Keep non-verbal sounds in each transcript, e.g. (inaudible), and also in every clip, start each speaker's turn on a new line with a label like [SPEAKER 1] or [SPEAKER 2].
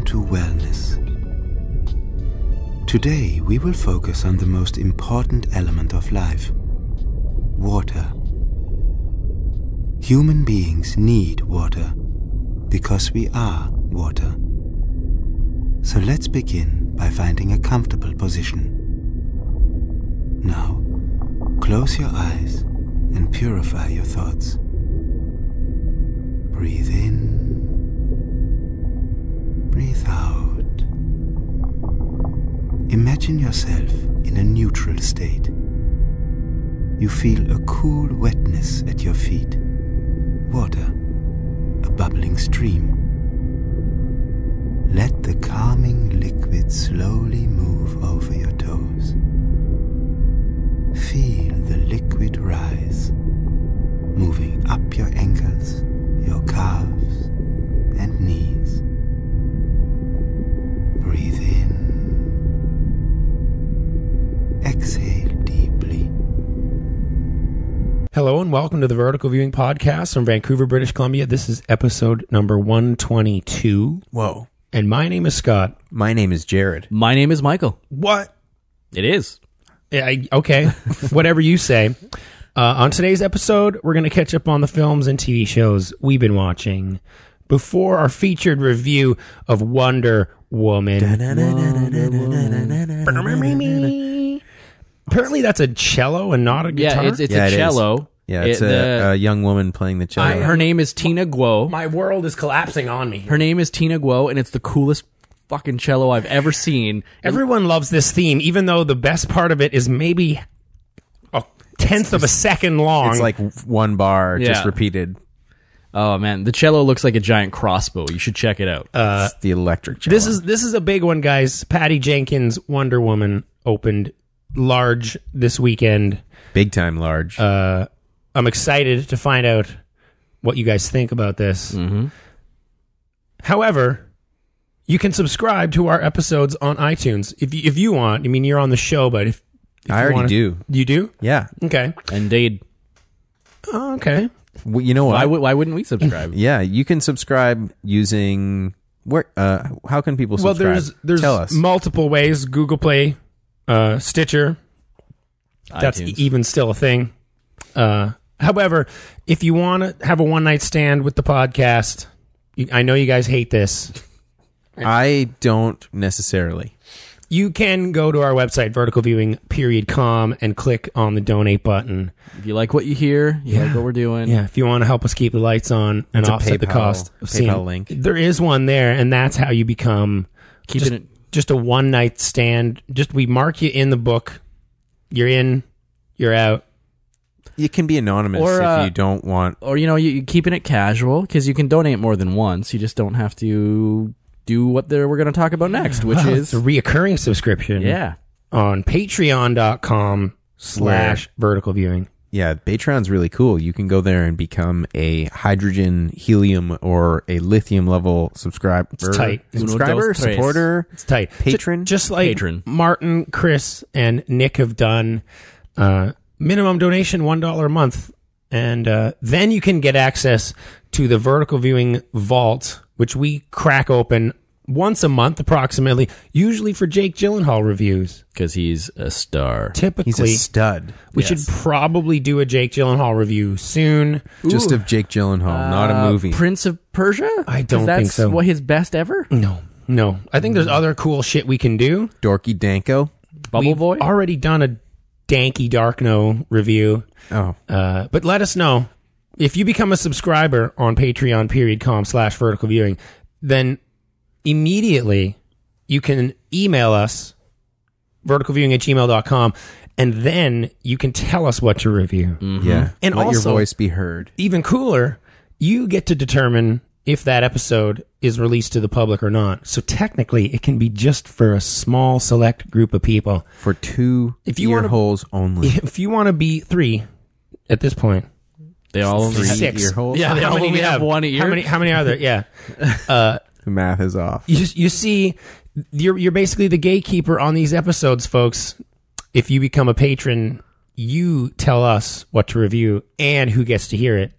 [SPEAKER 1] wellness. Today we will focus on the most important element of life water. Human beings need water because we are water. So let's begin by finding a comfortable position. Now, close your eyes and purify your thoughts. Breathe in, breathe out. Imagine yourself in a neutral state. You feel a cool wetness at your feet, water, a bubbling stream. Let the calming liquid slowly move over your toes. Feel the liquid rise, moving up your ankles, your calves, and knees. Breathe in. Exhale deeply.
[SPEAKER 2] Hello and welcome to the Vertical Viewing Podcast from Vancouver, British Columbia. This is episode number 122.
[SPEAKER 3] Whoa.
[SPEAKER 2] And my name is Scott.
[SPEAKER 3] My name is Jared.
[SPEAKER 4] My name is Michael.
[SPEAKER 2] What?
[SPEAKER 4] It is.
[SPEAKER 2] Yeah, I, okay, (laughs) whatever you say. Uh, on today's episode, we're going to catch up on the films and TV shows we've been watching before our featured review of Wonder Woman. Apparently, that's a cello and not a guitar.
[SPEAKER 4] Yeah, it's, it's
[SPEAKER 3] Yeah,
[SPEAKER 4] a
[SPEAKER 3] it is.
[SPEAKER 4] cello.
[SPEAKER 3] Yeah, it's
[SPEAKER 4] It-
[SPEAKER 3] a, uh, a
[SPEAKER 4] the-
[SPEAKER 3] young woman playing the cello.
[SPEAKER 4] her name is Tina Guo.
[SPEAKER 2] My world is collapsing on me.
[SPEAKER 4] Her name is Tina Guo, and it's the coolest fucking cello I've ever seen.
[SPEAKER 2] Everyone loves this theme, even though the best part of it is maybe a tenth of a second long.
[SPEAKER 3] it's like one bar just
[SPEAKER 4] Yeah.
[SPEAKER 3] repeated.
[SPEAKER 4] Oh man, the cello looks like a giant crossbow. You should check it out.
[SPEAKER 3] it's the electric cello.
[SPEAKER 2] this is this is a big one, guys. Patty Jenkins Wonder Woman opened large this weekend.
[SPEAKER 3] big time large.
[SPEAKER 2] I'm excited to find out what you guys think about this.
[SPEAKER 3] Mm-hmm.
[SPEAKER 2] However, you can subscribe to our episodes on iTunes if you, if you want. I mean, you're on the show, but if, if
[SPEAKER 3] I
[SPEAKER 2] you
[SPEAKER 3] already
[SPEAKER 2] wanna-
[SPEAKER 3] do.
[SPEAKER 2] You do?
[SPEAKER 3] Yeah.
[SPEAKER 2] Okay.
[SPEAKER 4] Indeed.
[SPEAKER 2] Oh, okay.
[SPEAKER 3] Well, you know what?
[SPEAKER 4] Why, would why wouldn't we
[SPEAKER 3] (laughs)
[SPEAKER 4] subscribe?
[SPEAKER 3] yeah, you can subscribe using where uh how can people
[SPEAKER 2] well
[SPEAKER 3] subscribe?
[SPEAKER 2] there's there's
[SPEAKER 3] Tell us.
[SPEAKER 2] multiple ways google play uh, stitcher that's e-,
[SPEAKER 4] iTunes.
[SPEAKER 3] e-
[SPEAKER 2] even still a thing uh, however if you want to have a one night stand with the podcast you, i know you guys hate this
[SPEAKER 3] I don't necessarily.
[SPEAKER 2] you can go to our website verticalviewing.com and click on the donate button
[SPEAKER 4] If you like what you hear, you like what we're doing.
[SPEAKER 2] yeah if you want to help us keep the lights on and
[SPEAKER 3] It's a
[SPEAKER 2] offset the
[SPEAKER 3] PayPal-
[SPEAKER 2] cost of seeing-
[SPEAKER 3] PayPal link.
[SPEAKER 2] there is one there and that's how you become
[SPEAKER 4] Keeping
[SPEAKER 2] just,
[SPEAKER 4] it.
[SPEAKER 2] just a one night stand. Just we mark you in the book. You're in, you're out.
[SPEAKER 3] It can be anonymous
[SPEAKER 4] Or,
[SPEAKER 3] if
[SPEAKER 4] uh,
[SPEAKER 3] you don't want
[SPEAKER 4] Or you know, you, you keeping it casual because you can donate more than once. You just don't have to do what they're, we're going to talk about next,
[SPEAKER 3] (laughs)
[SPEAKER 4] which
[SPEAKER 2] It's
[SPEAKER 4] is
[SPEAKER 2] a reoccurring subscription
[SPEAKER 4] yeah.
[SPEAKER 2] on patreon.com slash vertical viewing.
[SPEAKER 3] Yeah, Patreon's really cool. You can go there and become a hydrogen, helium, or a lithium level subscriber.
[SPEAKER 2] tight. Uno,
[SPEAKER 3] Subscriber,
[SPEAKER 4] dos, tres.
[SPEAKER 3] supporter.
[SPEAKER 2] It's tight. Ju-
[SPEAKER 3] Patron?
[SPEAKER 2] just like
[SPEAKER 4] Patron.
[SPEAKER 2] Martin, Chris, and Nick have done. Uh, minimum donation $1 a month. And uh, then you can get access to the vertical viewing vault, which we crack open once a month approximately, usually for Jake Gyllenhaal reviews.
[SPEAKER 4] Because he's a star.
[SPEAKER 3] He's
[SPEAKER 2] typically
[SPEAKER 3] a stud.
[SPEAKER 2] we should probably do a Jake Gyllenhaal review soon.
[SPEAKER 3] Just of Jake Gyllenhaal, not
[SPEAKER 2] Uh,
[SPEAKER 3] a movie.
[SPEAKER 4] Uh, Prince of Persia?
[SPEAKER 2] I
[SPEAKER 4] 'Cause
[SPEAKER 2] don't think
[SPEAKER 4] that's
[SPEAKER 2] so. Mm.
[SPEAKER 4] What his best ever?
[SPEAKER 2] No, no. I think there's other cool shit we can do.
[SPEAKER 3] Dorky Danko.
[SPEAKER 4] Mm. Bubble
[SPEAKER 2] We've
[SPEAKER 4] Boy.
[SPEAKER 2] already done a Danky Darkno review,
[SPEAKER 3] Oh,
[SPEAKER 2] uh, but let us know if you become a subscriber on Patreon period com slash vertical viewing. Then immediately you can email us verticalviewing at gmail.com and then you can tell us what to review.
[SPEAKER 3] yeah.
[SPEAKER 2] Mm-hmm. And
[SPEAKER 3] let your
[SPEAKER 2] also-
[SPEAKER 3] voice be heard.
[SPEAKER 2] even cooler, you get to determine if that episode is released to the public or not. So technically, it can be just for a small select group of people.
[SPEAKER 3] For two
[SPEAKER 2] If you
[SPEAKER 3] ear
[SPEAKER 2] wanna-
[SPEAKER 3] holes only.
[SPEAKER 2] If you want to be three at this point,
[SPEAKER 4] They all
[SPEAKER 3] Three
[SPEAKER 2] six.
[SPEAKER 3] ear holes.
[SPEAKER 4] Yeah, they
[SPEAKER 2] how
[SPEAKER 4] all
[SPEAKER 2] many do
[SPEAKER 4] only
[SPEAKER 2] you
[SPEAKER 4] have one ear.
[SPEAKER 2] How many, how many are
[SPEAKER 4] (laughs)
[SPEAKER 2] there? Yeah.
[SPEAKER 3] The math is off.
[SPEAKER 2] You, you see, you're, you're basically the gatekeeper on these episodes, folks. If you become a patron, you tell us what to review and who gets to hear it.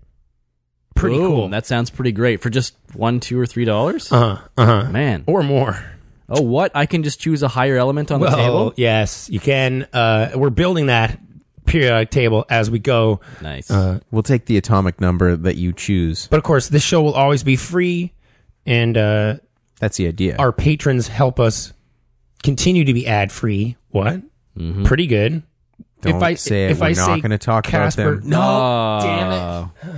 [SPEAKER 2] Pretty
[SPEAKER 4] Boom,
[SPEAKER 2] cool.
[SPEAKER 4] That sounds pretty great for just one, two, or three dollars.
[SPEAKER 2] uh huh. Uh huh.
[SPEAKER 4] Man.
[SPEAKER 2] Or more.
[SPEAKER 4] Oh, what? I can just choose a higher element on the table.
[SPEAKER 2] yes, you can. Uh, we're building that periodic table as we go.
[SPEAKER 4] Nice.
[SPEAKER 3] We'll take the atomic number that you choose.
[SPEAKER 2] But of course, this show will always be free, and uh,
[SPEAKER 3] That's the idea.
[SPEAKER 2] our patrons help us continue to be ad free. What? Pretty good.
[SPEAKER 3] Don't say it. We're not gonna talk about
[SPEAKER 2] Casper,
[SPEAKER 3] them.
[SPEAKER 2] no,
[SPEAKER 4] Ah.
[SPEAKER 2] damn it.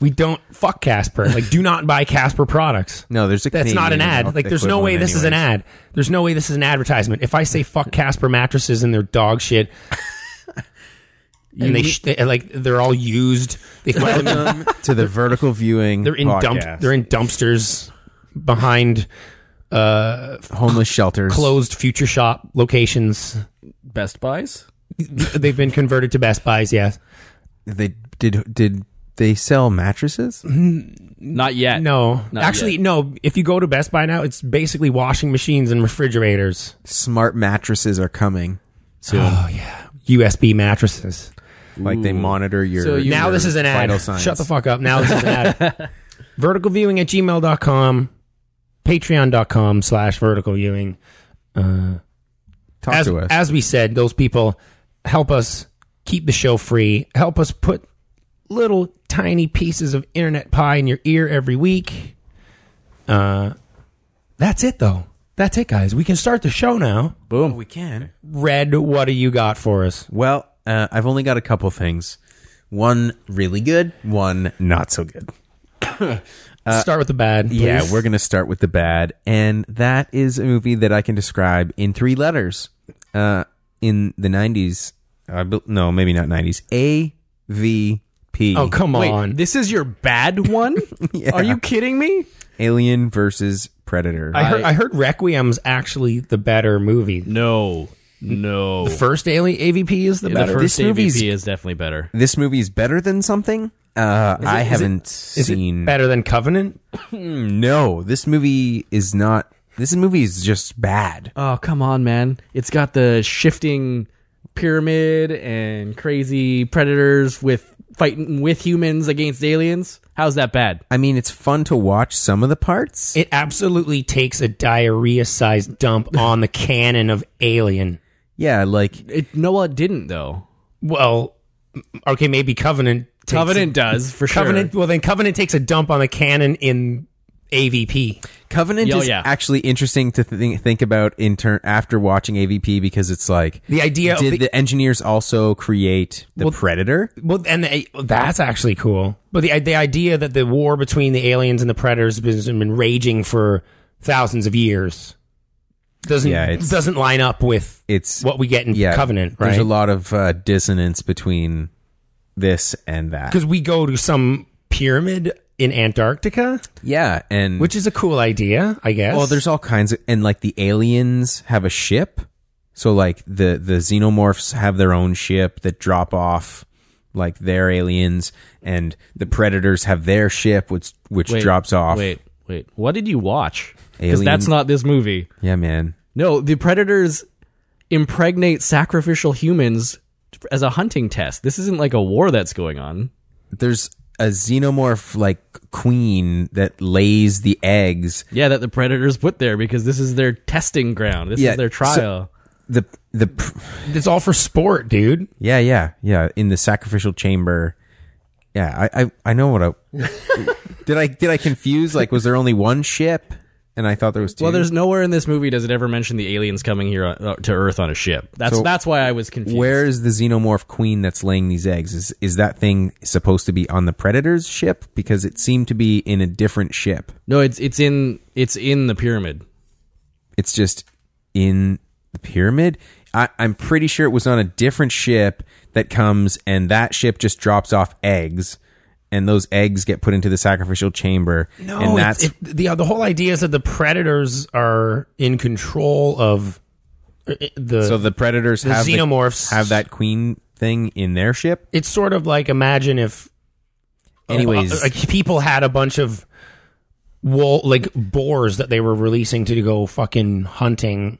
[SPEAKER 2] We don't fuck Casper. Like, do not buy Casper products.
[SPEAKER 3] no, there's a
[SPEAKER 2] That's not an
[SPEAKER 3] Canadian
[SPEAKER 2] ad. Like, there's no
[SPEAKER 3] equivalent
[SPEAKER 2] way this is an
[SPEAKER 3] anyways.
[SPEAKER 2] ad. There's no way this is an advertisement. If I say fuck Casper mattresses and they're dog shit, and they, sh- they like they're all used. They file
[SPEAKER 3] (laughs)
[SPEAKER 2] them.
[SPEAKER 3] Welcome to the vertical viewing.
[SPEAKER 2] They're in dump.
[SPEAKER 3] podcast.
[SPEAKER 2] They're in dumpsters behind uh,
[SPEAKER 3] homeless shelters.
[SPEAKER 2] closed future shop locations. (laughs)
[SPEAKER 4] Best Buys.
[SPEAKER 2] They've been converted to Best Buys. Yes.
[SPEAKER 3] They did did they sell mattresses?
[SPEAKER 4] Not yet.
[SPEAKER 2] No.
[SPEAKER 4] Not
[SPEAKER 2] Actually,
[SPEAKER 4] yet.
[SPEAKER 2] no. If you go to Best Buy now, it's basically washing machines and refrigerators.
[SPEAKER 3] Smart mattresses are coming soon.
[SPEAKER 2] Oh, USB mattresses.
[SPEAKER 3] like they monitor your.
[SPEAKER 4] So you-
[SPEAKER 2] now
[SPEAKER 3] your
[SPEAKER 2] this is an ad.
[SPEAKER 3] vital signs.
[SPEAKER 2] Shut the fuck up. Now this is an ad.
[SPEAKER 3] (laughs)
[SPEAKER 2] verticalviewing at gmail.com, patreon.com slash verticalviewing.
[SPEAKER 3] Talk
[SPEAKER 2] as,
[SPEAKER 3] to us.
[SPEAKER 2] as we said, those people help us keep the show free, help us put little tiny pieces of internet pie in your ear every week. Uh, that's it, though. That's it, guys. We can start the show now.
[SPEAKER 3] Boom. We can.
[SPEAKER 2] Red, what do you got for us?
[SPEAKER 3] Well, uh, I've only got a couple things. One really good, one not so good.
[SPEAKER 2] start with the bad. please.
[SPEAKER 3] Uh, Yeah, we're going to start with the bad. And that is a movie that I can describe in three letters. Uh, in the 90s, I bel no, maybe not 90s, AVP.
[SPEAKER 2] Oh, come
[SPEAKER 4] Wait,
[SPEAKER 2] on.
[SPEAKER 4] this is your bad
[SPEAKER 3] (laughs)
[SPEAKER 4] one? Are you kidding me?
[SPEAKER 3] Alien versus Predator.
[SPEAKER 2] I heard, I heard Requiem's actually the better movie.
[SPEAKER 4] No. No.
[SPEAKER 2] The first Alien AVP is the
[SPEAKER 4] Yeah,
[SPEAKER 2] better.
[SPEAKER 4] the first
[SPEAKER 3] This movie's-
[SPEAKER 4] AVP is definitely better.
[SPEAKER 3] this movie is better than something. Uh, I haven't
[SPEAKER 2] is
[SPEAKER 3] seen.
[SPEAKER 2] it better than Covenant?
[SPEAKER 3] No, this movie is not. This movie is just bad.
[SPEAKER 4] Oh, come on, man. It's got the shifting pyramid and crazy predators with fighting with humans against aliens. How's that bad?
[SPEAKER 3] I mean, it's fun to watch some of the parts.
[SPEAKER 2] It absolutely takes a diarrhea-sized (laughs) dump on the canon of Alien.
[SPEAKER 3] yeah, like
[SPEAKER 4] It Noah didn't though.
[SPEAKER 2] Well, m- okay, maybe Covenant. Takes
[SPEAKER 4] Covenant does for sure.
[SPEAKER 2] Covenant. Well, then Covenant takes a dump on the canon in AVP.
[SPEAKER 3] Covenant
[SPEAKER 4] Yo,
[SPEAKER 2] oh,
[SPEAKER 3] is
[SPEAKER 4] yeah.
[SPEAKER 3] actually interesting to think, think about in turn after watching AVP because it's like
[SPEAKER 2] The idea of
[SPEAKER 3] did
[SPEAKER 2] the-
[SPEAKER 3] the, engineers also create the Predator?
[SPEAKER 2] Well, and the, that's actually cool. But the the idea that the war between the aliens and the predators has been, been raging for thousands of years doesn't
[SPEAKER 3] Yeah, it's-
[SPEAKER 2] doesn't line up with
[SPEAKER 3] It's
[SPEAKER 2] what we get in
[SPEAKER 3] yeah,
[SPEAKER 2] Covenant,
[SPEAKER 3] There's a
[SPEAKER 2] right?
[SPEAKER 3] lot of uh, dissonance between this and that.
[SPEAKER 2] Because we go to some pyramid in Antarctica,
[SPEAKER 3] Yeah, and
[SPEAKER 2] which is a cool idea, I guess.
[SPEAKER 3] Well, there's all kinds of, and like the aliens have a ship. So like the the xenomorphs have their own ship that drop off like their aliens, and the predators have their ship which which
[SPEAKER 4] Wait,
[SPEAKER 3] drops off.
[SPEAKER 4] Wait, wait. What did you watch? Because
[SPEAKER 3] Alien.
[SPEAKER 4] that's not this movie.
[SPEAKER 3] Yeah, man.
[SPEAKER 4] No, the predators impregnate sacrificial humans as a hunting test. This isn't like a war that's going on.
[SPEAKER 3] There's a xenomorph like queen that lays the eggs.
[SPEAKER 4] Yeah, that the predators put there because this is their testing ground. This
[SPEAKER 3] Yeah,
[SPEAKER 4] is their
[SPEAKER 3] so-
[SPEAKER 4] trial.
[SPEAKER 3] The the pr-
[SPEAKER 2] it's all for sport, dude.
[SPEAKER 3] yeah yeah yeah in the sacrificial chamber. Yeah, I I, I know what
[SPEAKER 4] (laughs)
[SPEAKER 3] I did. I did I confuse like was there only one ship? And I thought there was two.
[SPEAKER 4] well, there's nowhere in this movie does it ever mention the aliens coming here uh, to Earth on a ship. That's
[SPEAKER 3] So-
[SPEAKER 4] that's why I was confused.
[SPEAKER 3] Where is the xenomorph queen that's laying these eggs? Is is that thing supposed to be on the Predator's ship? Because it seemed to be in a different ship.
[SPEAKER 4] No, it's it's in it's in the pyramid.
[SPEAKER 3] It's just in the pyramid. I, I'm pretty sure it was on a different ship that comes, and that ship just drops off eggs, and those eggs get put into the sacrificial chamber. and that's
[SPEAKER 2] it's- it- the the whole idea is that the predators are in control of uh, the.
[SPEAKER 3] so the Predators
[SPEAKER 2] the
[SPEAKER 3] have the-
[SPEAKER 2] xenomorphs-
[SPEAKER 3] have that queen thing in their ship.
[SPEAKER 2] it's sort of like imagine if uh, Oh,
[SPEAKER 3] Anyways,
[SPEAKER 2] like people had a bunch of wool like boars that they were releasing to go fucking hunting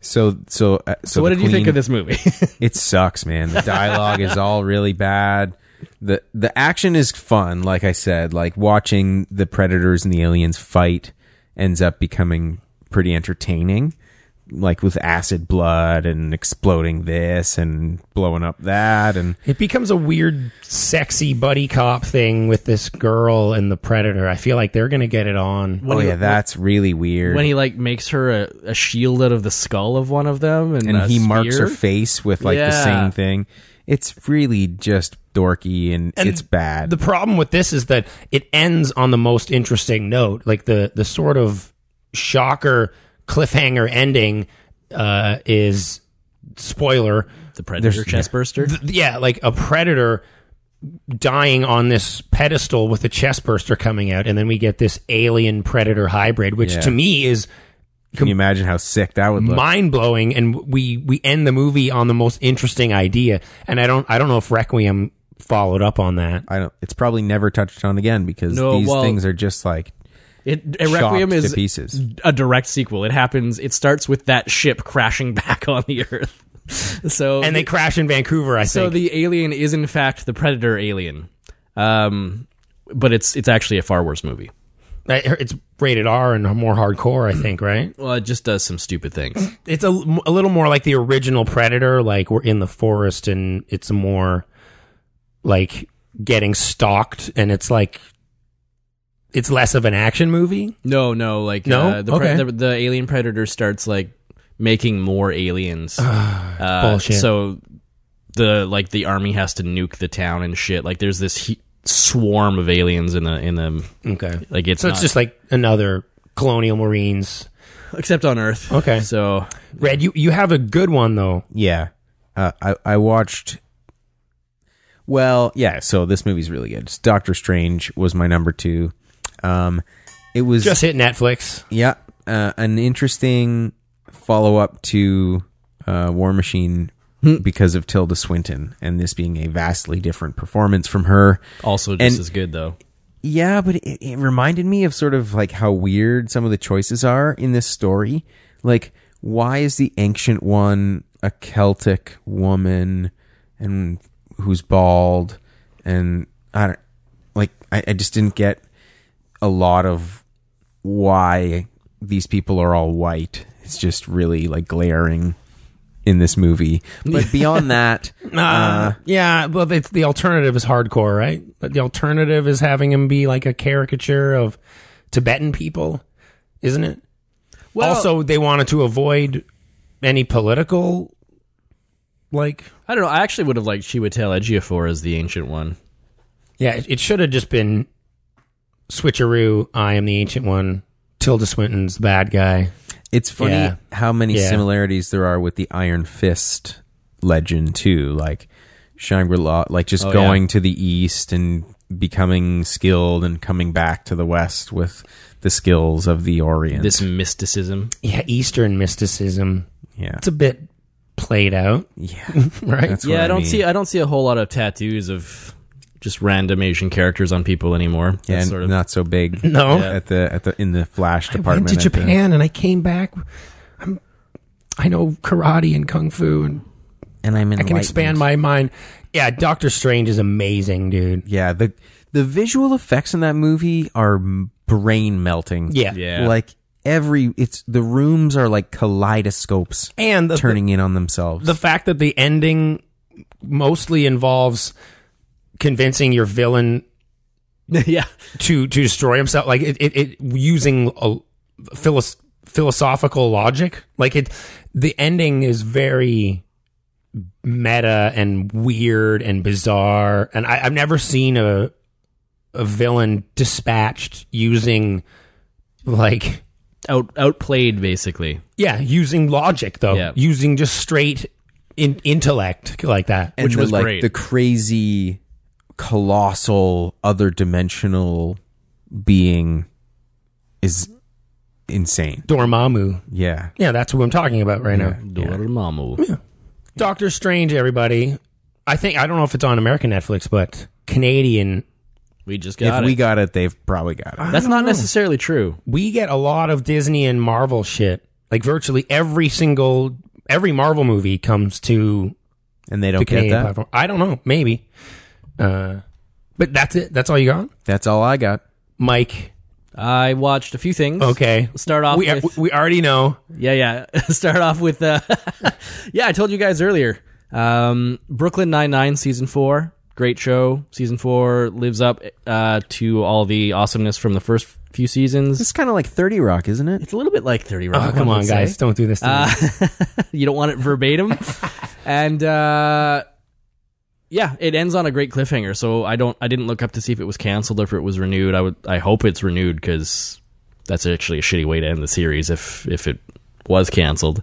[SPEAKER 3] so so uh, so,
[SPEAKER 4] So what
[SPEAKER 3] the (laughs)
[SPEAKER 4] did you think
[SPEAKER 3] queen-
[SPEAKER 4] of this movie?
[SPEAKER 3] It sucks, man. The dialogue is all really bad. the the action is fun like i said like watching the predators and the aliens fight ends up becoming pretty entertaining like with acid blood and exploding this and blowing up that and
[SPEAKER 2] It becomes a weird, sexy buddy cop thing with this girl and the predator. I feel like they're going to get it on.
[SPEAKER 4] When
[SPEAKER 3] oh
[SPEAKER 4] he-
[SPEAKER 3] yeah that's really weird
[SPEAKER 4] when he like makes her a, a shield out of the skull of one of them, and,
[SPEAKER 3] and
[SPEAKER 4] a
[SPEAKER 3] he marks her
[SPEAKER 4] spear.
[SPEAKER 3] face with like the
[SPEAKER 4] Yeah.
[SPEAKER 3] same thing it's really just dorky and, it's bad
[SPEAKER 2] The problem with this is that it ends on the most interesting note. Like the, the sort of shocker cliffhanger ending uh, is spoiler.
[SPEAKER 4] The predator chest burster.
[SPEAKER 2] th- yeah, like a predator dying on this pedestal with a chest burster coming out, and then we get this alien predator hybrid, which
[SPEAKER 3] Yeah.
[SPEAKER 2] to me is
[SPEAKER 3] can you imagine how sick that would look
[SPEAKER 2] mind blowing. And we we end the movie on the most interesting idea, and I don't I don't know if Requiem followed up on that.
[SPEAKER 3] I don't. It's probably never touched on again because
[SPEAKER 4] No,
[SPEAKER 3] these
[SPEAKER 4] well-
[SPEAKER 3] things are just like
[SPEAKER 4] It,
[SPEAKER 3] chopped
[SPEAKER 4] Requiem is
[SPEAKER 3] to pieces.
[SPEAKER 4] a direct sequel. It happens. It starts with that ship crashing (laughs) back on the Earth. (laughs) So
[SPEAKER 2] And they crash in Vancouver, I
[SPEAKER 4] so
[SPEAKER 2] think.
[SPEAKER 4] the alien is in fact the predator alien, um, but it's it's actually a far worse movie.
[SPEAKER 2] I- it's rated R and more hardcore, I think, right?
[SPEAKER 4] Well, it just does some stupid (clears throat) things.
[SPEAKER 2] It's a, a little more like the original Predator, like we're in the forest and it's more like getting stalked and it's like it's less of an action movie.
[SPEAKER 4] No, no, like
[SPEAKER 2] No?
[SPEAKER 4] uh, the, pre-
[SPEAKER 2] Okay.
[SPEAKER 4] the the alien predator starts like making more (sighs) aliens. uh,
[SPEAKER 2] bullshit.
[SPEAKER 4] So the like the army has to nuke the town and shit. Like there's this he- swarm of aliens in the in the
[SPEAKER 2] Okay.
[SPEAKER 4] like it's
[SPEAKER 2] so it's
[SPEAKER 4] not-
[SPEAKER 2] just like another Colonial Marines.
[SPEAKER 4] except on Earth.
[SPEAKER 2] Okay.
[SPEAKER 4] so
[SPEAKER 2] Red, you, you have a good one though.
[SPEAKER 3] Yeah, uh, I I watched. Well, yeah. So this movie's really good. Doctor Strange was my number two. Um, it was
[SPEAKER 2] Just hit Netflix.
[SPEAKER 3] yeah uh, an interesting follow up to uh, War Machine
[SPEAKER 4] Hmm.
[SPEAKER 3] because of Tilda Swinton and this being a vastly different performance from her.
[SPEAKER 4] also just
[SPEAKER 3] And-
[SPEAKER 4] as good though.
[SPEAKER 3] Yeah, but it, it reminded me of sort of like how weird some of the choices are in this story. Like, why is the ancient one a Celtic woman and who's bald? And I don't like. I, I just didn't get a lot of why these people are all white. It's just really like glaring in this movie. But beyond that,
[SPEAKER 2] Uh, yeah, well, the, the alternative is hardcore, right? But the alternative is having him be like a caricature of Tibetan people, isn't it? also, they wanted to avoid any political, like,
[SPEAKER 4] I don't know. I actually would have liked Chiwetel Ejiofor as the ancient one.
[SPEAKER 2] yeah, it, it should have just been switcheroo. I am the ancient one. Tilda Swinton's the bad guy.
[SPEAKER 3] It's funny
[SPEAKER 2] Yeah.
[SPEAKER 3] how many
[SPEAKER 2] Yeah.
[SPEAKER 3] similarities there are with the Iron Fist legend too. Like Shangri La, like just
[SPEAKER 4] Oh,
[SPEAKER 3] going to the east and becoming skilled and coming back to the west with the skills of the Orient.
[SPEAKER 4] This mysticism.
[SPEAKER 2] Yeah, Eastern mysticism.
[SPEAKER 3] yeah,
[SPEAKER 2] It's a bit played out,
[SPEAKER 3] yeah.
[SPEAKER 2] (laughs) right?
[SPEAKER 3] That's what
[SPEAKER 4] yeah, I don't
[SPEAKER 3] mean.
[SPEAKER 4] see. I don't see a whole lot of tattoos of just random Asian characters on people anymore.
[SPEAKER 3] Yeah,
[SPEAKER 4] That's sort of
[SPEAKER 3] not so
[SPEAKER 2] (laughs)
[SPEAKER 3] big.
[SPEAKER 2] no.
[SPEAKER 3] at the at the in the Flash
[SPEAKER 2] I
[SPEAKER 3] department.
[SPEAKER 2] went to
[SPEAKER 3] at the-
[SPEAKER 2] Japan and I came back. I'm, I know karate and kung fu, and
[SPEAKER 3] and I'm
[SPEAKER 2] I can expand my mind. Yeah, Doctor Strange is amazing, dude.
[SPEAKER 3] Yeah, the the visual effects in that movie are brain melting.
[SPEAKER 2] Yeah,
[SPEAKER 4] Yeah.
[SPEAKER 3] like every it's the rooms are like kaleidoscopes.
[SPEAKER 2] and the,
[SPEAKER 3] turning in on themselves.
[SPEAKER 2] the fact that the ending mostly involves convincing your villain
[SPEAKER 4] (laughs) yeah.
[SPEAKER 2] to to destroy himself, like it, it, it using a philos- philosophical logic. Like it, the ending is very meta and weird and bizarre. And I, I've never seen a a villain dispatched using like
[SPEAKER 4] Out outplayed basically.
[SPEAKER 2] yeah using logic though
[SPEAKER 4] Yeah.
[SPEAKER 2] using just straight in intellect like that
[SPEAKER 3] and
[SPEAKER 4] which
[SPEAKER 3] the,
[SPEAKER 4] was
[SPEAKER 3] like
[SPEAKER 4] great.
[SPEAKER 3] the crazy, colossal, other dimensional being is insane.
[SPEAKER 2] Dormammu
[SPEAKER 3] Yeah.
[SPEAKER 2] yeah that's what I'm talking about right now
[SPEAKER 4] Dormammu.
[SPEAKER 2] Doctor Strange, everybody. I think I don't know if it's on American Netflix, but Canadian.
[SPEAKER 4] We just got
[SPEAKER 3] if
[SPEAKER 4] it.
[SPEAKER 3] we got it, they've probably got it.
[SPEAKER 4] That's not necessarily true.
[SPEAKER 2] We get a lot of Disney and Marvel shit. Like virtually every single every Marvel movie comes to
[SPEAKER 3] And they
[SPEAKER 2] the
[SPEAKER 3] don't get
[SPEAKER 2] Canadian
[SPEAKER 3] that.
[SPEAKER 2] platform. I don't know, maybe. Uh, but that's it. That's all you got,
[SPEAKER 3] That's all I got.
[SPEAKER 2] Mike.
[SPEAKER 4] I watched a few things.
[SPEAKER 2] Okay.
[SPEAKER 4] Start off
[SPEAKER 2] We
[SPEAKER 4] with Oh,
[SPEAKER 2] we already know.
[SPEAKER 4] Yeah, yeah. (laughs) Start off with uh (laughs) Yeah, I told you guys earlier. Um Brooklyn 99 season 4, great show. Season 4 lives up uh to all the awesomeness from the first few seasons.
[SPEAKER 3] This is kind of like 30 Rock, isn't it?
[SPEAKER 4] It's a little bit like 30
[SPEAKER 2] Oh,
[SPEAKER 4] Rock.
[SPEAKER 2] come
[SPEAKER 4] I would
[SPEAKER 2] on, guys!
[SPEAKER 4] say. Uh,
[SPEAKER 2] Don't do this. To me.
[SPEAKER 4] you don't want
[SPEAKER 2] (laughs)
[SPEAKER 4] it verbatim. and uh yeah, it ends on a great cliffhanger. So I don't I didn't look up to see if it was canceled or if it was renewed. I would I hope it's renewed cuz that's actually a shitty way to end the series if if it was canceled.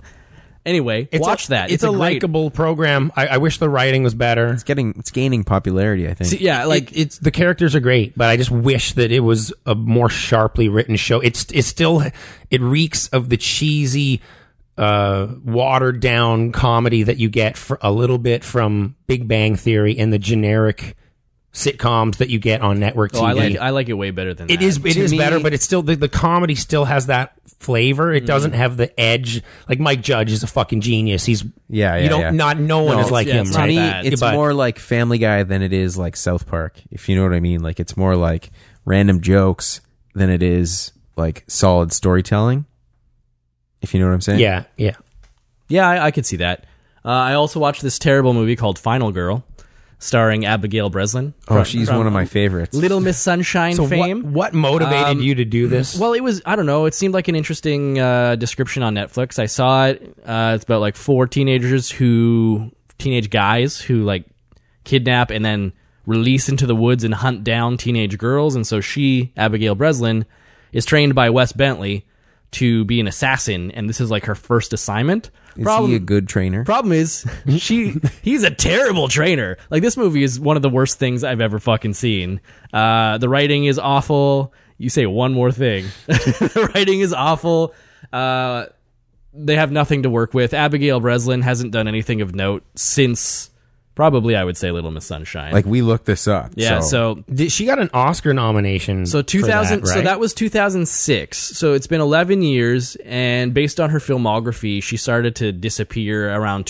[SPEAKER 4] Anyway,
[SPEAKER 2] It's
[SPEAKER 4] watch
[SPEAKER 2] a-
[SPEAKER 4] that.
[SPEAKER 2] It's, a
[SPEAKER 4] great-
[SPEAKER 2] likable program. I, I wish the writing was better.
[SPEAKER 3] It's getting it's gaining popularity, I think.
[SPEAKER 4] See, (laughs) yeah, like
[SPEAKER 2] It- it's the characters are great, but I just wish that it was a more sharply written show. It's it's still it reeks of the cheesy, uh, watered down comedy that you get for a little bit from Big Bang Theory and the generic sitcoms that you get on network TV.
[SPEAKER 4] oh, I like I like it way better than
[SPEAKER 2] It
[SPEAKER 4] that.
[SPEAKER 2] is it is
[SPEAKER 3] me-
[SPEAKER 2] better, but it's still the, the comedy still has that flavor.
[SPEAKER 4] Mm-hmm.
[SPEAKER 2] It doesn't have the edge. Like Mike Judge is a fucking genius. He's
[SPEAKER 3] Yeah, yeah,
[SPEAKER 2] You don't
[SPEAKER 3] yeah.
[SPEAKER 2] not no one is like
[SPEAKER 4] yeah,
[SPEAKER 2] him,
[SPEAKER 4] it's
[SPEAKER 3] to
[SPEAKER 2] right?
[SPEAKER 3] me,
[SPEAKER 4] bad.
[SPEAKER 3] it's
[SPEAKER 2] But-
[SPEAKER 3] more like Family Guy than it is like South Park, if you know what I mean. Like it's more like random jokes than it is like solid storytelling. If you know what I'm saying?
[SPEAKER 2] Yeah, yeah.
[SPEAKER 4] Yeah, I, I could see that. Uh, I also watched this terrible movie called Final Girl, starring Abigail Breslin.
[SPEAKER 3] Oh,
[SPEAKER 4] from-
[SPEAKER 3] she's
[SPEAKER 4] from
[SPEAKER 3] one of my favorites.
[SPEAKER 4] Little Miss Sunshine
[SPEAKER 2] So
[SPEAKER 4] fame. Um,
[SPEAKER 2] what what motivated you to do this?
[SPEAKER 4] Well, it was I don't know. It seemed like an interesting uh, description on Netflix. I saw it. Uh, it's about like four teenagers who teenage guys who like kidnap and then release into the woods and hunt down teenage girls. And so she, Abigail Breslin, is trained by Wes Bentley to be an assassin, and this is like her first assignment.
[SPEAKER 3] is he a good trainer?
[SPEAKER 2] (laughs)
[SPEAKER 4] Problem is, she he's a terrible trainer. Like this movie is one of the worst things I've ever fucking seen. Uh, the writing is awful. You say one more thing. (laughs) the writing is awful. Uh, they have nothing to work with. Abigail Breslin hasn't done anything of note since probably I would say Little Miss Sunshine.
[SPEAKER 3] like we looked this up.
[SPEAKER 4] yeah, so
[SPEAKER 2] Did- she got an Oscar nomination.
[SPEAKER 4] so 2000
[SPEAKER 2] for that,
[SPEAKER 4] so
[SPEAKER 2] right?
[SPEAKER 4] that was 2006. So it's been 11 years and based on her filmography, she started to disappear around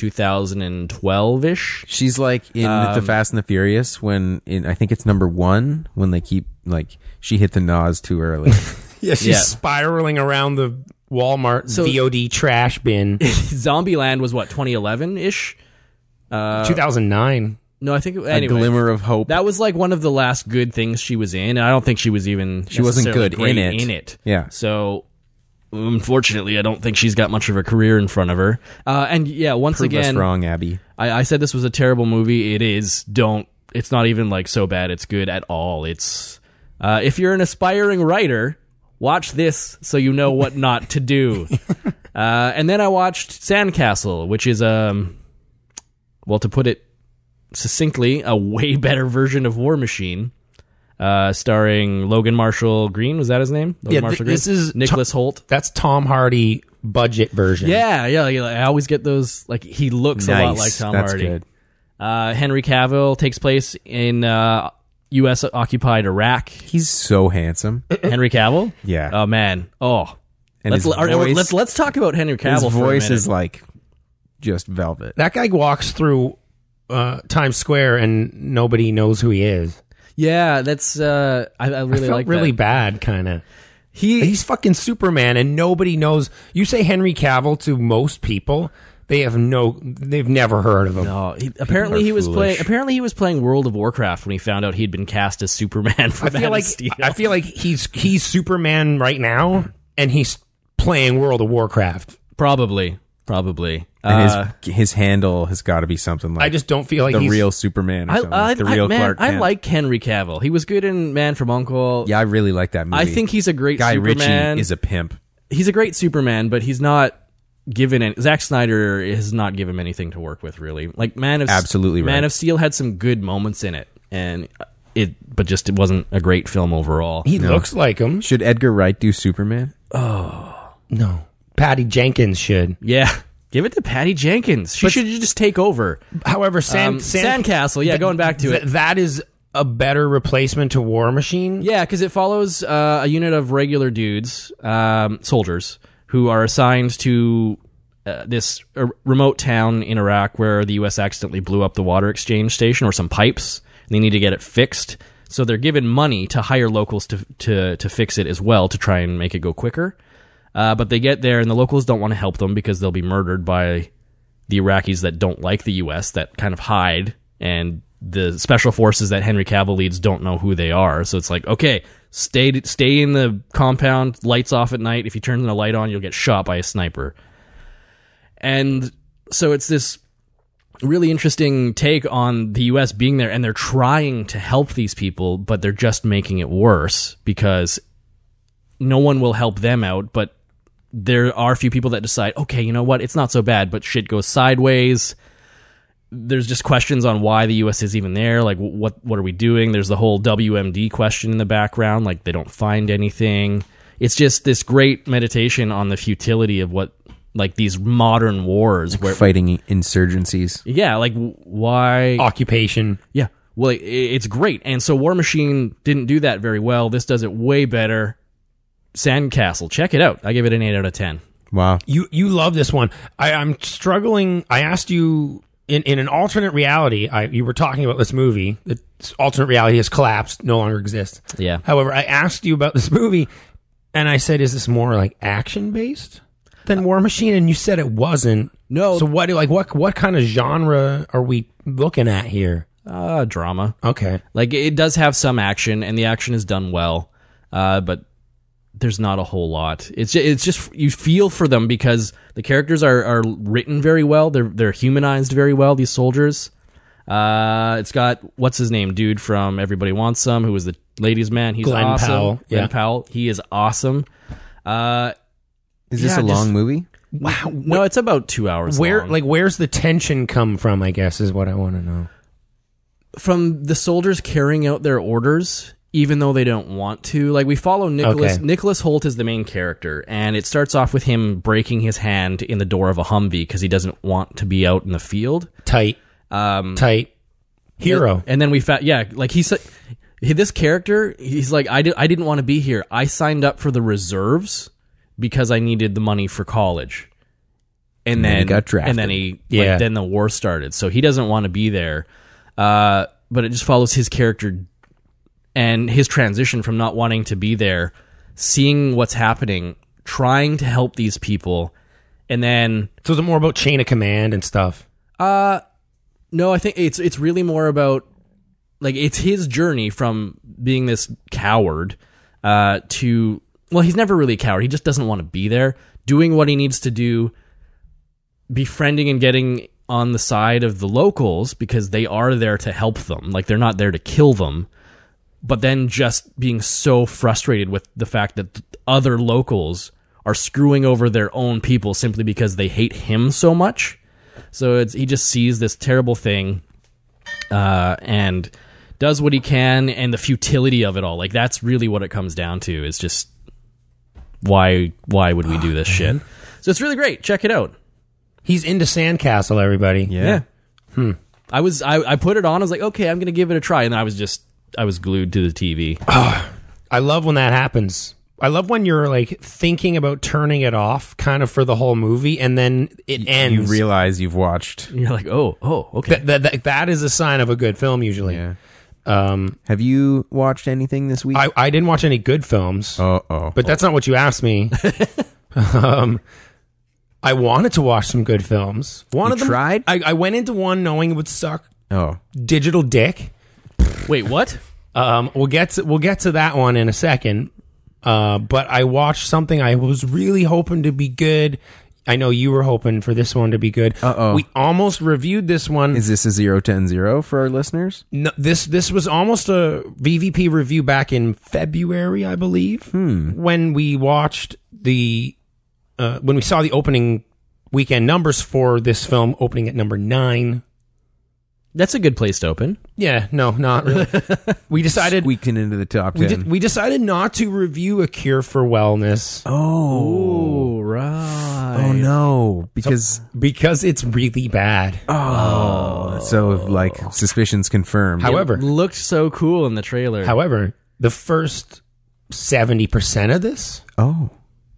[SPEAKER 4] 2012ish.
[SPEAKER 3] She's like in
[SPEAKER 4] um,
[SPEAKER 3] the Fast and the Furious when in I think it's number one when they keep like she hit the Nas too early.
[SPEAKER 2] yeah, she's
[SPEAKER 4] (laughs) yeah.
[SPEAKER 2] spiraling around the Walmart VOD trash
[SPEAKER 4] (laughs)
[SPEAKER 2] bin.
[SPEAKER 4] Zombieland was what 2011ish. Uh,
[SPEAKER 2] 2009.
[SPEAKER 4] No, I think
[SPEAKER 3] a
[SPEAKER 4] (laughs) anyway.
[SPEAKER 3] glimmer of hope.
[SPEAKER 4] that was like one of the last good things she was in. and I don't think she was even she
[SPEAKER 3] wasn't good in it.
[SPEAKER 4] In it,
[SPEAKER 3] Yeah.
[SPEAKER 4] So unfortunately, I don't think she's got much of a career in front of her. Uh, and yeah, once
[SPEAKER 3] Prove us
[SPEAKER 4] again,
[SPEAKER 3] wrong, Abby.
[SPEAKER 4] I, I said this was a terrible movie. It is. Don't. It's not even like so bad. It's good at all. It's. Uh, if you're an aspiring writer, watch this so you know
[SPEAKER 2] (laughs)
[SPEAKER 4] what not to do. uh, and then I watched Sandcastle, which is um, well, to put it succinctly, a way (laughs) better version of War Machine. Uh, starring Logan Marshall Green, was that his name? Logan
[SPEAKER 2] Yeah, th-
[SPEAKER 4] Marshall
[SPEAKER 2] this is
[SPEAKER 4] Nicholas Holt.
[SPEAKER 2] That's Tom Hardy budget version.
[SPEAKER 4] Yeah, yeah. yeah, I always get those. Like he looks a lot
[SPEAKER 3] Nice.
[SPEAKER 4] like Tom
[SPEAKER 3] That's
[SPEAKER 4] Hardy.
[SPEAKER 3] good.
[SPEAKER 4] Uh, Henry Cavill takes place in uh, U.S. occupied
[SPEAKER 3] (laughs)
[SPEAKER 4] Iraq.
[SPEAKER 3] He's so handsome.
[SPEAKER 4] Henry Cavill.
[SPEAKER 3] Yeah.
[SPEAKER 4] Oh man. Oh.
[SPEAKER 3] And
[SPEAKER 4] let's,
[SPEAKER 3] his
[SPEAKER 4] all right,
[SPEAKER 3] voice-
[SPEAKER 4] let's let's talk about Henry Cavill.
[SPEAKER 3] His
[SPEAKER 4] for a
[SPEAKER 3] voice
[SPEAKER 4] minute.
[SPEAKER 3] is like just velvet.
[SPEAKER 2] That guy walks through uh, Times Square and nobody knows who he is.
[SPEAKER 4] yeah. That's uh, I, I really
[SPEAKER 2] I felt
[SPEAKER 4] like
[SPEAKER 2] really
[SPEAKER 4] that.
[SPEAKER 2] bad, kind of.
[SPEAKER 4] He
[SPEAKER 2] He's fucking Superman, and nobody knows. You say Henry Cavill to most people, they have no, they've never heard of him.
[SPEAKER 4] no. Oh, He, apparently
[SPEAKER 3] are
[SPEAKER 4] he was
[SPEAKER 3] foolish.
[SPEAKER 4] playing. Apparently he was playing World of Warcraft when he found out he'd been cast as Superman (laughs) for
[SPEAKER 2] I feel
[SPEAKER 4] Man
[SPEAKER 2] like
[SPEAKER 4] of Steel.
[SPEAKER 2] I feel like he's he's Superman right now, and he's playing World of Warcraft.
[SPEAKER 4] probably probably.
[SPEAKER 3] And
[SPEAKER 4] Uh,
[SPEAKER 3] his his handle has got to be something like
[SPEAKER 2] I just don't feel like
[SPEAKER 3] the
[SPEAKER 2] he's,
[SPEAKER 3] real Superman. Or
[SPEAKER 4] I,
[SPEAKER 3] something.
[SPEAKER 4] I,
[SPEAKER 3] the real
[SPEAKER 4] I, man,
[SPEAKER 3] Clark.
[SPEAKER 4] I
[SPEAKER 3] Kent.
[SPEAKER 4] like Henry Cavill. He was good in Man from Uncle.
[SPEAKER 3] Yeah, I really like that movie.
[SPEAKER 4] I think he's a great
[SPEAKER 3] Guy
[SPEAKER 4] Superman.
[SPEAKER 3] Ritchie is a pimp.
[SPEAKER 4] he's a great Superman, but he's not given any, Zack Snyder has not given him anything to work with really. Like Man of
[SPEAKER 3] Absolutely
[SPEAKER 4] Man
[SPEAKER 3] right.
[SPEAKER 4] of Steel had some good moments in it, and it but just it wasn't a great film overall.
[SPEAKER 2] He looks like him.
[SPEAKER 3] Should Edgar Wright do Superman?
[SPEAKER 2] No, Patty Jenkins should.
[SPEAKER 4] yeah. (laughs) Give it to Patty Jenkins. She should just take over.
[SPEAKER 2] However, Sand,
[SPEAKER 4] Um,
[SPEAKER 2] Sand-
[SPEAKER 4] Sandcastle, yeah, going back to
[SPEAKER 2] th-
[SPEAKER 4] it.
[SPEAKER 2] that is a better replacement to War Machine.
[SPEAKER 4] Yeah, because it follows uh, a unit of regular dudes, um, soldiers, who are assigned to uh, this uh, remote town in Iraq where the U.S. accidentally blew up the water exchange station or some pipes. They need to get it fixed. So they're given money to hire locals to to to fix it as well to try and make it go quicker. Uh, but they get there and the locals don't want to help them because they'll be murdered by the Iraqis that don't like the U.S. that kind of hide, and the special forces that Henry Cavill leads don't know who they are. So it's like, okay, stay stay in the compound, lights off at night. If you turn the light on, you'll get shot by a sniper. And so it's this really interesting take on the US being there and they're trying to help these people, but they're just making it worse because no one will help them out, but there are a few people that decide, okay, you know what, it's not so bad, but shit goes sideways. There's just questions on why the U.S. is even there. Like, wh- what what are we doing? There's the whole WMD question in the background. Like, they don't find anything. It's just this great meditation on the futility of what, like, these modern wars. Where,
[SPEAKER 3] fighting insurgencies.
[SPEAKER 4] yeah, like, w- why?
[SPEAKER 2] Occupation.
[SPEAKER 4] Yeah. Well, it, it's great. And so War Machine didn't do that very well. This does it way better. Sandcastle. Check it out. I give it an 8 out of 10.
[SPEAKER 3] Wow.
[SPEAKER 2] You you love this one. I, I'm struggling. I asked you in, in an alternate reality. I you were talking about this movie. The alternate reality has collapsed, no longer exists.
[SPEAKER 4] Yeah.
[SPEAKER 2] However, I asked you about this movie, and I said, "Is this more like action based than War Machine?" And you said it wasn't.
[SPEAKER 4] No.
[SPEAKER 2] So what? do- Like what? What kind of genre are we looking at here?
[SPEAKER 4] Uh, drama.
[SPEAKER 2] Okay.
[SPEAKER 4] Like, it does have some action, and the action is done well, uh, but there's not a whole lot. It's just, it's just you feel for them because the characters are, are written very well. They're they're humanized very well. These soldiers. Uh, it's got what's his name, dude from Everybody Wants Some, who was the ladies' man. He's
[SPEAKER 2] Glenn
[SPEAKER 4] awesome.
[SPEAKER 2] Powell,
[SPEAKER 4] Glenn
[SPEAKER 2] yeah.
[SPEAKER 4] Powell. He is awesome. Uh,
[SPEAKER 3] Is this
[SPEAKER 4] Yeah,
[SPEAKER 3] a
[SPEAKER 4] just-
[SPEAKER 3] long movie?
[SPEAKER 2] Wow.
[SPEAKER 4] no, it's about two hours.
[SPEAKER 2] Where
[SPEAKER 4] long.
[SPEAKER 2] like where's the tension come from? I guess is what I want to know.
[SPEAKER 4] from the soldiers carrying out their orders even though they don't want to like we follow nicholas
[SPEAKER 2] Okay.
[SPEAKER 4] nicholas holt is the main character and it starts off with him breaking his hand in the door of a humvee because he doesn't want to be out in the field
[SPEAKER 2] Tight.
[SPEAKER 4] um
[SPEAKER 2] Tight. Hero.
[SPEAKER 4] and then we found yeah like he said he- this character he's like I, di- I didn't want to be here i signed up for the reserves because i needed the money for college and,
[SPEAKER 3] then he got drafted.
[SPEAKER 4] and then he like,
[SPEAKER 2] Yeah.
[SPEAKER 4] then the war started so he doesn't want to be there uh, but it just follows his character and his transition from not wanting to be there seeing what's happening trying to help these people and then
[SPEAKER 2] So is it more about chain of command and stuff?
[SPEAKER 4] No, I think it's it's really more about like it's his journey from being this coward uh, to well, he's never really a coward. He just doesn't want to be there, doing what he needs to do, befriending and getting on the side of the locals because they are there to help them. Like they're not there to kill them. But then just being so frustrated with the fact that th- other locals are screwing over their own people simply because they hate him so much. So it's he just sees this terrible thing, uh, and does what he can, and the futility of it all. Like that's really what it comes down to. Is just why why would we do this shit? So it's really great. Check it out.
[SPEAKER 2] He's into Sandcastle, everybody.
[SPEAKER 4] I was I, I put it on. I was like, okay, I'm gonna give it a try, and I was just I was glued to the TV.
[SPEAKER 2] I love when that happens. I love when you're like thinking about turning it off kind of for the whole movie and then it ends.
[SPEAKER 3] You realize you've watched.
[SPEAKER 4] And you're like, oh oh (laughs) okay.
[SPEAKER 2] That- that, that, that is a sign of a good film usually.
[SPEAKER 3] Yeah.
[SPEAKER 2] Um,
[SPEAKER 3] Have you watched anything this week?
[SPEAKER 2] I, I didn't watch any good films,
[SPEAKER 3] Uh oh.
[SPEAKER 2] but that's not what you asked me.
[SPEAKER 3] (laughs)
[SPEAKER 2] um, I wanted to watch some good films. One
[SPEAKER 3] You
[SPEAKER 2] of them
[SPEAKER 3] tried?
[SPEAKER 2] I, I went into one knowing it would suck.
[SPEAKER 3] Oh.
[SPEAKER 2] Digital Dick.
[SPEAKER 4] Wait, what?
[SPEAKER 2] Um, we'll get to, we'll get to that one in a second. Uh, but I watched something I was really hoping to be good. I know you were hoping for this one to be good.
[SPEAKER 3] Uh-oh.
[SPEAKER 2] We almost reviewed this one.
[SPEAKER 3] Is this a zero ten zero for our listeners?
[SPEAKER 2] No, this this was almost a VVP review back in February, I believe, when we watched the uh, when we saw the opening weekend numbers for this film opening at number nine.
[SPEAKER 4] That's a good place to open.
[SPEAKER 2] Yeah, no, not really. we decided
[SPEAKER 3] Squeaking into the top
[SPEAKER 2] we,
[SPEAKER 3] ten.
[SPEAKER 2] did, we decided not to review a cure for wellness.
[SPEAKER 3] oh.
[SPEAKER 4] right.
[SPEAKER 3] Oh no. Because
[SPEAKER 2] because it's really bad.
[SPEAKER 3] oh. So like suspicions confirmed.
[SPEAKER 2] however,
[SPEAKER 4] Looked so cool in the trailer.
[SPEAKER 2] however, the first seventy percent of this
[SPEAKER 3] oh.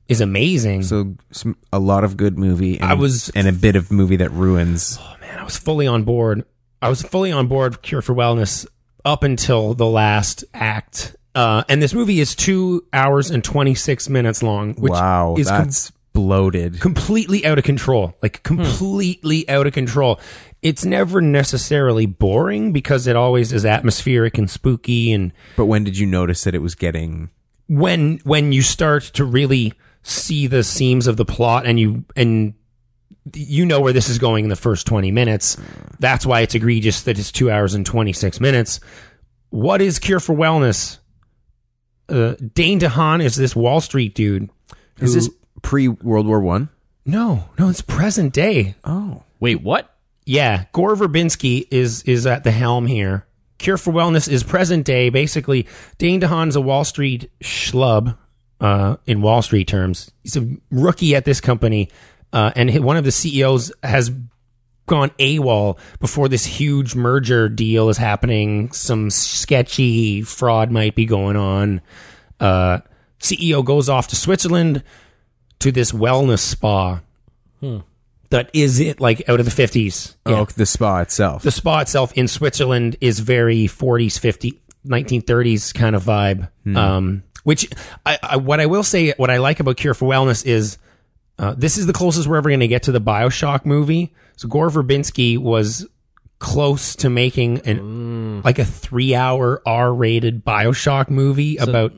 [SPEAKER 2] is amazing.
[SPEAKER 3] So some, a lot of good movie. And,
[SPEAKER 2] I was-
[SPEAKER 3] and a bit of movie that ruins.
[SPEAKER 2] Man, I was fully on board. I was fully on board with Cure for Wellness up until the last act. Uh, and this movie is two hours and 26 minutes long, which
[SPEAKER 3] wow,
[SPEAKER 2] is com-
[SPEAKER 3] that's Hmm. bloated.
[SPEAKER 2] completely out of control. Like completely out of control. It's never necessarily boring because it always is atmospheric and spooky and
[SPEAKER 3] But when did you notice that it was getting?
[SPEAKER 2] when when you start to really see the seams of the plot and you and you know where this is going in the first 20 minutes that's why it's egregious that it's 2 hours and 26 minutes what is cure for wellness uh, Dane DeHaan is this Wall Street dude
[SPEAKER 3] Is this pre World War One?
[SPEAKER 2] no no it's present day
[SPEAKER 3] Oh,
[SPEAKER 4] Wait, what?
[SPEAKER 2] yeah, Gore Verbinski is is at the helm here. Cure for Wellness is present day. Basically, Dane DeHaan's a Wall Street schlub uh, in Wall Street terms. He's a rookie at this company, uh, and he- one of the CEOs has gone AWOL before this huge merger deal is happening. Some sketchy fraud might be going on. Uh, CEO goes off to Switzerland to this wellness spa that is it, like out of the 50s. Yeah.
[SPEAKER 3] oh, the spa itself.
[SPEAKER 2] The spa itself in Switzerland is very 40s, 50s, 1930s kind of vibe. Um, which I, I, what I will say, what I like about Cure for Wellness is uh, this is the closest we're ever going to get to the Bioshock movie. So Gore Verbinski was close to making an like a three-hour R-rated Bioshock movie about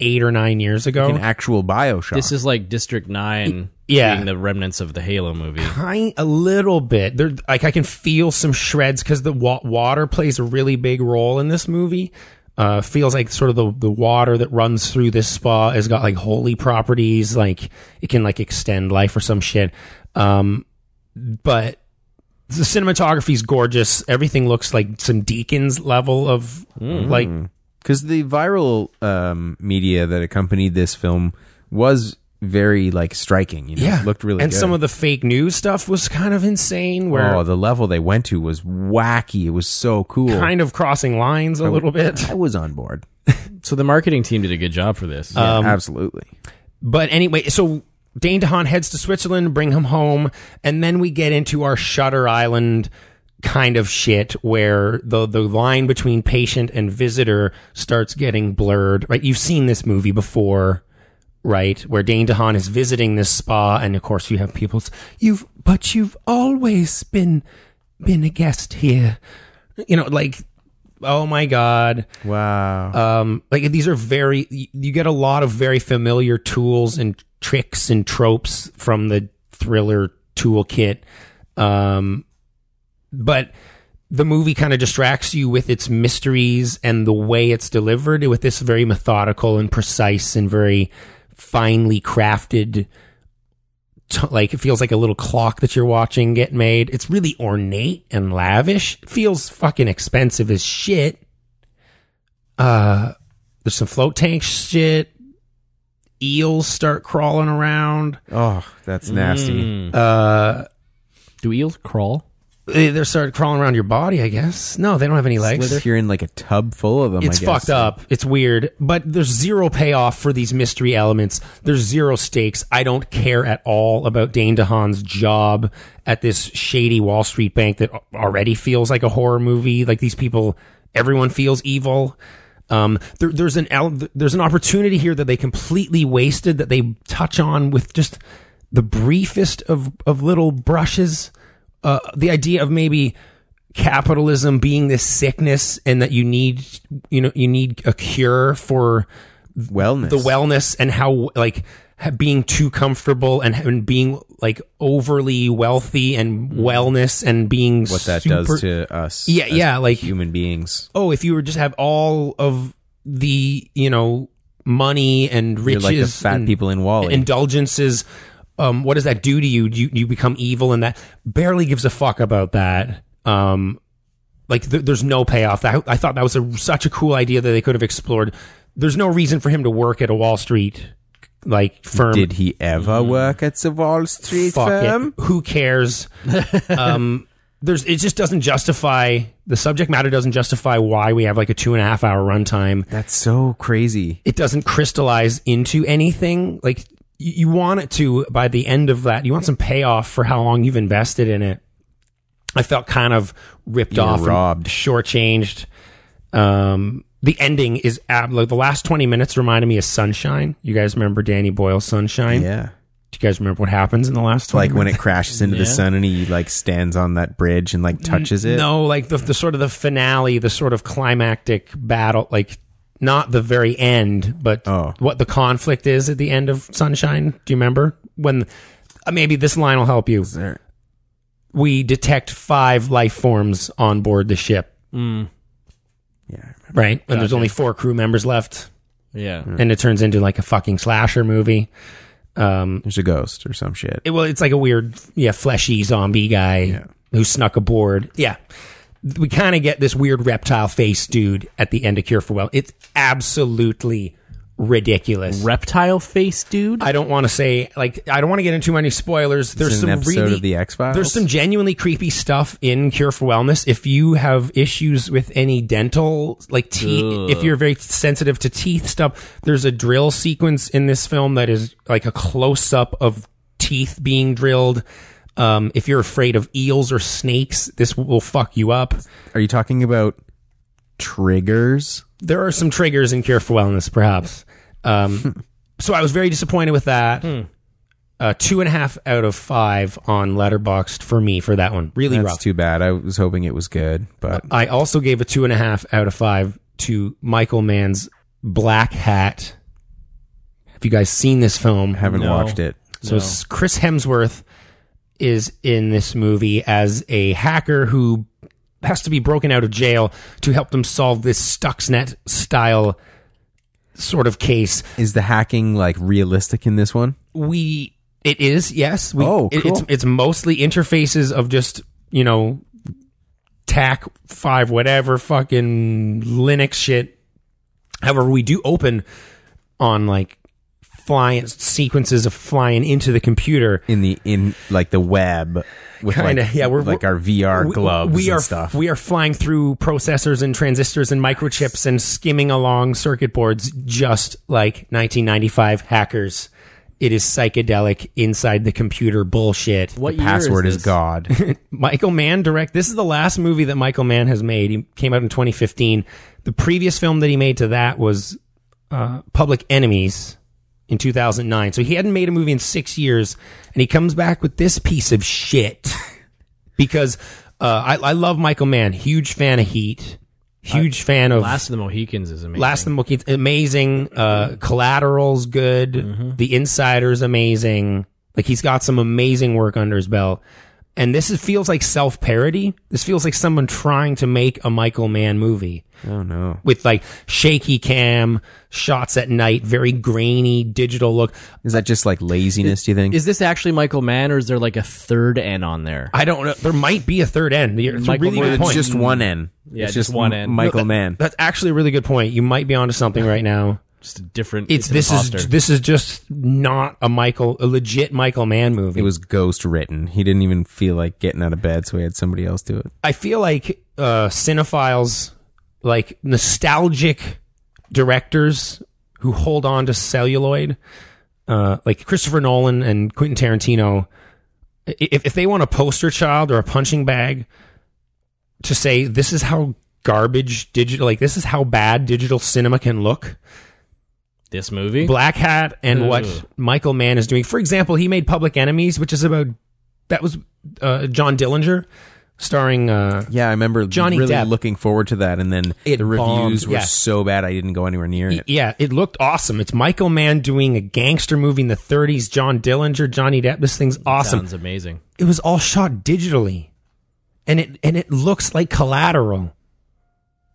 [SPEAKER 2] eight or nine years ago.
[SPEAKER 3] an actual Bioshock.
[SPEAKER 4] This is like District Nine.
[SPEAKER 2] yeah.
[SPEAKER 4] being the remnants of the Halo movie.
[SPEAKER 2] kind a little bit. There, like I can feel some shreds because the wa- water plays a really big role in this movie. Uh, feels like sort of the, the water that runs through this spa has got like holy properties, like it can like extend life or some shit. Um, but the cinematography is gorgeous. Everything looks like some Deacons level of
[SPEAKER 3] Mm-hmm.
[SPEAKER 2] like
[SPEAKER 3] because the viral um, media that accompanied this film was very like striking. You know,
[SPEAKER 2] yeah,
[SPEAKER 3] It looked really.
[SPEAKER 2] And
[SPEAKER 3] good.
[SPEAKER 2] some of the fake news stuff was kind of insane. Where
[SPEAKER 3] oh, the level they went to was wacky. It was so cool.
[SPEAKER 2] kind of crossing lines a (laughs) little bit.
[SPEAKER 3] I was on board.
[SPEAKER 4] So the marketing team did a good job for this.
[SPEAKER 3] Yeah,
[SPEAKER 2] Um,
[SPEAKER 3] absolutely.
[SPEAKER 2] But anyway, so Dane DeHaan heads to Switzerland, bring him home, and then we get into our Shutter Island kind of shit where the the line between patient and visitor starts getting blurred. Right? You've seen this movie before, right? Where Dane DeHaan is visiting this spa, and of course you have people. s- You've but you've always been been a guest here, you know, like. Oh my God
[SPEAKER 3] Wow.
[SPEAKER 2] um, like these are very you- you get a lot of very familiar tools and tricks and tropes from the thriller toolkit um, but the movie kind of distracts you with its mysteries and the way it's delivered with this very methodical and precise and very finely crafted t- like it feels like a little clock that you're watching get made it's really ornate and lavish it feels fucking expensive as shit uh there's some float tank shit eels start crawling around
[SPEAKER 3] oh,
[SPEAKER 2] mm,
[SPEAKER 3] that's nasty.
[SPEAKER 2] uh
[SPEAKER 4] Do eels crawl?
[SPEAKER 2] they, they start crawling around your body i guess no they don't have any legs
[SPEAKER 3] You're in like a tub full of them.
[SPEAKER 2] it's
[SPEAKER 3] I guess.
[SPEAKER 2] fucked up it's weird but there's zero payoff for these mystery elements there's zero stakes i don't care at all about dane dehaan's job at this shady wall street bank that already feels like a horror movie like these people everyone feels evil um, there, there's an el- there's an opportunity here that they completely wasted that they touch on with just the briefest of of little brushes. Uh, the idea of maybe capitalism being this sickness and that you need you know you need a cure for
[SPEAKER 3] Wellness.
[SPEAKER 2] the wellness and how like ha- being too comfortable and, and being like overly wealthy and wellness and being
[SPEAKER 3] Mm-hmm. What that does to us.
[SPEAKER 2] yeah
[SPEAKER 3] as
[SPEAKER 2] yeah like
[SPEAKER 3] human beings.
[SPEAKER 2] oh, if you were just have all of the, you know, money and
[SPEAKER 3] You're
[SPEAKER 2] riches
[SPEAKER 3] like the fat
[SPEAKER 2] and
[SPEAKER 3] people in Wally.
[SPEAKER 2] indulgences, um, what does that do to you? You you become evil, and that barely gives a fuck about that. Um, like th- there's no payoff. That, I thought that was a, such a cool idea that they could have explored. There's no reason for him to work at a Wall Street like firm.
[SPEAKER 3] Did he ever work at the Wall
[SPEAKER 2] Mm.
[SPEAKER 3] Street
[SPEAKER 2] Fuck it.
[SPEAKER 3] firm?
[SPEAKER 2] Who
[SPEAKER 3] (laughs)
[SPEAKER 2] cares? um, there's it just doesn't justify the subject matter doesn't justify why we have like a two and a half hour runtime.
[SPEAKER 3] That's so crazy.
[SPEAKER 2] It doesn't crystallize into anything. Like you, you want it to by the end of that. You want some payoff for how long you've invested in it. I felt kind of ripped
[SPEAKER 3] You were
[SPEAKER 2] off, and
[SPEAKER 3] robbed.
[SPEAKER 2] shortchanged. Um, the ending is ab- like the last twenty minutes reminded me of Sunshine. You guys remember Danny Boyle's Sunshine?
[SPEAKER 3] Yeah.
[SPEAKER 2] Do you guys remember what happens in the last twenty?
[SPEAKER 3] Like when it crashes into the sun and he like stands on that bridge and like touches it.
[SPEAKER 2] Mm, No, like the, the sort of the finale, the sort of climactic battle, like not the very end, but
[SPEAKER 3] Oh.
[SPEAKER 2] what the conflict is at the end of Sunshine. Do you remember when? Uh, maybe this line will help you.
[SPEAKER 3] there-
[SPEAKER 2] We detect five life forms on board the ship,
[SPEAKER 3] Hmm. Yeah. I remember.
[SPEAKER 2] right? And there's only four crew members left,
[SPEAKER 4] Yeah.
[SPEAKER 2] and it turns into like a fucking slasher movie. Um,
[SPEAKER 3] There's a ghost or some shit.
[SPEAKER 2] it, well, it's like a weird, yeah, fleshy zombie guy who snuck aboard. Yeah, we kind of get this weird reptile face dude at the end of Cure for Well. It's absolutely ridiculous.
[SPEAKER 4] Reptile face dude?
[SPEAKER 2] I don't want to say like I don't want to get into too many spoilers. There's
[SPEAKER 3] It's in
[SPEAKER 2] some
[SPEAKER 3] an episode
[SPEAKER 2] really
[SPEAKER 3] of the X Files.
[SPEAKER 2] there's some genuinely creepy stuff in Cure for Wellness. If you have issues with any dental, like teeth, if you're very sensitive to teeth stuff, there's a drill sequence in this film that is like a close up of teeth being drilled. Um, if you're afraid of eels or snakes, this will fuck you up.
[SPEAKER 3] Are you talking about triggers?
[SPEAKER 2] There are some triggers in Cure for Wellness, perhaps. Um, so I was very disappointed with that. Uh, two and a half out of five on Letterboxd for me for that one. Really
[SPEAKER 3] That's
[SPEAKER 2] rough.
[SPEAKER 3] too bad. I was hoping it was good, but
[SPEAKER 2] I also gave a two and a half out of five to Michael Mann's Black Hat. Have you guys seen this film?
[SPEAKER 3] I haven't
[SPEAKER 4] No.
[SPEAKER 3] watched it.
[SPEAKER 2] So s- Chris Hemsworth is in this movie as a hacker who has to be broken out of jail to help them solve this Stuxnet style sort of case.
[SPEAKER 3] Is the hacking like realistic in this one?
[SPEAKER 2] We it is yes. We,
[SPEAKER 3] Oh,
[SPEAKER 2] it-
[SPEAKER 3] cool.
[SPEAKER 2] it's it's mostly interfaces of just you know tac five whatever fucking Linux shit. However, we do open on like flying sequences of flying into the computer
[SPEAKER 3] In the in like the web with
[SPEAKER 2] Kinda,
[SPEAKER 3] like,
[SPEAKER 2] yeah, we're-
[SPEAKER 3] like our VR
[SPEAKER 2] we-
[SPEAKER 3] gloves
[SPEAKER 2] we
[SPEAKER 3] and
[SPEAKER 2] are,
[SPEAKER 3] stuff.
[SPEAKER 2] We are flying through processors and transistors and microchips and skimming along circuit boards just like 1995 hackers. It is psychedelic inside the computer bullshit.
[SPEAKER 4] what year
[SPEAKER 3] Password is,
[SPEAKER 4] this?
[SPEAKER 2] (laughs)
[SPEAKER 3] God.
[SPEAKER 2] Michael Mann direct. This is the last movie that Michael Mann has made. He came out in 2015. The previous film that he made to that was uh, Public Enemies in 2009. So he hadn't made a movie in six years, and he comes back with this piece of shit (laughs) because uh, I, I love Michael Mann. Huge fan of Heat. Huge fan of
[SPEAKER 4] Last of the Mohicans is amazing.
[SPEAKER 2] Last of the Mohicans, amazing. Uh, Collateral's good.
[SPEAKER 3] Mm-hmm.
[SPEAKER 2] The Insider's amazing. Like he's got some amazing work under his belt. And this is, feels like self parody. This feels like someone trying to make a Michael Mann movie
[SPEAKER 3] oh no.
[SPEAKER 2] with like shaky cam, shots at night, very grainy digital look.
[SPEAKER 3] Is that just like laziness, do you think?
[SPEAKER 4] is this actually Michael Mann or is there like a third N on there?
[SPEAKER 2] I don't know. There might be a third end. It's a
[SPEAKER 4] Michael
[SPEAKER 2] really good
[SPEAKER 4] Mann's
[SPEAKER 2] point.
[SPEAKER 3] just one N.
[SPEAKER 4] Yeah,
[SPEAKER 3] it's
[SPEAKER 4] just
[SPEAKER 3] just
[SPEAKER 4] one
[SPEAKER 3] M-
[SPEAKER 4] N.
[SPEAKER 3] Michael
[SPEAKER 2] (laughs)
[SPEAKER 3] Mann.
[SPEAKER 2] That's actually a really good point. You might be onto something right now.
[SPEAKER 4] Just a different.
[SPEAKER 2] It's,
[SPEAKER 4] an
[SPEAKER 2] this is
[SPEAKER 4] imposter.
[SPEAKER 2] this is just not a Michael, a legit Michael Mann movie.
[SPEAKER 3] It was ghost written. He didn't even feel like getting out of bed, so he had somebody else do it.
[SPEAKER 2] I feel like uh, cinephiles, like nostalgic directors who hold on to celluloid, uh, like Christopher Nolan and Quentin Tarantino, i- if, if they want a poster child or a punching bag to say this is how garbage digital, like this is how bad digital cinema can look,
[SPEAKER 4] this movie.
[SPEAKER 2] Black Hat and what
[SPEAKER 4] Ugh.
[SPEAKER 2] Michael Mann is doing. For example, he made Public Enemies, which is about that was uh, John Dillinger starring. Uh,
[SPEAKER 3] Yeah, I remember
[SPEAKER 2] Johnny
[SPEAKER 3] really
[SPEAKER 2] Depp.
[SPEAKER 3] looking forward to that, and then
[SPEAKER 2] It
[SPEAKER 3] the reviews
[SPEAKER 2] bombed, E
[SPEAKER 3] were
[SPEAKER 2] yeah.
[SPEAKER 3] so bad I didn't go anywhere near it.
[SPEAKER 2] Yeah, it looked awesome. It's Michael Mann doing a gangster movie in the 30s. John Dillinger, Johnny Depp. This thing's awesome.
[SPEAKER 4] Sounds amazing.
[SPEAKER 2] it was all shot digitally, and it and it looks like Collateral.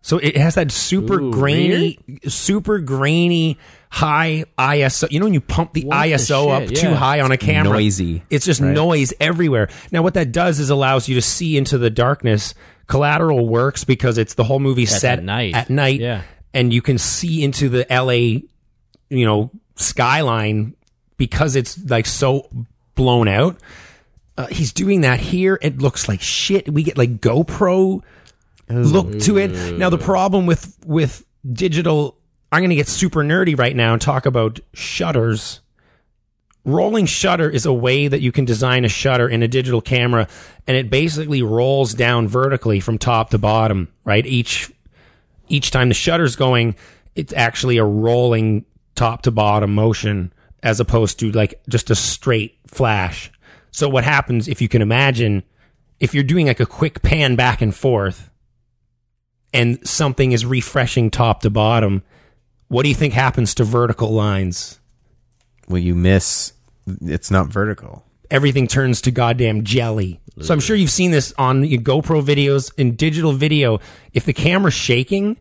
[SPEAKER 2] So it has that super
[SPEAKER 4] Ooh,
[SPEAKER 2] grainy, super grainy high ISO. You know when you pump the
[SPEAKER 4] What the
[SPEAKER 2] ISO up
[SPEAKER 4] shit,
[SPEAKER 2] too
[SPEAKER 4] yeah.
[SPEAKER 2] high on a camera,
[SPEAKER 3] Noisy.
[SPEAKER 2] it's just noise everywhere. Now, what that does is allows you to see into the darkness. Collateral works because it's the whole movie
[SPEAKER 4] That's
[SPEAKER 2] set
[SPEAKER 4] at night.
[SPEAKER 2] At night,
[SPEAKER 4] Yeah.
[SPEAKER 2] and you can see into the LA, you know, skyline because it's like so blown out. Uh, he's doing that here. It looks like shit. We get like GoPro look to it. Now the problem with with digital, I'm going to get super nerdy right now and talk about shutters rolling shutter is a way that you can design a shutter in a digital camera and it basically rolls down vertically from top to bottom right each each time the shutter's going, it's actually a rolling top to bottom motion as opposed to like just a straight flash. So what happens if you can imagine if you're doing like a quick pan back and forth and something is refreshing top to bottom, what do you think happens to vertical lines?
[SPEAKER 3] Well, you miss. It's not vertical.
[SPEAKER 2] everything turns to goddamn jelly. So I'm sure you've seen this on your GoPro videos in digital video. If the camera's shaking,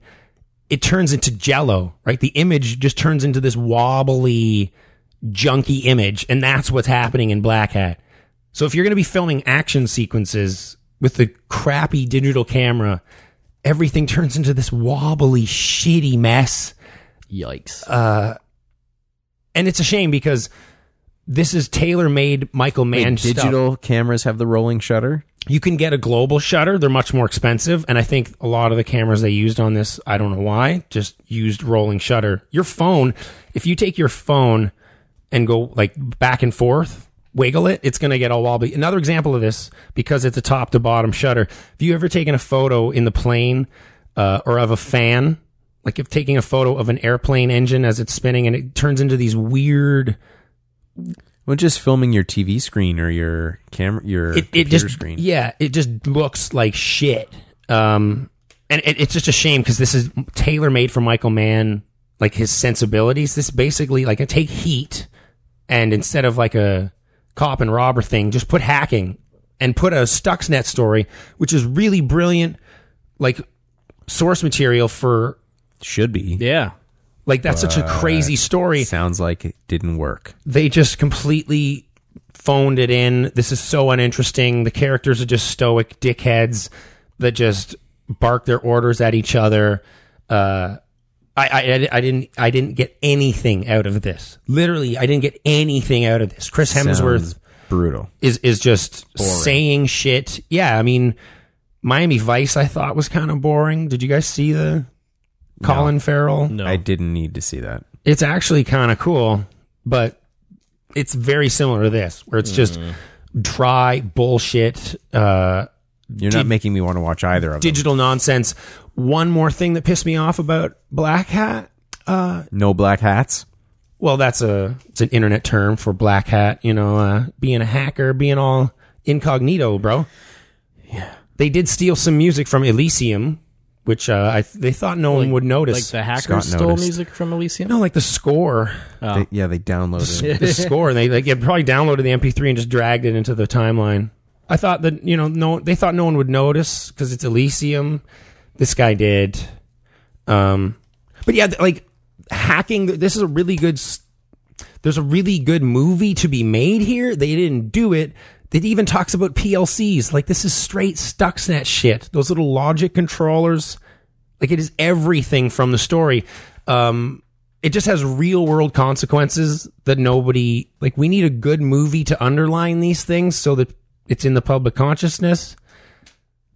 [SPEAKER 2] it turns into jello, right? The image just turns into this wobbly, junky image. And that's what's happening in Black Hat. So if you're going to be filming action sequences with the crappy digital camera, everything turns into this wobbly, shitty mess.
[SPEAKER 4] Yikes.
[SPEAKER 2] And it's a shame because this is tailor made Michael
[SPEAKER 3] Wait,
[SPEAKER 2] Mann stuff.
[SPEAKER 3] digital cameras have the rolling shutter.
[SPEAKER 2] You can get a global shutter. They're much more expensive. And I think a lot of the cameras they used on this, I don't know why, just used rolling shutter. Your phone, if you take your phone and go like back and forth, wiggle it, it's going to get all wobbly. Another example of this, because it's a top to bottom shutter. Have you ever taken a photo in the plane uh, or of a fan? Like if taking a photo of an airplane engine as it's spinning and it turns into these weird,
[SPEAKER 3] Well, just filming your TV screen or your camera, your
[SPEAKER 2] it, it
[SPEAKER 3] computer
[SPEAKER 2] just
[SPEAKER 3] screen.
[SPEAKER 2] yeah it just looks like shit um and it, it's just a shame because this is tailor made for michael mann like his sensibilities this basically like i take heat and instead of like a cop and robber thing just put hacking and put a stuxnet story which is really brilliant like source material for
[SPEAKER 3] should be.
[SPEAKER 4] yeah.
[SPEAKER 2] like that's such a crazy story
[SPEAKER 3] Sounds like it didn't work.
[SPEAKER 2] they just completely phoned it in. This is so uninteresting. The characters are just stoic dickheads that just bark their orders at each other. Uh, I, I, I didn't I didn't get anything out of this. Literally, I didn't get anything out of this. Chris Hemsworth
[SPEAKER 3] Sounds brutal.
[SPEAKER 2] is is just saying shit. Yeah, I mean, Miami Vice I thought was kind of boring. Did you guys see the Colin Farrell?
[SPEAKER 4] No.
[SPEAKER 3] I didn't need to see that.
[SPEAKER 2] it's actually kind of cool, but it's very similar to this, where it's just
[SPEAKER 4] Mm-hmm.
[SPEAKER 2] dry bullshit, uh,
[SPEAKER 3] You're not making me want to watch either of
[SPEAKER 2] digital nonsense. One more thing that pissed me off about Black Hat.
[SPEAKER 3] them. No black hats.
[SPEAKER 2] Well, that's a it's an internet term for black hat. You know, uh, being a hacker, being all incognito, bro. Yeah. They did steal some music from Elysium, which uh, I they thought no one would
[SPEAKER 4] like
[SPEAKER 2] notice.
[SPEAKER 4] the hackers
[SPEAKER 3] Scott
[SPEAKER 4] stole
[SPEAKER 3] noticed.
[SPEAKER 4] music from Elysium?
[SPEAKER 2] no, like the score.
[SPEAKER 3] They- yeah, they downloaded. it.
[SPEAKER 2] the score and they like yeah, probably downloaded the MP3 and just dragged it into the timeline. I thought that you know no they thought no one would notice because it's Elysium. This guy did, um, but yeah, th- like hacking. This is a really good. s- There's a really good movie to be made here. They didn't do it. It even talks about PLCs. Like this is straight Stuxnet shit. Those little logic controllers. Like it is everything from the story. Um, it just has real world consequences that nobody like. We need a good movie to underline these things so that it's in the public consciousness.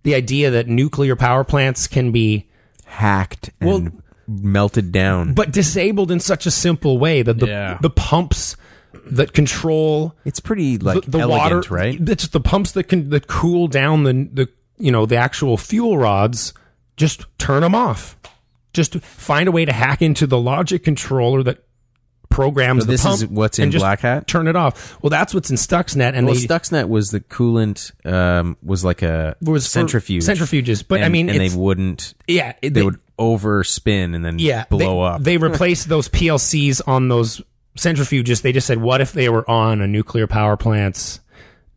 [SPEAKER 2] The idea that nuclear power plants can be
[SPEAKER 3] Hacked and
[SPEAKER 2] Well-
[SPEAKER 3] melted down.
[SPEAKER 2] but disabled in such a simple way that the
[SPEAKER 4] Yeah.
[SPEAKER 2] the pumps that control
[SPEAKER 3] it's pretty like
[SPEAKER 2] the, the
[SPEAKER 3] elegant,
[SPEAKER 2] water,
[SPEAKER 3] right?
[SPEAKER 2] It's the pumps that can that cool down the the you know the actual fuel rods. Just turn them off. Just find a way to hack into the logic controller that programs
[SPEAKER 3] So
[SPEAKER 2] the
[SPEAKER 3] this
[SPEAKER 2] pump.
[SPEAKER 3] is what's in
[SPEAKER 2] and just
[SPEAKER 3] Black Hat?
[SPEAKER 2] Turn it off. Well, that's what's in Stuxnet, and
[SPEAKER 3] Well,
[SPEAKER 2] they
[SPEAKER 3] Stuxnet was the coolant. Um, was like a
[SPEAKER 2] was for
[SPEAKER 3] centrifuge.
[SPEAKER 2] Centrifuges, but I
[SPEAKER 3] And-
[SPEAKER 2] mean,
[SPEAKER 3] and they
[SPEAKER 2] it's-
[SPEAKER 3] wouldn't.
[SPEAKER 2] yeah, it-
[SPEAKER 3] They, would overspin and then
[SPEAKER 2] yeah, they-
[SPEAKER 3] blow up.
[SPEAKER 2] They replaced those PLCs on those centrifuges. They just said, what if they were on a nuclear power plant's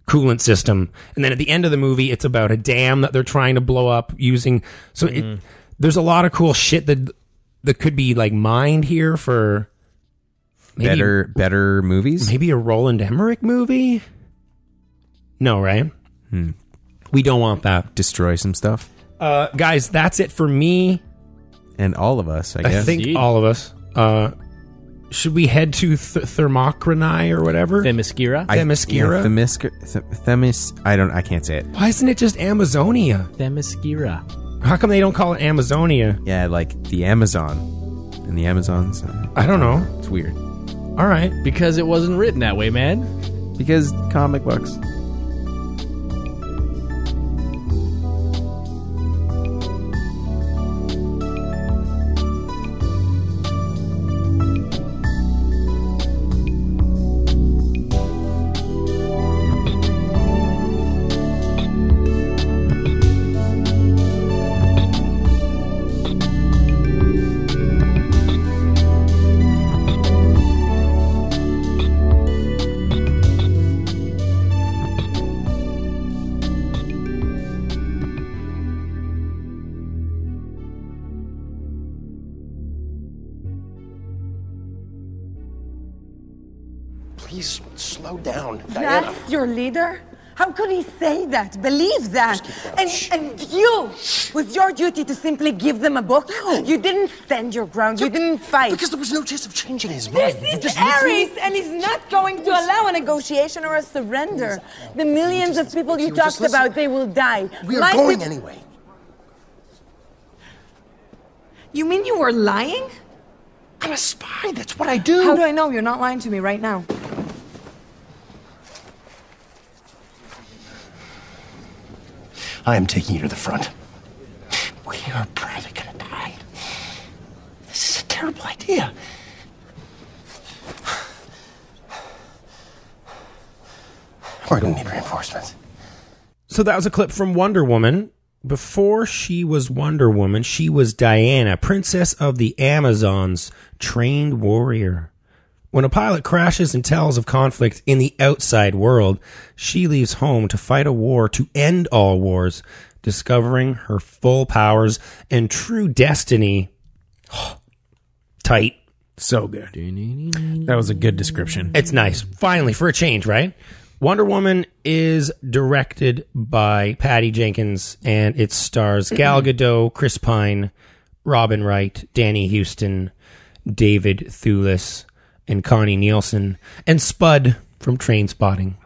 [SPEAKER 2] coolant system? And then at the end of the movie, it's about a dam that they're trying to blow up using. So
[SPEAKER 3] Mm-hmm.
[SPEAKER 2] it, there's a lot of cool shit that that could be like mined here for maybe,
[SPEAKER 3] better, better movies.
[SPEAKER 2] maybe a Roland Emmerich movie. No, right?
[SPEAKER 3] Hmm.
[SPEAKER 2] We don't want that,
[SPEAKER 3] Destroy some stuff.
[SPEAKER 2] uh, guys. That's it for me.
[SPEAKER 3] And all of us, I
[SPEAKER 2] I
[SPEAKER 3] guess.
[SPEAKER 2] think
[SPEAKER 4] Indeed.
[SPEAKER 2] all of us. Uh, should we head to th- Thermocrani or whatever?
[SPEAKER 4] Themyscira?
[SPEAKER 3] I-
[SPEAKER 2] Themyscira?
[SPEAKER 3] yeah, Themyscira. Th- Themis. I don't. I can't say it.
[SPEAKER 2] Why isn't it just Amazonia?
[SPEAKER 4] Themyscira.
[SPEAKER 2] How come they don't call it Amazonia?
[SPEAKER 3] Yeah, like the Amazon and the Amazons. uh,
[SPEAKER 2] I don't know.
[SPEAKER 3] It's weird
[SPEAKER 2] All right.
[SPEAKER 4] Because it wasn't written that way, man.
[SPEAKER 3] because comic books.
[SPEAKER 5] Please slow down, Diana.
[SPEAKER 6] That's your leader? How could he say that? Believe that? And, and you, with your duty to simply give them a book, you didn't stand your ground. You didn't fight.
[SPEAKER 5] Because there was no chance of changing his
[SPEAKER 6] This
[SPEAKER 5] mind. You
[SPEAKER 6] is
[SPEAKER 5] just listened.
[SPEAKER 6] Ares, and he's not going to allow a negotiation or a surrender. The millions of people you
[SPEAKER 5] You just
[SPEAKER 6] talked
[SPEAKER 5] listen.
[SPEAKER 6] about, they will die.
[SPEAKER 5] We are
[SPEAKER 6] My
[SPEAKER 5] going
[SPEAKER 6] peop-
[SPEAKER 5] anyway.
[SPEAKER 6] You mean you were lying?
[SPEAKER 5] I'm a spy. That's what I do.
[SPEAKER 6] How do I know you're not lying to me right now?
[SPEAKER 5] I am taking you to the front. We are probably gonna die. This is a terrible idea. We're gonna need reinforcements.
[SPEAKER 2] So that was a clip from Wonder Woman. Before she was Wonder Woman, she was Diana, Princess of the Amazons, trained warrior. When a pilot crashes and tells of conflict in the outside world, she leaves home to fight a war to end all wars, discovering her full powers and true destiny. (gasps) Tight.
[SPEAKER 3] So good. That was a good description.
[SPEAKER 2] It's nice. Finally, for a change, right? Wonder Woman is directed by Patty Jenkins and it stars Gal Gadot, Chris Pine, Robin Wright, Danny Houston, David Thewlis, and Connie Nielsen, and Spud from Train Spotting.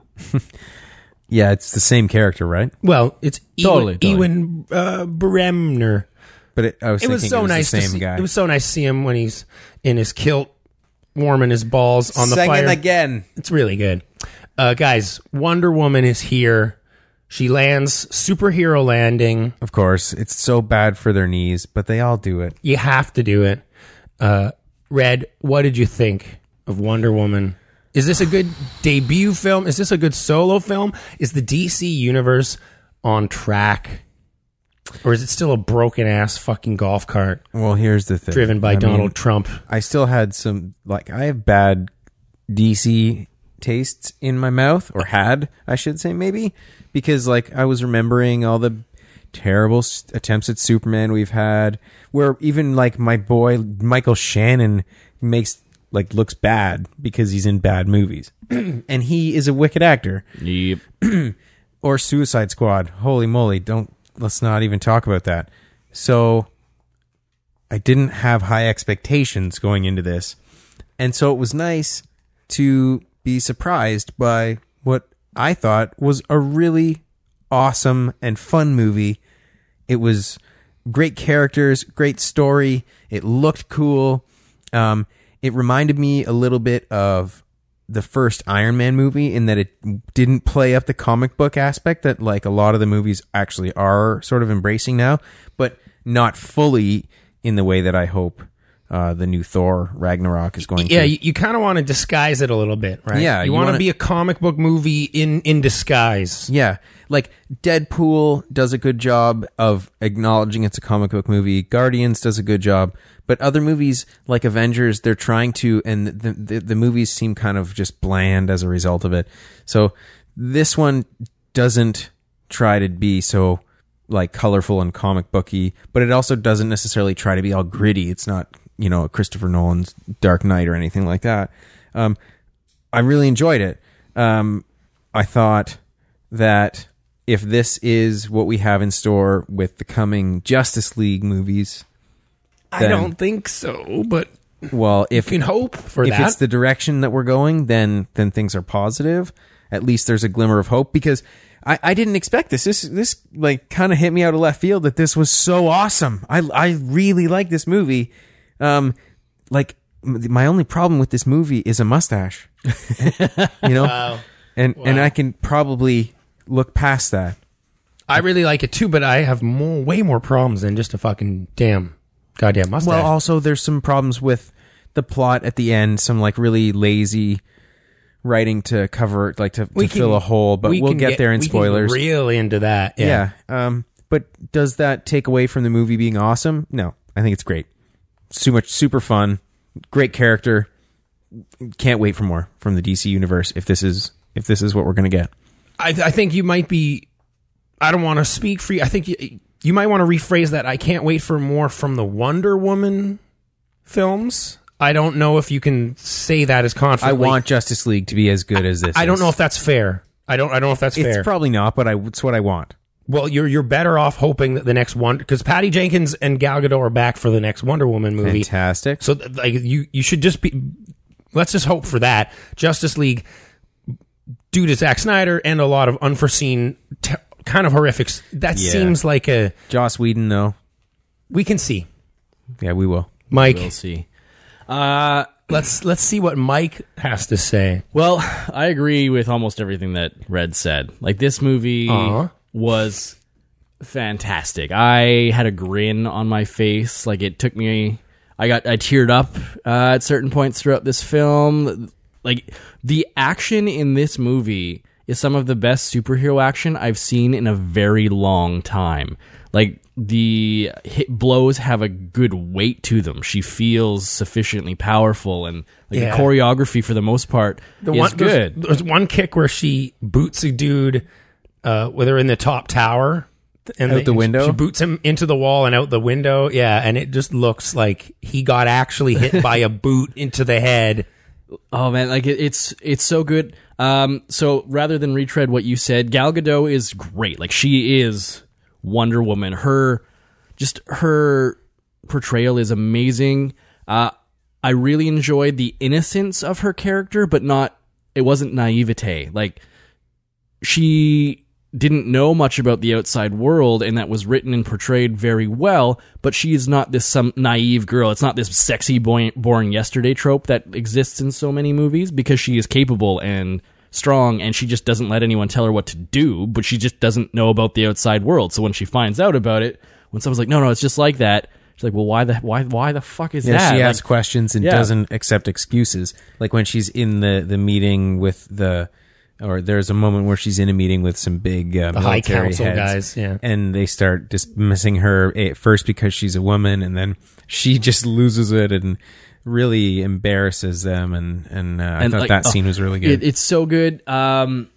[SPEAKER 3] Yeah, it's the same character, right?
[SPEAKER 2] Well, it's
[SPEAKER 4] Totally,
[SPEAKER 2] Ewan, Ewan uh, Bremner.
[SPEAKER 3] But it, I was
[SPEAKER 2] It
[SPEAKER 3] thinking
[SPEAKER 2] was so
[SPEAKER 3] it was
[SPEAKER 2] nice
[SPEAKER 3] the
[SPEAKER 2] to
[SPEAKER 3] same
[SPEAKER 2] see.
[SPEAKER 3] guy.
[SPEAKER 2] It was so nice to see him when he's in his kilt, warming his balls on the
[SPEAKER 3] Singing
[SPEAKER 2] fire.
[SPEAKER 3] again.
[SPEAKER 2] It's really good. Uh, guys, Wonder Woman is here. She lands superhero landing.
[SPEAKER 3] Of course, it's so bad for their knees, but they all do it.
[SPEAKER 2] You have to do it. Uh, Red, what did you think of Wonder Woman? Is this a good debut film? Is this a good solo film? Is the DC universe on track? Or is it still a broken ass fucking golf cart
[SPEAKER 3] Well, here's the thing.
[SPEAKER 2] driven by
[SPEAKER 3] I mean,
[SPEAKER 2] Donald Trump?
[SPEAKER 3] I still had some like I have bad DC tastes in my mouth, or had I should say maybe, because like I was remembering all the terrible s- attempts at Superman we've had, where even like my boy Michael Shannon makes like looks bad because he's in bad movies, (clears throat) and he is a wicked actor.
[SPEAKER 4] Yep.
[SPEAKER 3] Or Suicide Squad. Holy moly! Don't let's not even talk about that. So I didn't have high expectations going into this. And so it was nice to be surprised by what I thought was a really awesome and fun movie. It was great characters, great story. It looked cool. Um, it reminded me a little bit of the first Iron Man movie in that it didn't play up the comic book aspect that like a lot of the movies actually are sort of embracing now, but not fully in the way that I hope uh, the new Thor Ragnarok is going
[SPEAKER 2] Yeah,
[SPEAKER 3] to.
[SPEAKER 2] you, you kind of want to disguise it a little bit, right?
[SPEAKER 3] Yeah,
[SPEAKER 2] you,
[SPEAKER 3] you
[SPEAKER 2] want to
[SPEAKER 3] wanna-
[SPEAKER 2] be a comic book movie in in disguise.
[SPEAKER 3] Yeah. Like Deadpool does a good job of acknowledging it's a comic book movie. Guardians does a good job. But other movies like Avengers, they're trying to, and the, the, the movies seem kind of just bland as a result of it. So this one doesn't try to be so like colorful and comic booky, but it also doesn't necessarily try to be all gritty. It's not, you know, Christopher Nolan's Dark Knight or anything like that. Um, I really enjoyed it. Um, I thought that if this is what we have in store with the coming Justice League movies,
[SPEAKER 2] I
[SPEAKER 3] then-
[SPEAKER 2] don't think so, but
[SPEAKER 3] well, if
[SPEAKER 2] can hope for
[SPEAKER 3] if
[SPEAKER 2] that.
[SPEAKER 3] it's the direction that we're going, then then things are positive. At least there's a glimmer of hope because I, I didn't expect this. This this like kind of hit me out of left field that this was so awesome. I I really like this movie. Um, like m- my only problem with this movie is
[SPEAKER 2] (laughs)
[SPEAKER 3] a mustache. you know, and and I can probably look past that.
[SPEAKER 2] I really like it too, but I have more, way more problems than just a fucking damn goddamn mustache.
[SPEAKER 3] Well, also there's some problems with the plot at the end. Some like really lazy writing to cover, like to, to
[SPEAKER 2] We can-
[SPEAKER 3] fill a hole. But
[SPEAKER 2] we
[SPEAKER 3] we'll
[SPEAKER 2] can
[SPEAKER 3] get, there in
[SPEAKER 2] we can
[SPEAKER 3] spoilers.
[SPEAKER 2] get really into that, yeah.
[SPEAKER 3] yeah. Um. But does that take away from the movie being awesome? No, I think it's great. So much, super fun, great character. Can't wait for more from the DC universe. If this is if this is what we're gonna get,
[SPEAKER 2] I, I think you might be. I don't want to speak for you. I think you, you might want to rephrase that. I can't wait for more from the Wonder Woman films. I don't know if you can say that as
[SPEAKER 3] I
[SPEAKER 2] confidently.
[SPEAKER 3] want Justice League to be as good as this.
[SPEAKER 2] I don't
[SPEAKER 3] is.
[SPEAKER 2] know if that's fair. I don't. I don't know if that's
[SPEAKER 3] it's
[SPEAKER 2] fair.
[SPEAKER 3] probably not, but I it's what I want.
[SPEAKER 2] well, you're you're better off hoping that the next one because Patty Jenkins and Gal Gadot are back for the next Wonder Woman movie.
[SPEAKER 3] Fantastic.
[SPEAKER 2] So th- like you you should just be let's just hope for that. Justice League due to Zack Snyder and a lot of unforeseen te- kind of horrific s- that
[SPEAKER 3] Yeah.
[SPEAKER 2] seems like a
[SPEAKER 3] Joss Whedon, though.
[SPEAKER 2] we can see.
[SPEAKER 3] Yeah, we will.
[SPEAKER 2] Mike,
[SPEAKER 4] We'll see. Uh,
[SPEAKER 2] let's let's see what Mike has to say.
[SPEAKER 4] Well, I agree with almost everything that Red said. Like this movie
[SPEAKER 2] Aw.
[SPEAKER 4] was fantastic. I had a grin on my face. Like it took me I got I teared up uh, at certain points throughout this film. Like the action in this movie is some of the best superhero action I've seen in a very long time. Like the hit blows have a good weight to them. She feels sufficiently powerful and like
[SPEAKER 2] Yeah.
[SPEAKER 4] the choreography for the most part
[SPEAKER 2] The
[SPEAKER 4] is
[SPEAKER 2] one
[SPEAKER 4] good.
[SPEAKER 2] There's, there's one kick where she boots a dude uh where they're in the top tower and
[SPEAKER 3] Out the window?
[SPEAKER 2] She boots him into the wall and out the window. Yeah, and it just looks like he got actually hit
[SPEAKER 4] (laughs)
[SPEAKER 2] by a boot into the head.
[SPEAKER 4] Oh man, like it, it's it's so good. Um, so rather than retread what you said, Gal Gadot is great. Like she is Wonder Woman. Her just her portrayal is amazing. Uh, I really enjoyed the innocence of her character, but not it wasn't naivete. Like she didn't know much about the outside world and that was written and portrayed very well but she is not this some naive girl it's not this sexy boy, born yesterday trope that exists in so many movies because she is capable and strong and she just doesn't let anyone tell her what to do but she just doesn't know about the outside world so when she finds out about it when someone's like no no it's just like that she's like well why the why why the fuck is
[SPEAKER 3] Yeah,
[SPEAKER 4] that
[SPEAKER 3] she
[SPEAKER 4] Like-
[SPEAKER 3] asks questions and
[SPEAKER 4] Yeah.
[SPEAKER 3] doesn't accept excuses. Like when she's in the the meeting with the, or there's a moment where she's in a meeting with some big uh,
[SPEAKER 2] high
[SPEAKER 3] military
[SPEAKER 2] council
[SPEAKER 3] heads,
[SPEAKER 2] guys, yeah.
[SPEAKER 3] and they start dismissing her at first because she's a woman, and then she (laughs) just loses it and really embarrasses them. And and, uh, I
[SPEAKER 4] And,
[SPEAKER 3] thought
[SPEAKER 4] like,
[SPEAKER 3] that
[SPEAKER 4] oh,
[SPEAKER 3] scene was really good.
[SPEAKER 4] It, it's so good. Um,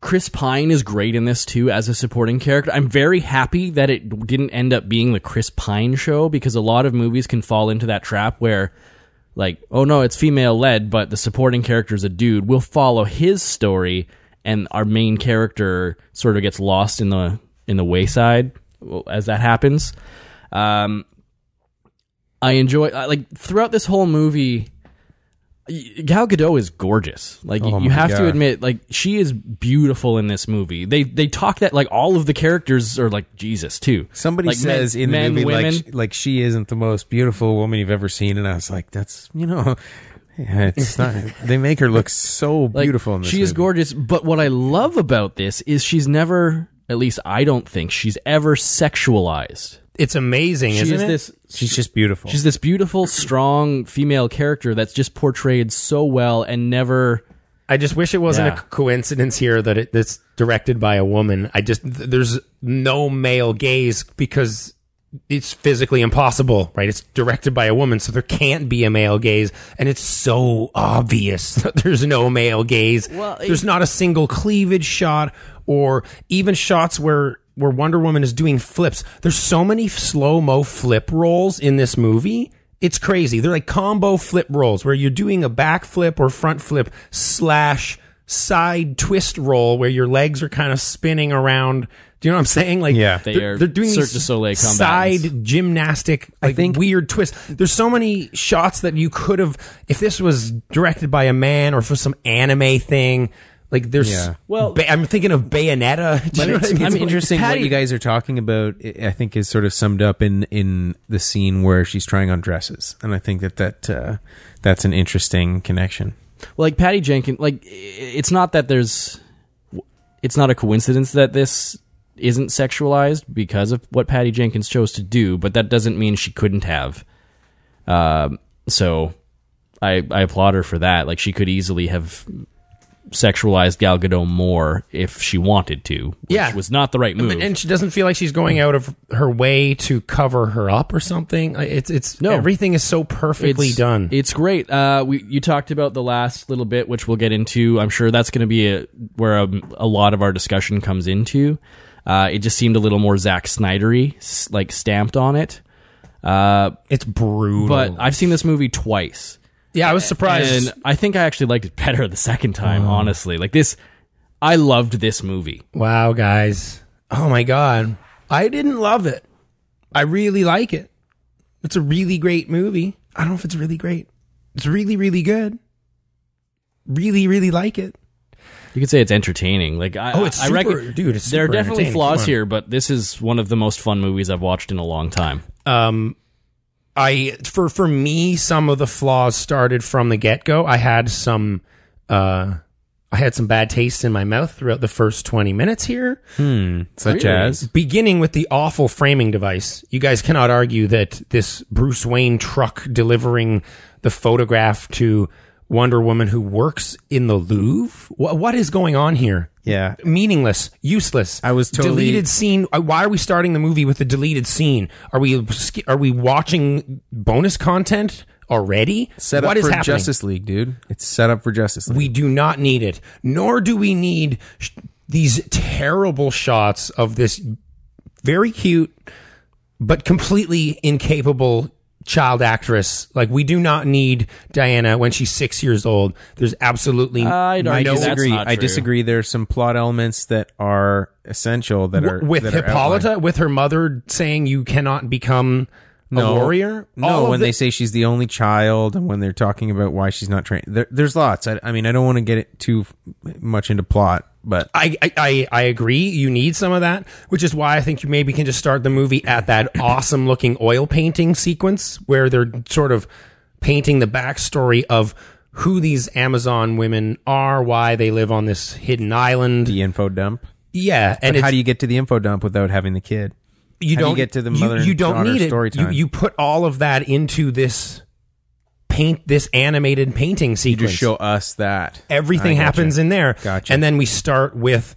[SPEAKER 4] Chris Pine is great in this too as a supporting character. I'm very happy that it didn't end up being the Chris Pine show because a lot of movies can fall into that trap where, like, oh no, it's female led, but the supporting character is a dude. We'll follow his story, and our main character sort of gets lost in the in the wayside as that happens. Um, I enjoy I- like throughout this whole movie. y- Gal Gadot is gorgeous. Like y-
[SPEAKER 3] Oh
[SPEAKER 4] you
[SPEAKER 3] my
[SPEAKER 4] have to
[SPEAKER 3] God.
[SPEAKER 4] admit, like she is beautiful in this movie. They they talk that like all of the characters are like Jesus too.
[SPEAKER 3] Somebody
[SPEAKER 4] Like, men-
[SPEAKER 3] says in the
[SPEAKER 4] men,
[SPEAKER 3] movie
[SPEAKER 4] women.
[SPEAKER 3] like sh- like she isn't the most beautiful woman you've ever seen, and I was like, that's you know, (laughs) yeah, it's not. they make her look so
[SPEAKER 4] Like,
[SPEAKER 3] beautiful. In this
[SPEAKER 4] she is
[SPEAKER 3] movie.
[SPEAKER 4] gorgeous. But what I love about this is she's never, at least I don't think she's ever sexualized.
[SPEAKER 2] It's amazing,
[SPEAKER 4] She
[SPEAKER 2] isn't
[SPEAKER 4] is
[SPEAKER 2] it?
[SPEAKER 4] this
[SPEAKER 3] She's just beautiful.
[SPEAKER 4] She's this beautiful, strong female character that's just portrayed so well and never.
[SPEAKER 2] I just wish it wasn't a
[SPEAKER 4] Yeah.
[SPEAKER 2] coincidence here that it, it's directed by a woman. I just th- there's no male gaze because it's physically impossible, right? It's directed by a woman, so there can't be a male gaze, and it's so obvious (laughs) that there's no male gaze.
[SPEAKER 4] Well, it-
[SPEAKER 2] there's not a single cleavage shot or even shots where where Wonder Woman is doing flips. There's so many slow mo flip rolls in this movie. It's crazy. They're like combo flip rolls where you're doing a back flip or front flip slash side twist roll where your legs are kind of spinning around. Do you know what I'm saying? Like
[SPEAKER 3] Yeah.
[SPEAKER 4] They
[SPEAKER 2] they're,
[SPEAKER 4] are
[SPEAKER 2] they're doing
[SPEAKER 4] Cirque
[SPEAKER 2] these
[SPEAKER 4] du Soleil combatants.
[SPEAKER 2] side gymnastic, like
[SPEAKER 3] think-
[SPEAKER 2] weird twists. There's so many shots that you could have, if this was directed by a man or for some anime thing. Like there's,
[SPEAKER 3] Yeah.
[SPEAKER 4] Well-
[SPEAKER 2] Ba- I'm thinking of Bayonetta. (laughs) Do you know what I mean?
[SPEAKER 3] it's
[SPEAKER 2] Like,
[SPEAKER 3] interesting
[SPEAKER 2] Patty-
[SPEAKER 3] what you guys are talking about. I I think is sort of summed up in in the scene where she's trying on dresses, and I think that that uh, that's an interesting connection.
[SPEAKER 4] Well, like Patty Jenkins, like i- it's not that there's. It's not a coincidence that this isn't sexualized because of what Patty Jenkins chose to do, but that doesn't mean she couldn't have. Um, so, I I applaud her for that. Like she could easily have sexualized Gal Gadot more if she wanted to. Which
[SPEAKER 2] Yeah.
[SPEAKER 4] was not the right move.
[SPEAKER 2] and she doesn't feel like she's going out of her way to cover her up or something. Like, It's it's
[SPEAKER 4] No.
[SPEAKER 2] everything is so perfectly
[SPEAKER 4] it's,
[SPEAKER 2] done.
[SPEAKER 4] It's great. Uh, we you talked about the last little bit, which we'll get into. I'm sure that's going to be a, where um, a lot of our discussion comes into. Uh, it just seemed a little more Zack Snydery, s- like stamped on it. Uh,
[SPEAKER 2] It's brutal.
[SPEAKER 4] but I've seen this movie twice.
[SPEAKER 2] yeah, I was surprised.
[SPEAKER 4] And I think I actually liked it better the second time, honestly. Like this I loved this movie.
[SPEAKER 2] wow, guys. Oh my god. I didn't love it. I really like it. It's a really great movie. I don't know if it's really great. It's really really good. Really really like it.
[SPEAKER 4] You could say it's entertaining. Like I
[SPEAKER 2] Oh, it's
[SPEAKER 4] I reckon-
[SPEAKER 2] super- dude, it's
[SPEAKER 4] there are
[SPEAKER 2] super
[SPEAKER 4] definitely
[SPEAKER 2] entertaining. Come
[SPEAKER 4] flaws
[SPEAKER 2] on.
[SPEAKER 4] here, but this is one of the most fun movies I've watched in a long time.
[SPEAKER 2] um i for for me some of the flaws started from the get-go i had some uh i had some bad taste in my mouth throughout the first 20 minutes here
[SPEAKER 3] Such as
[SPEAKER 2] beginning with the awful framing device you guys cannot argue that this bruce wayne truck delivering the photograph to wonder woman who works in the louvre what, what is going on here
[SPEAKER 3] yeah,
[SPEAKER 2] meaningless, useless.
[SPEAKER 3] I was totally-
[SPEAKER 2] deleted scene. uh, Why are we starting the movie with a deleted scene? Are we sk- are we watching bonus content already?
[SPEAKER 3] set
[SPEAKER 2] What
[SPEAKER 3] up
[SPEAKER 2] is
[SPEAKER 3] for
[SPEAKER 2] happening?
[SPEAKER 3] Justice League, dude. It's set up for Justice League.
[SPEAKER 2] We do not need it, nor do we need sh- these terrible shots of this very cute but completely incapable child actress. Like we do not need Diana when she's six years old. There's absolutely
[SPEAKER 4] I'd
[SPEAKER 2] no
[SPEAKER 3] I
[SPEAKER 4] argue that's
[SPEAKER 3] disagree.
[SPEAKER 4] not
[SPEAKER 3] I
[SPEAKER 4] true.
[SPEAKER 3] disagree. There are some plot elements that are essential that are
[SPEAKER 2] W- with
[SPEAKER 3] that are outlined.
[SPEAKER 2] Hippolyta, with her mother saying you cannot become a warrior. All
[SPEAKER 3] No,
[SPEAKER 2] of
[SPEAKER 3] when
[SPEAKER 2] the-
[SPEAKER 3] they say she's the only child, and when they're talking about why she's not trained, there, there's lots. I, I mean, I don't want to get it too f- much into plot, but
[SPEAKER 2] I, I- I I agree. You need some of that, which is why I think you maybe can just start the movie at that (coughs) awesome looking oil painting sequence where they're sort of painting the backstory of who these Amazon women are, why they live on this hidden island.
[SPEAKER 3] the info dump.
[SPEAKER 2] Yeah, and
[SPEAKER 3] But
[SPEAKER 2] it's,
[SPEAKER 3] how do you get to the info dump without having the kid?
[SPEAKER 2] you
[SPEAKER 3] How do you get to the mother
[SPEAKER 2] You,
[SPEAKER 3] and
[SPEAKER 2] don't
[SPEAKER 3] daughter
[SPEAKER 2] need it.
[SPEAKER 3] story
[SPEAKER 2] You,
[SPEAKER 3] time?
[SPEAKER 2] you put all of that into this paint, this animated painting
[SPEAKER 3] You
[SPEAKER 2] sequence.
[SPEAKER 3] just show us that
[SPEAKER 2] Everything
[SPEAKER 3] I gotcha.
[SPEAKER 2] happens in there.
[SPEAKER 3] Gotcha.
[SPEAKER 2] And then we start with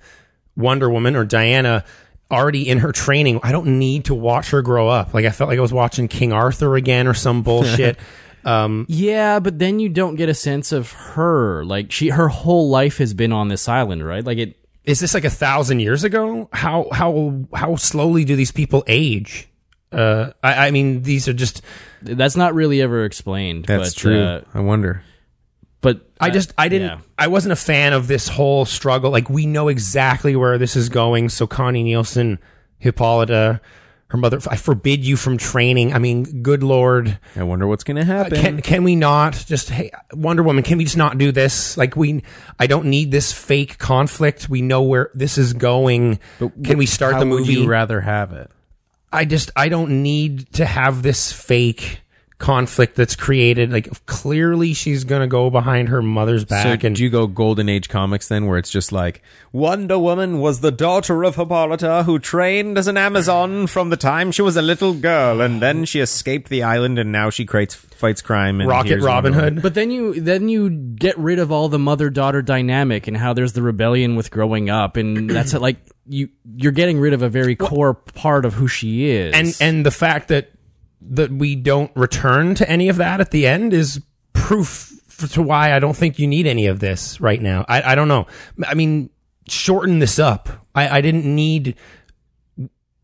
[SPEAKER 2] Wonder Woman or Diana already in her training. I don't need to watch her grow up. Like I felt like I was watching King Arthur again or some
[SPEAKER 3] (laughs)
[SPEAKER 2] bullshit. um,
[SPEAKER 4] Yeah, but then you don't get a sense of her. Like she her whole life has been on this island, right? Like it
[SPEAKER 2] is this like a thousand years ago? How how how slowly do these people age? Uh, I, I mean, these are just.
[SPEAKER 4] that's not really ever explained.
[SPEAKER 3] That's
[SPEAKER 4] but,
[SPEAKER 3] true.
[SPEAKER 4] uh,
[SPEAKER 3] I wonder.
[SPEAKER 4] but
[SPEAKER 2] I
[SPEAKER 3] Uh,
[SPEAKER 2] just I didn't
[SPEAKER 4] yeah.
[SPEAKER 2] I wasn't a fan of this whole struggle. Like we know exactly where this is going. So Connie Nielsen, Hippolyta, her mother. I forbid you from training. I mean, good lord,
[SPEAKER 3] I wonder what's going to happen.
[SPEAKER 2] Uh, can can we not just hey Wonder Woman? Can we just not do this? Like we, I don't need this fake conflict. We know where this is going. can we start
[SPEAKER 3] How
[SPEAKER 2] the
[SPEAKER 3] would
[SPEAKER 2] movie?
[SPEAKER 3] you rather have it?
[SPEAKER 2] I just I don't need to have this fake conflict that's created. Like clearly she's gonna go behind her mother's back
[SPEAKER 3] so
[SPEAKER 2] and
[SPEAKER 3] do you go golden age comics then where it's just like wonder woman was the daughter of hippolyta who trained as an amazon from the time she was a little girl and then she escaped the island and now she creates fights crime and
[SPEAKER 2] Rocket
[SPEAKER 3] here's
[SPEAKER 2] Robin
[SPEAKER 3] Wonder Woman.
[SPEAKER 2] Hood.
[SPEAKER 4] But then you then you get rid of all the mother daughter dynamic and how there's the rebellion with growing up and (clears throat) that's it, like you you're getting rid of a very core part of who she is.
[SPEAKER 2] and and the fact that that we don't return to any of that at the end is proof f- to why I don't think you need any of this right now. I I don't know. I mean, shorten this up. I I didn't need.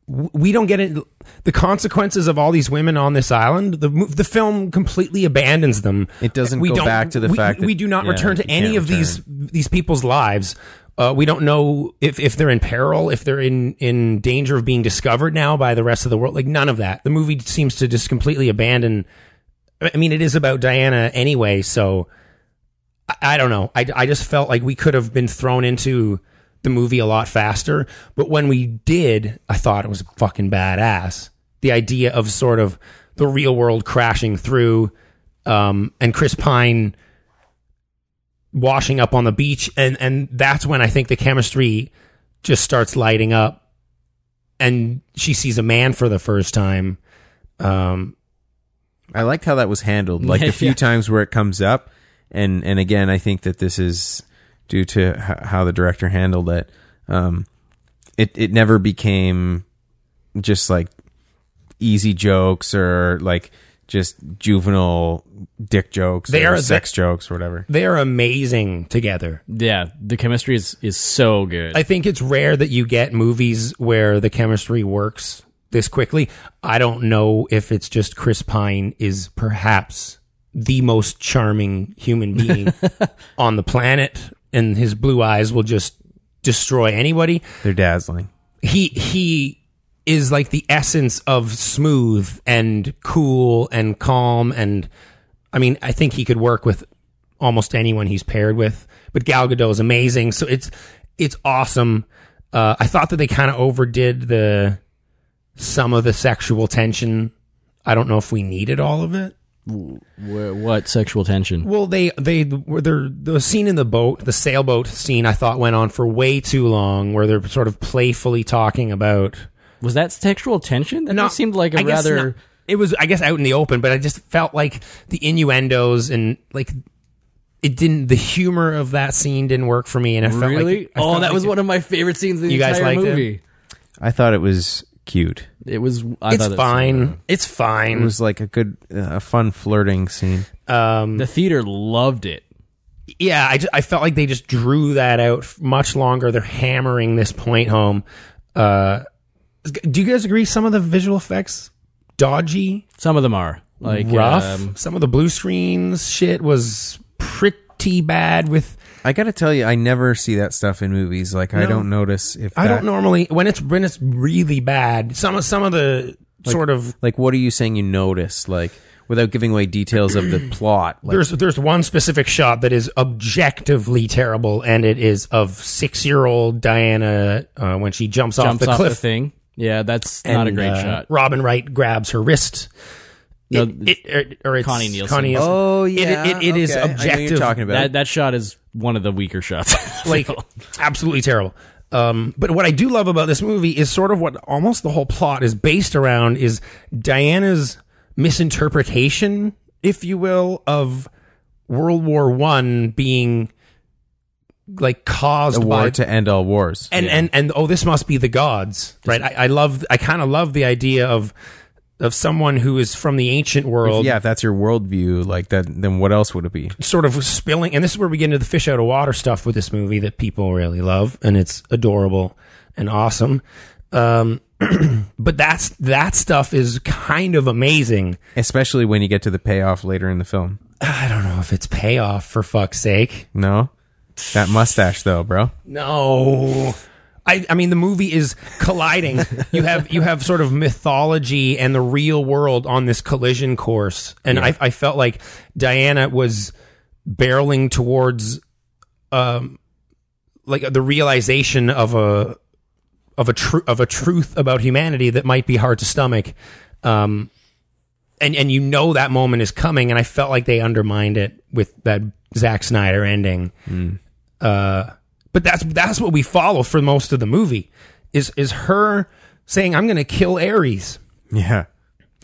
[SPEAKER 2] w- We don't get it. The consequences of all these women on this island. The mo- the film completely abandons them.
[SPEAKER 3] It doesn't
[SPEAKER 2] we
[SPEAKER 3] go
[SPEAKER 2] don't-
[SPEAKER 3] back to the
[SPEAKER 2] we-
[SPEAKER 3] fact that-
[SPEAKER 2] we do not
[SPEAKER 3] yeah,
[SPEAKER 2] return
[SPEAKER 3] you
[SPEAKER 2] to any
[SPEAKER 3] can't
[SPEAKER 2] of these these people's lives. Uh, we don't know if, if they're in peril, if they're in, in danger of being discovered now by the rest of the world. Like none of that. The movie seems to just completely abandon. I mean, it is about Diana anyway, so I, I don't know. I, I just felt like we could have been thrown into the movie a lot faster. But when we did, I thought it was fucking badass. The idea of sort of the real world crashing through, um, and Chris Pine washing up on the beach and and that's when i think the chemistry just starts lighting up and she sees a man for the first time um
[SPEAKER 3] I liked how that was handled.
[SPEAKER 2] (laughs)
[SPEAKER 3] Like the few times where it comes up, and and again, I think that this is due to h- how the director handled it. Um, it it never became just like easy jokes or like just juvenile dick jokes
[SPEAKER 2] They
[SPEAKER 3] or
[SPEAKER 2] are-
[SPEAKER 3] sex jokes or whatever.
[SPEAKER 2] they're amazing together
[SPEAKER 4] yeah, the chemistry is is so good.
[SPEAKER 2] i think it's rare that you get movies where the chemistry works this quickly. I don't know if it's just Chris Pine is perhaps the most charming human being on the planet, and his blue eyes will just destroy anybody.
[SPEAKER 3] They're dazzling.
[SPEAKER 2] He he is like the essence of smooth and cool and calm and I mean, I think he could work with almost anyone he's paired with. But Gal Gadot is amazing, so it's it's awesome. Uh, I thought that they kind of overdid the some of the sexual tension. I don't know if we needed all of it.
[SPEAKER 4] Wh- what sexual tension?
[SPEAKER 2] Well, they they were there. The scene in the boat, the sailboat scene, I thought went on for way too long, where they're sort of playfully talking about.
[SPEAKER 4] Was that sexual tension? That just seemed like a
[SPEAKER 2] I guess
[SPEAKER 4] rather.
[SPEAKER 2] not- it was, I guess, out in the open, but I just felt like the innuendos and like it didn't. The humor of that scene didn't work for me, and I felt
[SPEAKER 4] Really?
[SPEAKER 2] like I
[SPEAKER 4] oh,
[SPEAKER 2] felt
[SPEAKER 4] that
[SPEAKER 2] like
[SPEAKER 4] was
[SPEAKER 2] it-
[SPEAKER 4] one of my favorite scenes in the
[SPEAKER 2] You guys
[SPEAKER 4] entire
[SPEAKER 2] liked it?
[SPEAKER 4] movie.
[SPEAKER 3] I thought it was cute.
[SPEAKER 4] It, was. I
[SPEAKER 2] it's
[SPEAKER 4] thought it was-
[SPEAKER 2] fine. It's
[SPEAKER 3] It
[SPEAKER 2] fine.
[SPEAKER 3] was like a good, uh, a fun flirting scene.
[SPEAKER 4] The theater loved it.
[SPEAKER 2] yeah, I, just, I felt like they just drew that out f- much longer. They're hammering this point home. Uh, do you guys agree? Some of the visual effects dodgy,
[SPEAKER 4] Some of them are like
[SPEAKER 2] rough.
[SPEAKER 4] um,
[SPEAKER 2] Some of the blue screens shit was pretty bad. With
[SPEAKER 3] I got to tell you, I never see that stuff in movies. Like I don't notice if
[SPEAKER 2] I
[SPEAKER 3] that-
[SPEAKER 2] don't normally when it's when it's really bad. Some of some of the sort of
[SPEAKER 3] Like, what are you saying? You notice like without giving away details of the plot. Like,
[SPEAKER 2] there's there's one specific shot that is objectively terrible, and it is of six year old Diana uh, when she jumps, off
[SPEAKER 4] jumps
[SPEAKER 2] the
[SPEAKER 4] off the
[SPEAKER 2] cliff.
[SPEAKER 4] thing. Yeah, that's not a
[SPEAKER 2] and,
[SPEAKER 4] great
[SPEAKER 2] uh,
[SPEAKER 4] shot.
[SPEAKER 2] Robin Wright grabs her wrist.
[SPEAKER 4] No,
[SPEAKER 2] It, it- or, or it's
[SPEAKER 4] Connie Nielsen.
[SPEAKER 3] Oh, yeah,
[SPEAKER 2] It, it, it is
[SPEAKER 3] okay. I know what you're
[SPEAKER 2] objective.
[SPEAKER 3] talking about.
[SPEAKER 4] that that shot is one of the weaker shots. (laughs)
[SPEAKER 2] like absolutely terrible. Um, but what I do love about this movie is sort of what almost the whole plot is based around is Diana's misinterpretation, if you will, of World War One being like caused
[SPEAKER 3] a war
[SPEAKER 2] by
[SPEAKER 3] to end all wars.
[SPEAKER 2] and and and oh, this must be the gods, right? I, I love, I kind of love the idea of of someone who is from the ancient world,
[SPEAKER 3] yeah, if that's your worldview, like that, then what else would it be?
[SPEAKER 2] sort of spilling and this is where we get into the fish out of water stuff with this movie that people really love and it's adorable and awesome um (clears throat) but that's that stuff is kind of amazing
[SPEAKER 3] Especially when you get to the payoff later in the film.
[SPEAKER 2] i don't know if it's payoff for fuck's sake
[SPEAKER 3] No, that mustache though, bro.
[SPEAKER 2] no I, I mean the movie is colliding. you have you have sort of mythology and the real world on this collision course, and I, I felt like Diana was barreling towards um, like the realization of a of a tru- of a truth about humanity that might be hard to stomach um and and you know that moment is coming and i felt like they undermined it with that Zack Snyder ending uh but that's that's what we follow for most of the movie is is her saying i'm going to kill Ares
[SPEAKER 3] Yeah,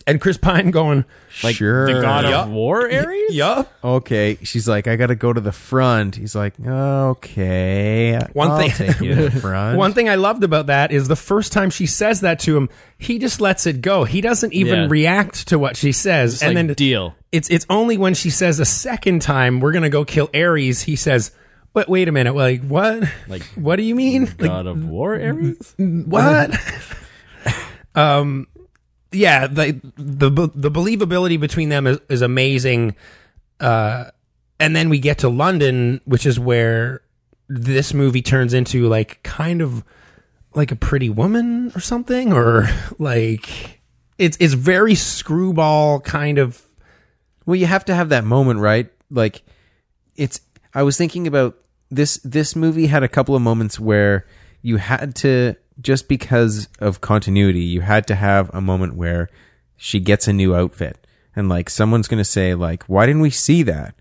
[SPEAKER 2] and Chris Pine going
[SPEAKER 4] like
[SPEAKER 3] sure.
[SPEAKER 4] the god
[SPEAKER 2] Yup.
[SPEAKER 4] of war, Ares.
[SPEAKER 2] yup
[SPEAKER 3] okay. She's like, I got to go to the front. He's like, okay.
[SPEAKER 2] One
[SPEAKER 3] I'll
[SPEAKER 2] thing-
[SPEAKER 3] take you (laughs) to the front.
[SPEAKER 2] One thing I loved about that is the first time she says that to him, he just lets it go. He doesn't even
[SPEAKER 4] Yeah.
[SPEAKER 2] react to what she says.
[SPEAKER 4] It's like,
[SPEAKER 2] and then
[SPEAKER 4] deal.
[SPEAKER 2] it's it's only when she says a second time, we're gonna go kill Ares, he says, But wait a minute, like what?
[SPEAKER 4] Like,
[SPEAKER 2] what do you mean? Like
[SPEAKER 4] God of war,
[SPEAKER 2] (laughs)
[SPEAKER 4] Ares.
[SPEAKER 2] what? (laughs) um yeah, the the be- the believability between them is, is amazing. Uh and then we get to London, which is where this movie turns into like kind of like a pretty woman or something or like it's it's very screwball kind of
[SPEAKER 3] Well, you have to have that moment, right? Like it's I was thinking about this this movie had a couple of moments where you had to just because of continuity, you had to have a moment where she gets a new outfit and like someone's going to say like why didn't we see that?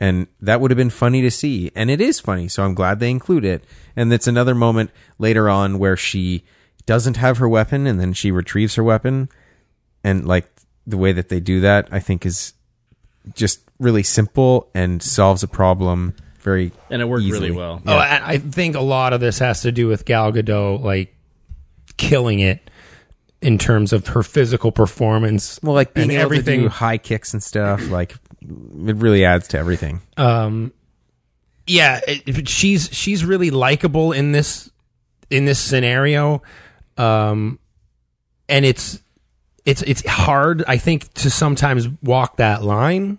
[SPEAKER 3] And that would have been funny to see. And it is funny, so I'm glad they include it. And it's another moment later on where she doesn't have her weapon and then she retrieves her weapon and like the way that they do that i think is just really simple and solves a problem very
[SPEAKER 4] And it worked
[SPEAKER 3] easily.
[SPEAKER 4] really well.
[SPEAKER 2] Oh, I, I think a lot of this has to do with Gal Gadot like killing it in terms of her physical performance.
[SPEAKER 3] well like being
[SPEAKER 2] and
[SPEAKER 3] able
[SPEAKER 2] everything.
[SPEAKER 3] to do high kicks and stuff like it really adds to everything
[SPEAKER 2] yeah, it- it- she's she's really likable in this in this scenario. Um, and it's it's it's hard i think to sometimes walk that line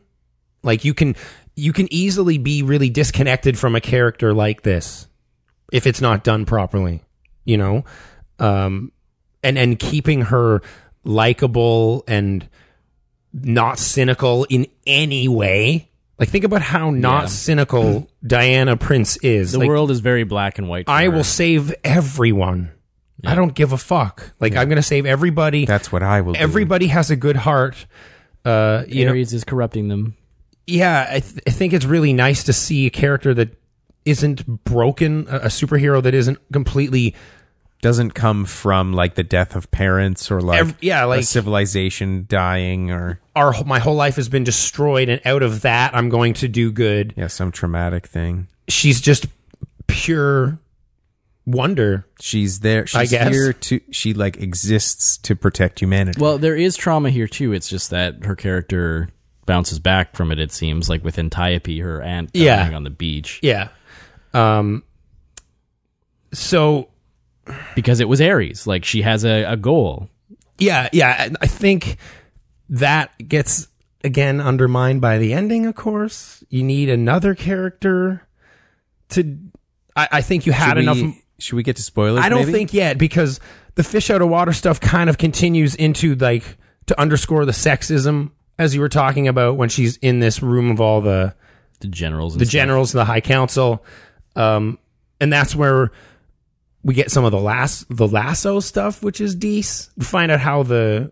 [SPEAKER 2] like you can you can easily be really disconnected from a character like this if it's not done properly you know um and and keeping her likable and not cynical in any way like think about how not cynical diana prince is
[SPEAKER 4] The
[SPEAKER 2] Like,
[SPEAKER 4] world is very black and white. for
[SPEAKER 2] I
[SPEAKER 4] her.
[SPEAKER 2] will save everyone. I don't give a fuck. Like I'm gonna save everybody.
[SPEAKER 3] That's what I will. do.
[SPEAKER 2] everybody has a good heart. Uh, you know,
[SPEAKER 4] Ares is corrupting them.
[SPEAKER 2] yeah. I, th- I think it's really nice to see a character that isn't broken, a, a superhero that isn't completely.
[SPEAKER 3] doesn't come from like the death of parents or like
[SPEAKER 2] Ev- yeah,
[SPEAKER 3] a
[SPEAKER 2] like-
[SPEAKER 3] civilization dying or
[SPEAKER 2] Our wh- my whole life has been destroyed, and out of that, I'm going to do good.
[SPEAKER 3] yeah some traumatic thing.
[SPEAKER 2] She's just pure wonder.
[SPEAKER 3] She's there. She's
[SPEAKER 2] I guess.
[SPEAKER 3] here to. She like exists to protect humanity.
[SPEAKER 4] Well, there is trauma here too. It's just that her character bounces back from it. It seems like with Antiope, her aunt dying
[SPEAKER 2] Yeah.
[SPEAKER 4] on the beach
[SPEAKER 2] Yeah. Um. So
[SPEAKER 4] because it was Ares. Like she has a, a goal.
[SPEAKER 2] yeah, yeah. I- I think that gets again undermined by the ending. Of course, you need another character to. I, I think you had
[SPEAKER 3] should,
[SPEAKER 2] enough.
[SPEAKER 3] we, should we get to spoilers?
[SPEAKER 2] I don't
[SPEAKER 3] maybe?
[SPEAKER 2] think yet because the fish out of water stuff kind of continues into like to underscore the sexism as you were talking about when she's in this room of all the
[SPEAKER 4] The generals. And
[SPEAKER 2] the
[SPEAKER 4] stuff.
[SPEAKER 2] generals and the high council um and that's where we get some of the last the lasso stuff which is dece we find out how the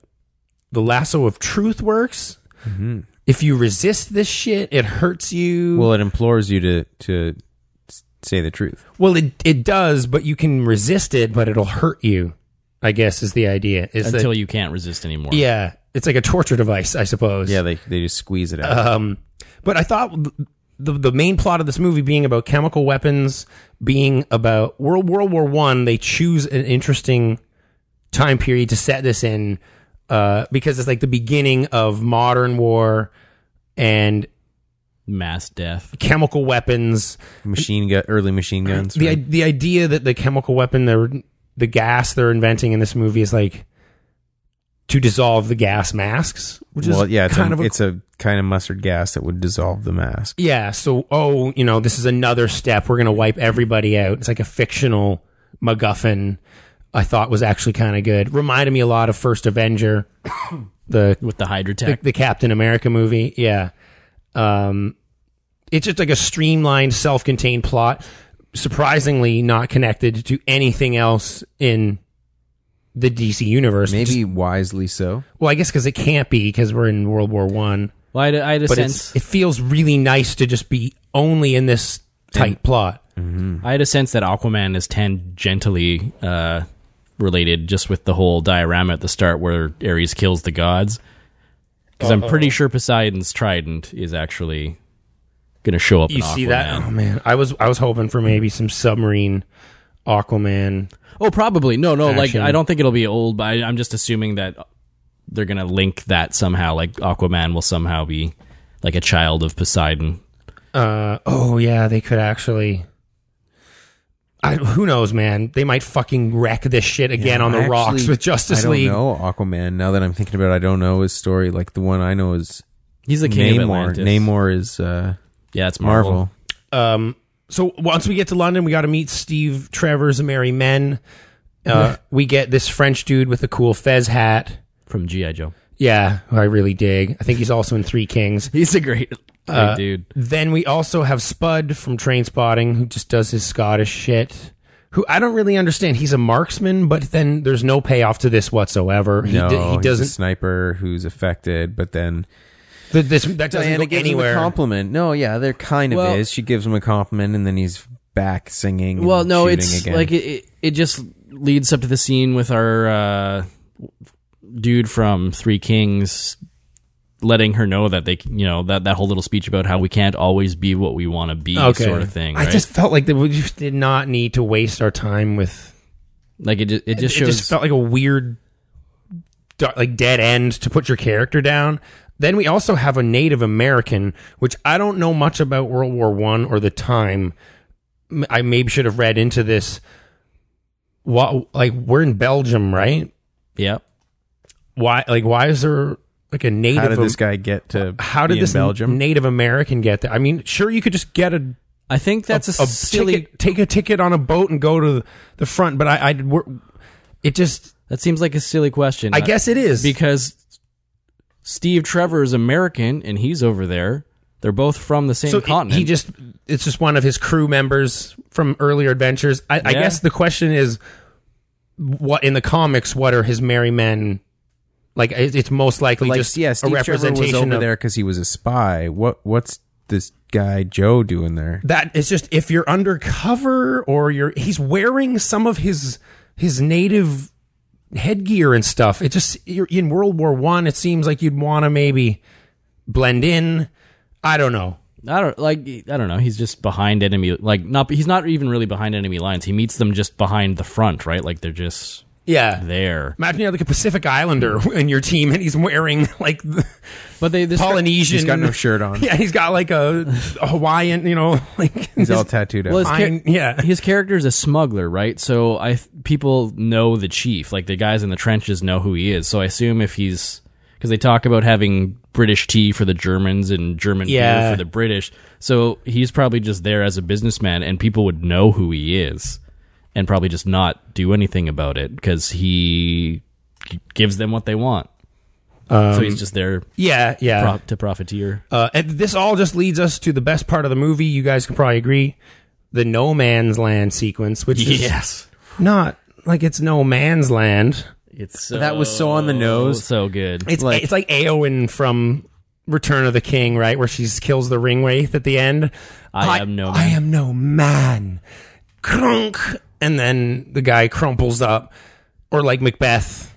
[SPEAKER 2] the lasso of truth works
[SPEAKER 4] Mm-hmm.
[SPEAKER 2] if you resist this shit it hurts you
[SPEAKER 3] Well, it implores you to to s- say the truth.
[SPEAKER 2] well it, it does but you can resist it but it'll hurt you i guess is the idea is that-
[SPEAKER 4] until you can't resist anymore.
[SPEAKER 2] yeah it's like a torture device i suppose
[SPEAKER 3] Yeah, they they just squeeze it out.
[SPEAKER 2] Um, but I thought th- the the main plot of this movie being about chemical weapons, being about World World War One, they choose an interesting time period to set this in uh, because it's like the beginning of modern war and
[SPEAKER 4] Mass death.
[SPEAKER 2] chemical weapons.
[SPEAKER 3] machine gun, early machine guns.
[SPEAKER 2] The
[SPEAKER 3] right?
[SPEAKER 2] i- the idea that the chemical weapon, the the gas they're inventing in this movie is like to dissolve the gas masks, which
[SPEAKER 3] well,
[SPEAKER 2] is
[SPEAKER 3] yeah, it's
[SPEAKER 2] kind
[SPEAKER 3] a,
[SPEAKER 2] of a
[SPEAKER 3] it's a kind of mustard gas that would dissolve the mask.
[SPEAKER 2] Yeah. So, oh, you know, this is another step. We're going to wipe everybody out. It's like a fictional MacGuffin. I thought was actually kind of good. Reminded me a lot of First Avenger, (coughs) the
[SPEAKER 4] With the Hydra
[SPEAKER 2] the,
[SPEAKER 4] tech,
[SPEAKER 2] the Captain America movie. Yeah. Um, it's just like a streamlined, self-contained plot, surprisingly not connected to anything else in the DC universe. Just-
[SPEAKER 3] Maybe wisely so.
[SPEAKER 2] well, I guess because it can't be because we're in World War One
[SPEAKER 4] well, I had a- I had a
[SPEAKER 2] but it's,
[SPEAKER 4] sense.
[SPEAKER 2] it feels really nice to just be only in this tight plot.
[SPEAKER 4] I had a sense that Aquaman is tangentially uh, related, just with the whole diorama at the start where Ares kills the gods. Because I'm pretty sure Poseidon's trident is actually going to show up.
[SPEAKER 2] You
[SPEAKER 4] in
[SPEAKER 2] see that?
[SPEAKER 4] Aquaman.
[SPEAKER 2] Oh man, I was I was hoping for maybe some submarine Aquaman.
[SPEAKER 4] Oh, probably. No, no. Like
[SPEAKER 2] Action.
[SPEAKER 4] I don't think it'll be old, but I, I'm just assuming that they're going to link that somehow. Like Aquaman will somehow be like a child of Poseidon.
[SPEAKER 2] Uh, oh yeah, they could actually. I, who knows, man? They might fucking wreck this shit again on the
[SPEAKER 3] I
[SPEAKER 2] rocks
[SPEAKER 3] actually-
[SPEAKER 2] with Justice
[SPEAKER 3] I don't
[SPEAKER 2] League.
[SPEAKER 3] know Aquaman. Now that I'm thinking about, it, I don't know his story. Like the one I know is
[SPEAKER 4] He's the king of
[SPEAKER 3] Namor.
[SPEAKER 4] Atlantis.
[SPEAKER 3] Namor is uh,
[SPEAKER 4] Yeah, it's Marvel.
[SPEAKER 3] Marvel.
[SPEAKER 2] Um, so once we get to London, we got to meet Steve Trevor's Merry Men. Uh, we get this French dude with a cool fez hat.
[SPEAKER 4] from GI Joe.
[SPEAKER 2] Yeah, who I really dig. I think he's also in Three Kings.
[SPEAKER 4] He's a great, uh, great dude.
[SPEAKER 2] Then we also have Spud from Train Spotting, who just does his Scottish shit. Who I don't really understand. He's a marksman, but then there's no payoff to this whatsoever. He,
[SPEAKER 3] No,
[SPEAKER 2] d- he
[SPEAKER 3] he's a
[SPEAKER 2] doesn't.
[SPEAKER 3] sniper who's affected, but then
[SPEAKER 2] Th- this that doesn't
[SPEAKER 3] Diana
[SPEAKER 2] go
[SPEAKER 3] gives him a
[SPEAKER 2] anywhere.
[SPEAKER 3] compliment. No, yeah, there kind of
[SPEAKER 4] Well-
[SPEAKER 3] is. She gives him a compliment, and then he's back singing. and
[SPEAKER 4] Well, no,
[SPEAKER 3] shooting
[SPEAKER 4] it's
[SPEAKER 3] again.
[SPEAKER 4] like it, it. It just leads up to the scene with our uh, dude from Three Kings letting her know that they, c- you know, that that whole little speech about how we can't always be what we want to be, sort of thing. Right?
[SPEAKER 2] I just felt like that we just did not need to waste our time with.
[SPEAKER 4] like it. ju- It just
[SPEAKER 2] it
[SPEAKER 4] shows.
[SPEAKER 2] just felt like a weird, dar- like dead end to put your character down. Then we also have a Native American, which I don't know much about World War One or the time. M- I maybe should have read into this. What like we're in Belgium, right?
[SPEAKER 4] yep.
[SPEAKER 2] why like why is there like a native
[SPEAKER 3] How did
[SPEAKER 2] Am-
[SPEAKER 3] this guy get to?
[SPEAKER 2] how did
[SPEAKER 3] be
[SPEAKER 2] this
[SPEAKER 3] in Belgium?
[SPEAKER 2] Native American get there? I mean, sure you could just get a
[SPEAKER 4] I think that's a,
[SPEAKER 2] a
[SPEAKER 4] silly.
[SPEAKER 2] ticket, take a ticket on a boat and go to the front. But I, I we're- it just,
[SPEAKER 4] That seems like a silly question. Uh,
[SPEAKER 2] I guess it is
[SPEAKER 4] because Steve Trevor is American and he's over there. They're both from the same
[SPEAKER 2] so
[SPEAKER 4] continent.
[SPEAKER 2] he just, it's just one of his crew members from earlier adventures. I, I
[SPEAKER 4] Yeah.
[SPEAKER 2] guess the question is, what in the comics? What are his merry men? Like it- it's most likely
[SPEAKER 3] like,
[SPEAKER 2] just
[SPEAKER 3] yeah, Steve
[SPEAKER 2] a
[SPEAKER 3] Trevor was
[SPEAKER 2] representation
[SPEAKER 3] over
[SPEAKER 2] of
[SPEAKER 3] there because he was a spy. What what's this guy Joe doing there?
[SPEAKER 2] that. It's just if you're undercover or you're, he's wearing some of his his native headgear and stuff. It just you're in World War One. It seems like you'd want to maybe blend in. I don't know.
[SPEAKER 4] I don't like. I don't know. He's just behind enemy. Like not. He's not even really behind enemy lines. He meets them just behind the front, right? Like they're just
[SPEAKER 2] Yeah.
[SPEAKER 4] there.
[SPEAKER 2] Imagine you're like a Pacific Islander (laughs) in your team, and he's wearing like the
[SPEAKER 4] But they this
[SPEAKER 2] Polynesian.
[SPEAKER 3] He's got no shirt
[SPEAKER 2] (laughs)
[SPEAKER 3] on.
[SPEAKER 2] Yeah, he's got like
[SPEAKER 3] (laughs)
[SPEAKER 2] a, a Hawaiian. You know, (laughs) like
[SPEAKER 3] He's all tattooed up.
[SPEAKER 4] Well, his char-
[SPEAKER 2] Fine, yeah.
[SPEAKER 4] his character is a smuggler, right? So I th- people know the chief, like the guys in the trenches know who he is. So I assume if he's because they talk about having British tea for the Germans and German
[SPEAKER 2] Yeah.
[SPEAKER 4] beer for the British. So he's probably just there as a businessman, and people would know who he is, and probably just not do anything about it because he g- gives them what they want. so he's just there
[SPEAKER 2] yeah, yeah.
[SPEAKER 4] pro- to profiteer.
[SPEAKER 2] Uh, and this all just leads us to the best part of the movie. You guys can probably agree, the no man's land sequence, which is not like it's no man's land.
[SPEAKER 4] it's so,
[SPEAKER 3] That was so on the nose.
[SPEAKER 4] so good.
[SPEAKER 2] It's like, it's like Aowen from Return of the King, right, where she kills the ring wraith at the end.
[SPEAKER 4] I am no
[SPEAKER 2] I
[SPEAKER 4] man.
[SPEAKER 2] am no man. Crunk, and then the guy crumples up, or like Macbeth.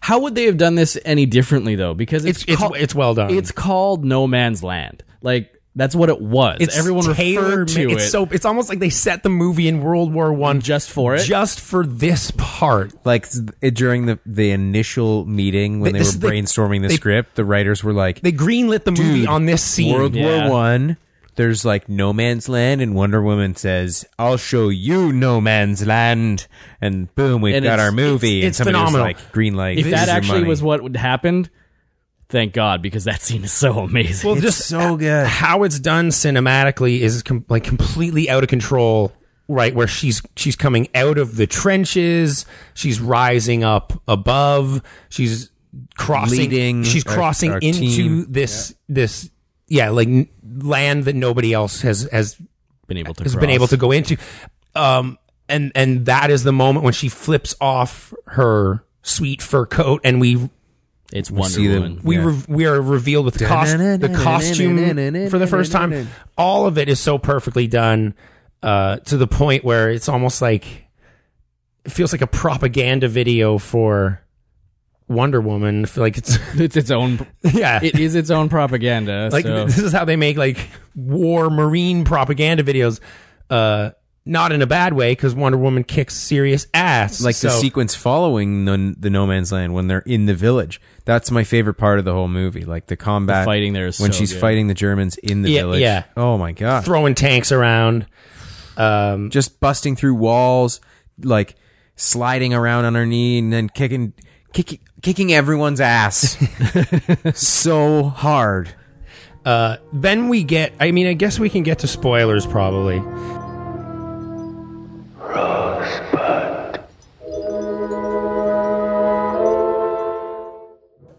[SPEAKER 4] How would they have done this any differently though? Because it's
[SPEAKER 2] It's it's,
[SPEAKER 4] called-
[SPEAKER 2] it's well done.
[SPEAKER 4] it's called No Man's Land. Like that's what it was. Everyone referred to
[SPEAKER 2] tailor-made.
[SPEAKER 4] it
[SPEAKER 2] It's so it's almost like they set the movie in World War One
[SPEAKER 4] just for it.
[SPEAKER 2] just for this part.
[SPEAKER 3] like it, during the the initial meeting when
[SPEAKER 2] They-
[SPEAKER 3] they,
[SPEAKER 2] this-
[SPEAKER 3] were
[SPEAKER 2] they-
[SPEAKER 3] brainstorming the
[SPEAKER 2] they-
[SPEAKER 3] script, the writers were like,
[SPEAKER 2] They greenlit the movie on this scene.
[SPEAKER 3] World
[SPEAKER 4] Yeah.
[SPEAKER 3] War One. There's like no man's land, and Wonder Woman says, "I'll show you no man's land," and boom, we've
[SPEAKER 4] And
[SPEAKER 3] got
[SPEAKER 4] it's-
[SPEAKER 3] our movie.
[SPEAKER 2] it's- it's
[SPEAKER 3] and somebody was
[SPEAKER 2] phenomenal.
[SPEAKER 3] like green light.
[SPEAKER 4] if
[SPEAKER 3] this is
[SPEAKER 4] that
[SPEAKER 3] your
[SPEAKER 4] actually
[SPEAKER 3] money.
[SPEAKER 4] was what would happen, thank God because that (laughs) scene is so amazing.
[SPEAKER 2] well,
[SPEAKER 3] It's
[SPEAKER 2] just
[SPEAKER 3] so good.
[SPEAKER 2] How it's done cinematically is com- like completely out of control. Right where she's she's coming out of the trenches, she's rising up above, she's crossing,
[SPEAKER 3] Leading
[SPEAKER 2] she's
[SPEAKER 3] our-
[SPEAKER 2] crossing
[SPEAKER 3] our
[SPEAKER 2] into
[SPEAKER 3] team.
[SPEAKER 2] this this yeah like n- land that nobody else has has
[SPEAKER 4] been able to
[SPEAKER 2] has
[SPEAKER 4] cross.
[SPEAKER 2] been able to go into um and and that is the moment when she flips off her sweet fur coat and we
[SPEAKER 4] It's Wonder
[SPEAKER 3] see the-
[SPEAKER 4] Woman. (laughs)
[SPEAKER 2] we
[SPEAKER 3] Yeah.
[SPEAKER 2] re- we are revealed with the, cos- the costume for the first time all of it is so perfectly done uh to the point where it's almost like it feels like a propaganda video for Wonder Woman I feel like
[SPEAKER 3] (laughs)
[SPEAKER 2] it's (laughs)
[SPEAKER 4] it's its own.
[SPEAKER 2] yeah
[SPEAKER 4] It is its own propaganda.
[SPEAKER 2] (laughs) like
[SPEAKER 4] so.
[SPEAKER 2] this is how they make like war marine propaganda videos uh not in a bad way because wonder woman kicks serious ass
[SPEAKER 3] (laughs) like the
[SPEAKER 2] So-
[SPEAKER 3] sequence following the, the no man's land when they're in the village. That's my favorite part of the whole movie. Like the combat
[SPEAKER 4] The fighting there is
[SPEAKER 3] when
[SPEAKER 4] so
[SPEAKER 3] she's
[SPEAKER 4] good.
[SPEAKER 3] fighting the Germans in the
[SPEAKER 2] Yeah,
[SPEAKER 3] village.
[SPEAKER 2] yeah.
[SPEAKER 3] Oh my god!
[SPEAKER 2] throwing tanks around um
[SPEAKER 3] Just busting through walls, like sliding around on her knee and then kicking, kicking, kicking
[SPEAKER 2] (laughs)
[SPEAKER 3] everyone's ass so hard.
[SPEAKER 2] uh then we get i mean i guess we can get to spoilers probably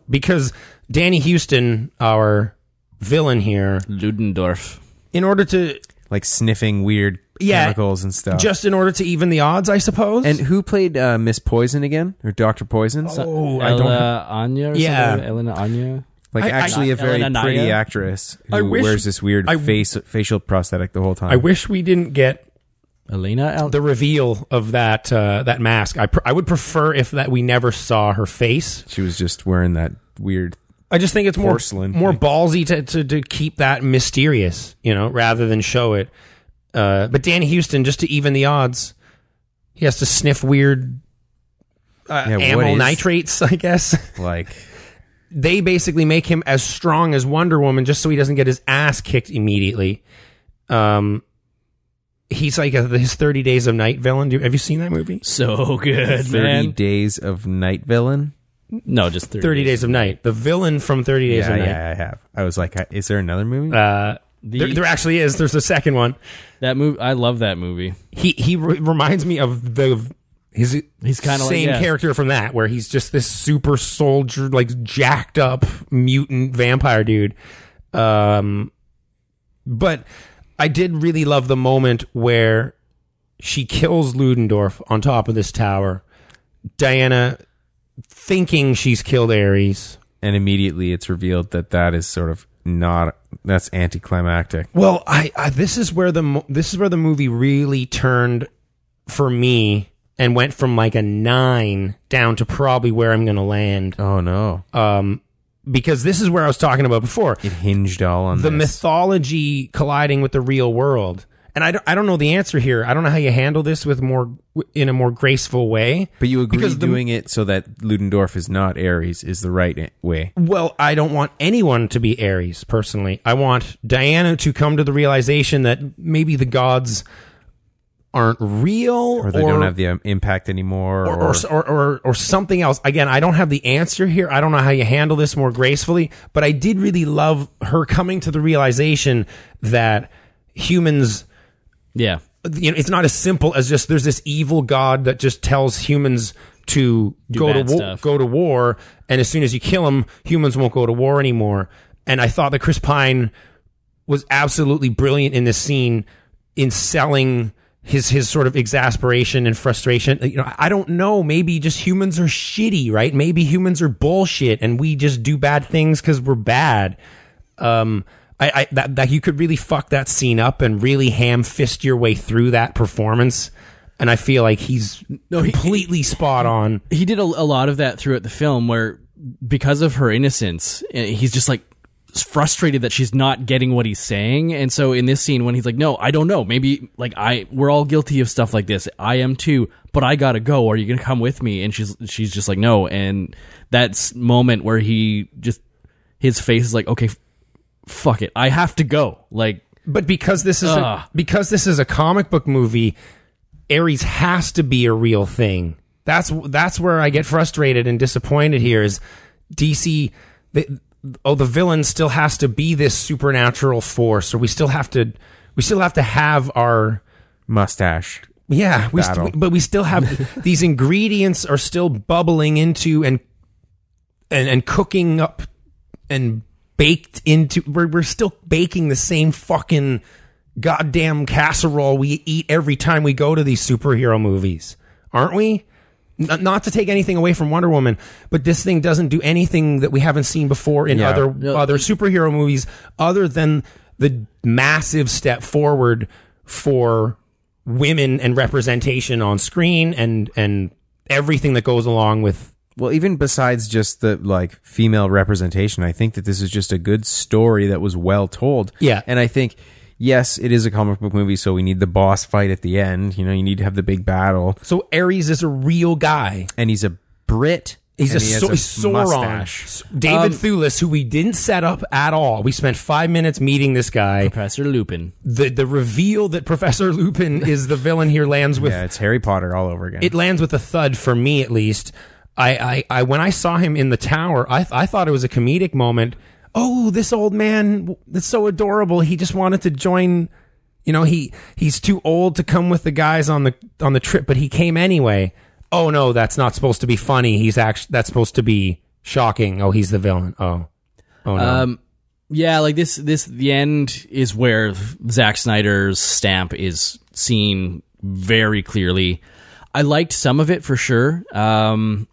[SPEAKER 2] because danny houston our villain here
[SPEAKER 4] Ludendorff.
[SPEAKER 2] in order to
[SPEAKER 3] Like sniffing weird
[SPEAKER 2] Yeah.
[SPEAKER 3] chemicals and stuff.
[SPEAKER 2] just in order to even the odds i suppose
[SPEAKER 3] Uh. and who played uh, Miss Poison again or Doctor Poison?
[SPEAKER 2] oh i don't
[SPEAKER 4] Ella Anya. Or
[SPEAKER 2] Yeah.
[SPEAKER 4] something? Elena Anya.
[SPEAKER 3] like
[SPEAKER 2] I- I-
[SPEAKER 3] actually a very
[SPEAKER 4] Elena
[SPEAKER 3] pretty
[SPEAKER 4] Naya?
[SPEAKER 3] actress who
[SPEAKER 2] I wish-
[SPEAKER 3] wears this weird
[SPEAKER 2] I-
[SPEAKER 3] face facial prosthetic the whole time.
[SPEAKER 2] I wish we didn't get
[SPEAKER 4] Elena. Al- (laughs)
[SPEAKER 2] the reveal of that uh, that mask. I pr- I would prefer if that we never saw her face.
[SPEAKER 3] she was just wearing that weird.
[SPEAKER 2] I just think it's more
[SPEAKER 3] Porcelain
[SPEAKER 2] more ballsy to, to to keep that mysterious, you know, rather than show it. Uh, but Dan Houston, just to even the odds, he has to sniff weird uh,
[SPEAKER 3] Yeah, what
[SPEAKER 2] amyl
[SPEAKER 3] is-
[SPEAKER 2] nitrates. I guess (laughs)
[SPEAKER 3] Like
[SPEAKER 2] they basically make him as strong as Wonder Woman just so he doesn't get his ass kicked immediately. Um, he's like a, his Thirty Days of Night villain. Do, have you seen that movie?
[SPEAKER 4] so good,
[SPEAKER 3] thirty
[SPEAKER 4] man.
[SPEAKER 3] days of night villain.
[SPEAKER 4] No, just 30,
[SPEAKER 2] 30 Days of Night, the villain from 30 Days
[SPEAKER 3] Yeah,
[SPEAKER 2] of Night. Uh,
[SPEAKER 3] yeah, I have. I was like, I- is there another movie?
[SPEAKER 4] The-
[SPEAKER 2] There, there actually is. There's the second one.
[SPEAKER 4] that movie, I love that movie.
[SPEAKER 2] He he re- reminds me of the his
[SPEAKER 4] He's kinda like-
[SPEAKER 2] same
[SPEAKER 4] yeah.
[SPEAKER 2] character from that, where he's just this super soldier, like jacked up mutant vampire dude. Um, but I did really love the moment where she kills Ludendorff on top of this tower. Diana thinking she's killed Ares.
[SPEAKER 3] and immediately it's revealed that that is sort of not that's anticlimactic.
[SPEAKER 2] Well, I, I this is where the mo- this is where the movie really turned for me and went from like a 9 down to probably where I'm going to land
[SPEAKER 3] Oh no!
[SPEAKER 2] because this is where I was talking about before.
[SPEAKER 3] it hinged all on
[SPEAKER 2] The
[SPEAKER 3] this.
[SPEAKER 2] mythology colliding with the real world. And I don't, I don't know the answer here. I don't know how you handle this with more in a more graceful way.
[SPEAKER 3] But you agree
[SPEAKER 2] because the-
[SPEAKER 3] doing it so that Ludendorff is not Ares is the right i- way.
[SPEAKER 2] Well, I don't want anyone to be Aries personally. I want Diana to come to the realization that maybe the gods aren't real
[SPEAKER 3] Or they don't have the um, impact anymore. Or,
[SPEAKER 2] or, or, or, or something else. Again, I don't have the answer here. I don't know how you handle this more gracefully, but I did really love her coming to the realization that humans,
[SPEAKER 4] Yeah.
[SPEAKER 2] you know, it's not as simple as just there's this evil god that just tells humans to go to
[SPEAKER 4] bad
[SPEAKER 2] war,
[SPEAKER 4] stuff.
[SPEAKER 2] go to war, and as soon as you kill him, humans won't go to war anymore. And I thought that Chris Pine was absolutely brilliant in this scene in selling his his sort of exasperation and frustration. You know, I don't know. Maybe just humans are shitty, right? Maybe humans are bullshit, and we just do bad things because we're bad. Um, I, I that that you could really fuck that scene up and really ham fist your way through that performance. And I feel like he's
[SPEAKER 4] he-
[SPEAKER 2] completely spot on.
[SPEAKER 4] He did a, a lot of that throughout the film where, because of her innocence, eh, he's just like frustrated that she's not getting what he's saying. And so in this scene, when he's like, no, I don't know. Maybe like I, we're all guilty of stuff like this. I am too, but I gotta go. Are you going to come with me? And she's, she's just like, no. And that's moment where he just, his face is like, okay, f- fuck it. I have to go. Like,
[SPEAKER 2] But because this is
[SPEAKER 4] Ugh.
[SPEAKER 2] a, because this is a comic book movie, Ares has to be a real thing. That's that's where I get frustrated and disappointed. Here is DC. The, oh, the villain still has to be this supernatural force, or we still have to we still have to have our
[SPEAKER 3] mustache.
[SPEAKER 2] yeah, we
[SPEAKER 3] Battle.
[SPEAKER 2] st- but we still have these ingredients are still bubbling into and and and cooking up and baked into. We're we're still baking the same fucking goddamn casserole we eat every time we go to these superhero movies, aren't we? N- not to take anything away from Wonder Woman, but this thing doesn't do anything that we haven't seen before in
[SPEAKER 3] Yeah.
[SPEAKER 2] other other superhero movies, other than the massive step forward for women and representation on screen and and everything that goes along with
[SPEAKER 3] Well, even besides just the like female representation, I think that this is just a good story that was well told.
[SPEAKER 2] Yeah.
[SPEAKER 3] And I think yes, it is a comic book movie, so we need the boss fight at the end. You know, you need to have the big battle,
[SPEAKER 2] so Ares is a real guy.
[SPEAKER 3] and he's a Brit.
[SPEAKER 2] He's
[SPEAKER 3] and
[SPEAKER 2] a,
[SPEAKER 3] he has
[SPEAKER 2] so- Sauron.
[SPEAKER 3] mustache. Um,
[SPEAKER 2] S- David Thewlis, who we didn't set up at all. We spent five minutes meeting this guy.
[SPEAKER 4] Professor Lupin.
[SPEAKER 2] The the reveal that Professor Lupin is the villain here lands with
[SPEAKER 3] Yeah, it's Harry Potter all over again.
[SPEAKER 2] it lands with a thud for me at least. I, I, I when I saw him in the tower, I, I thought it was a comedic moment. Oh, this old man that's so adorable. He just wanted to join. You know, he he's too old to come with the guys on the on the trip, but he came anyway. Oh no, that's not supposed to be funny. He's actually that's supposed to be shocking. Oh, he's the villain. Oh, oh no.
[SPEAKER 4] Um, yeah, like this, this, the end is where Zack Snyder's stamp is seen very clearly. I liked some of it for sure. Um,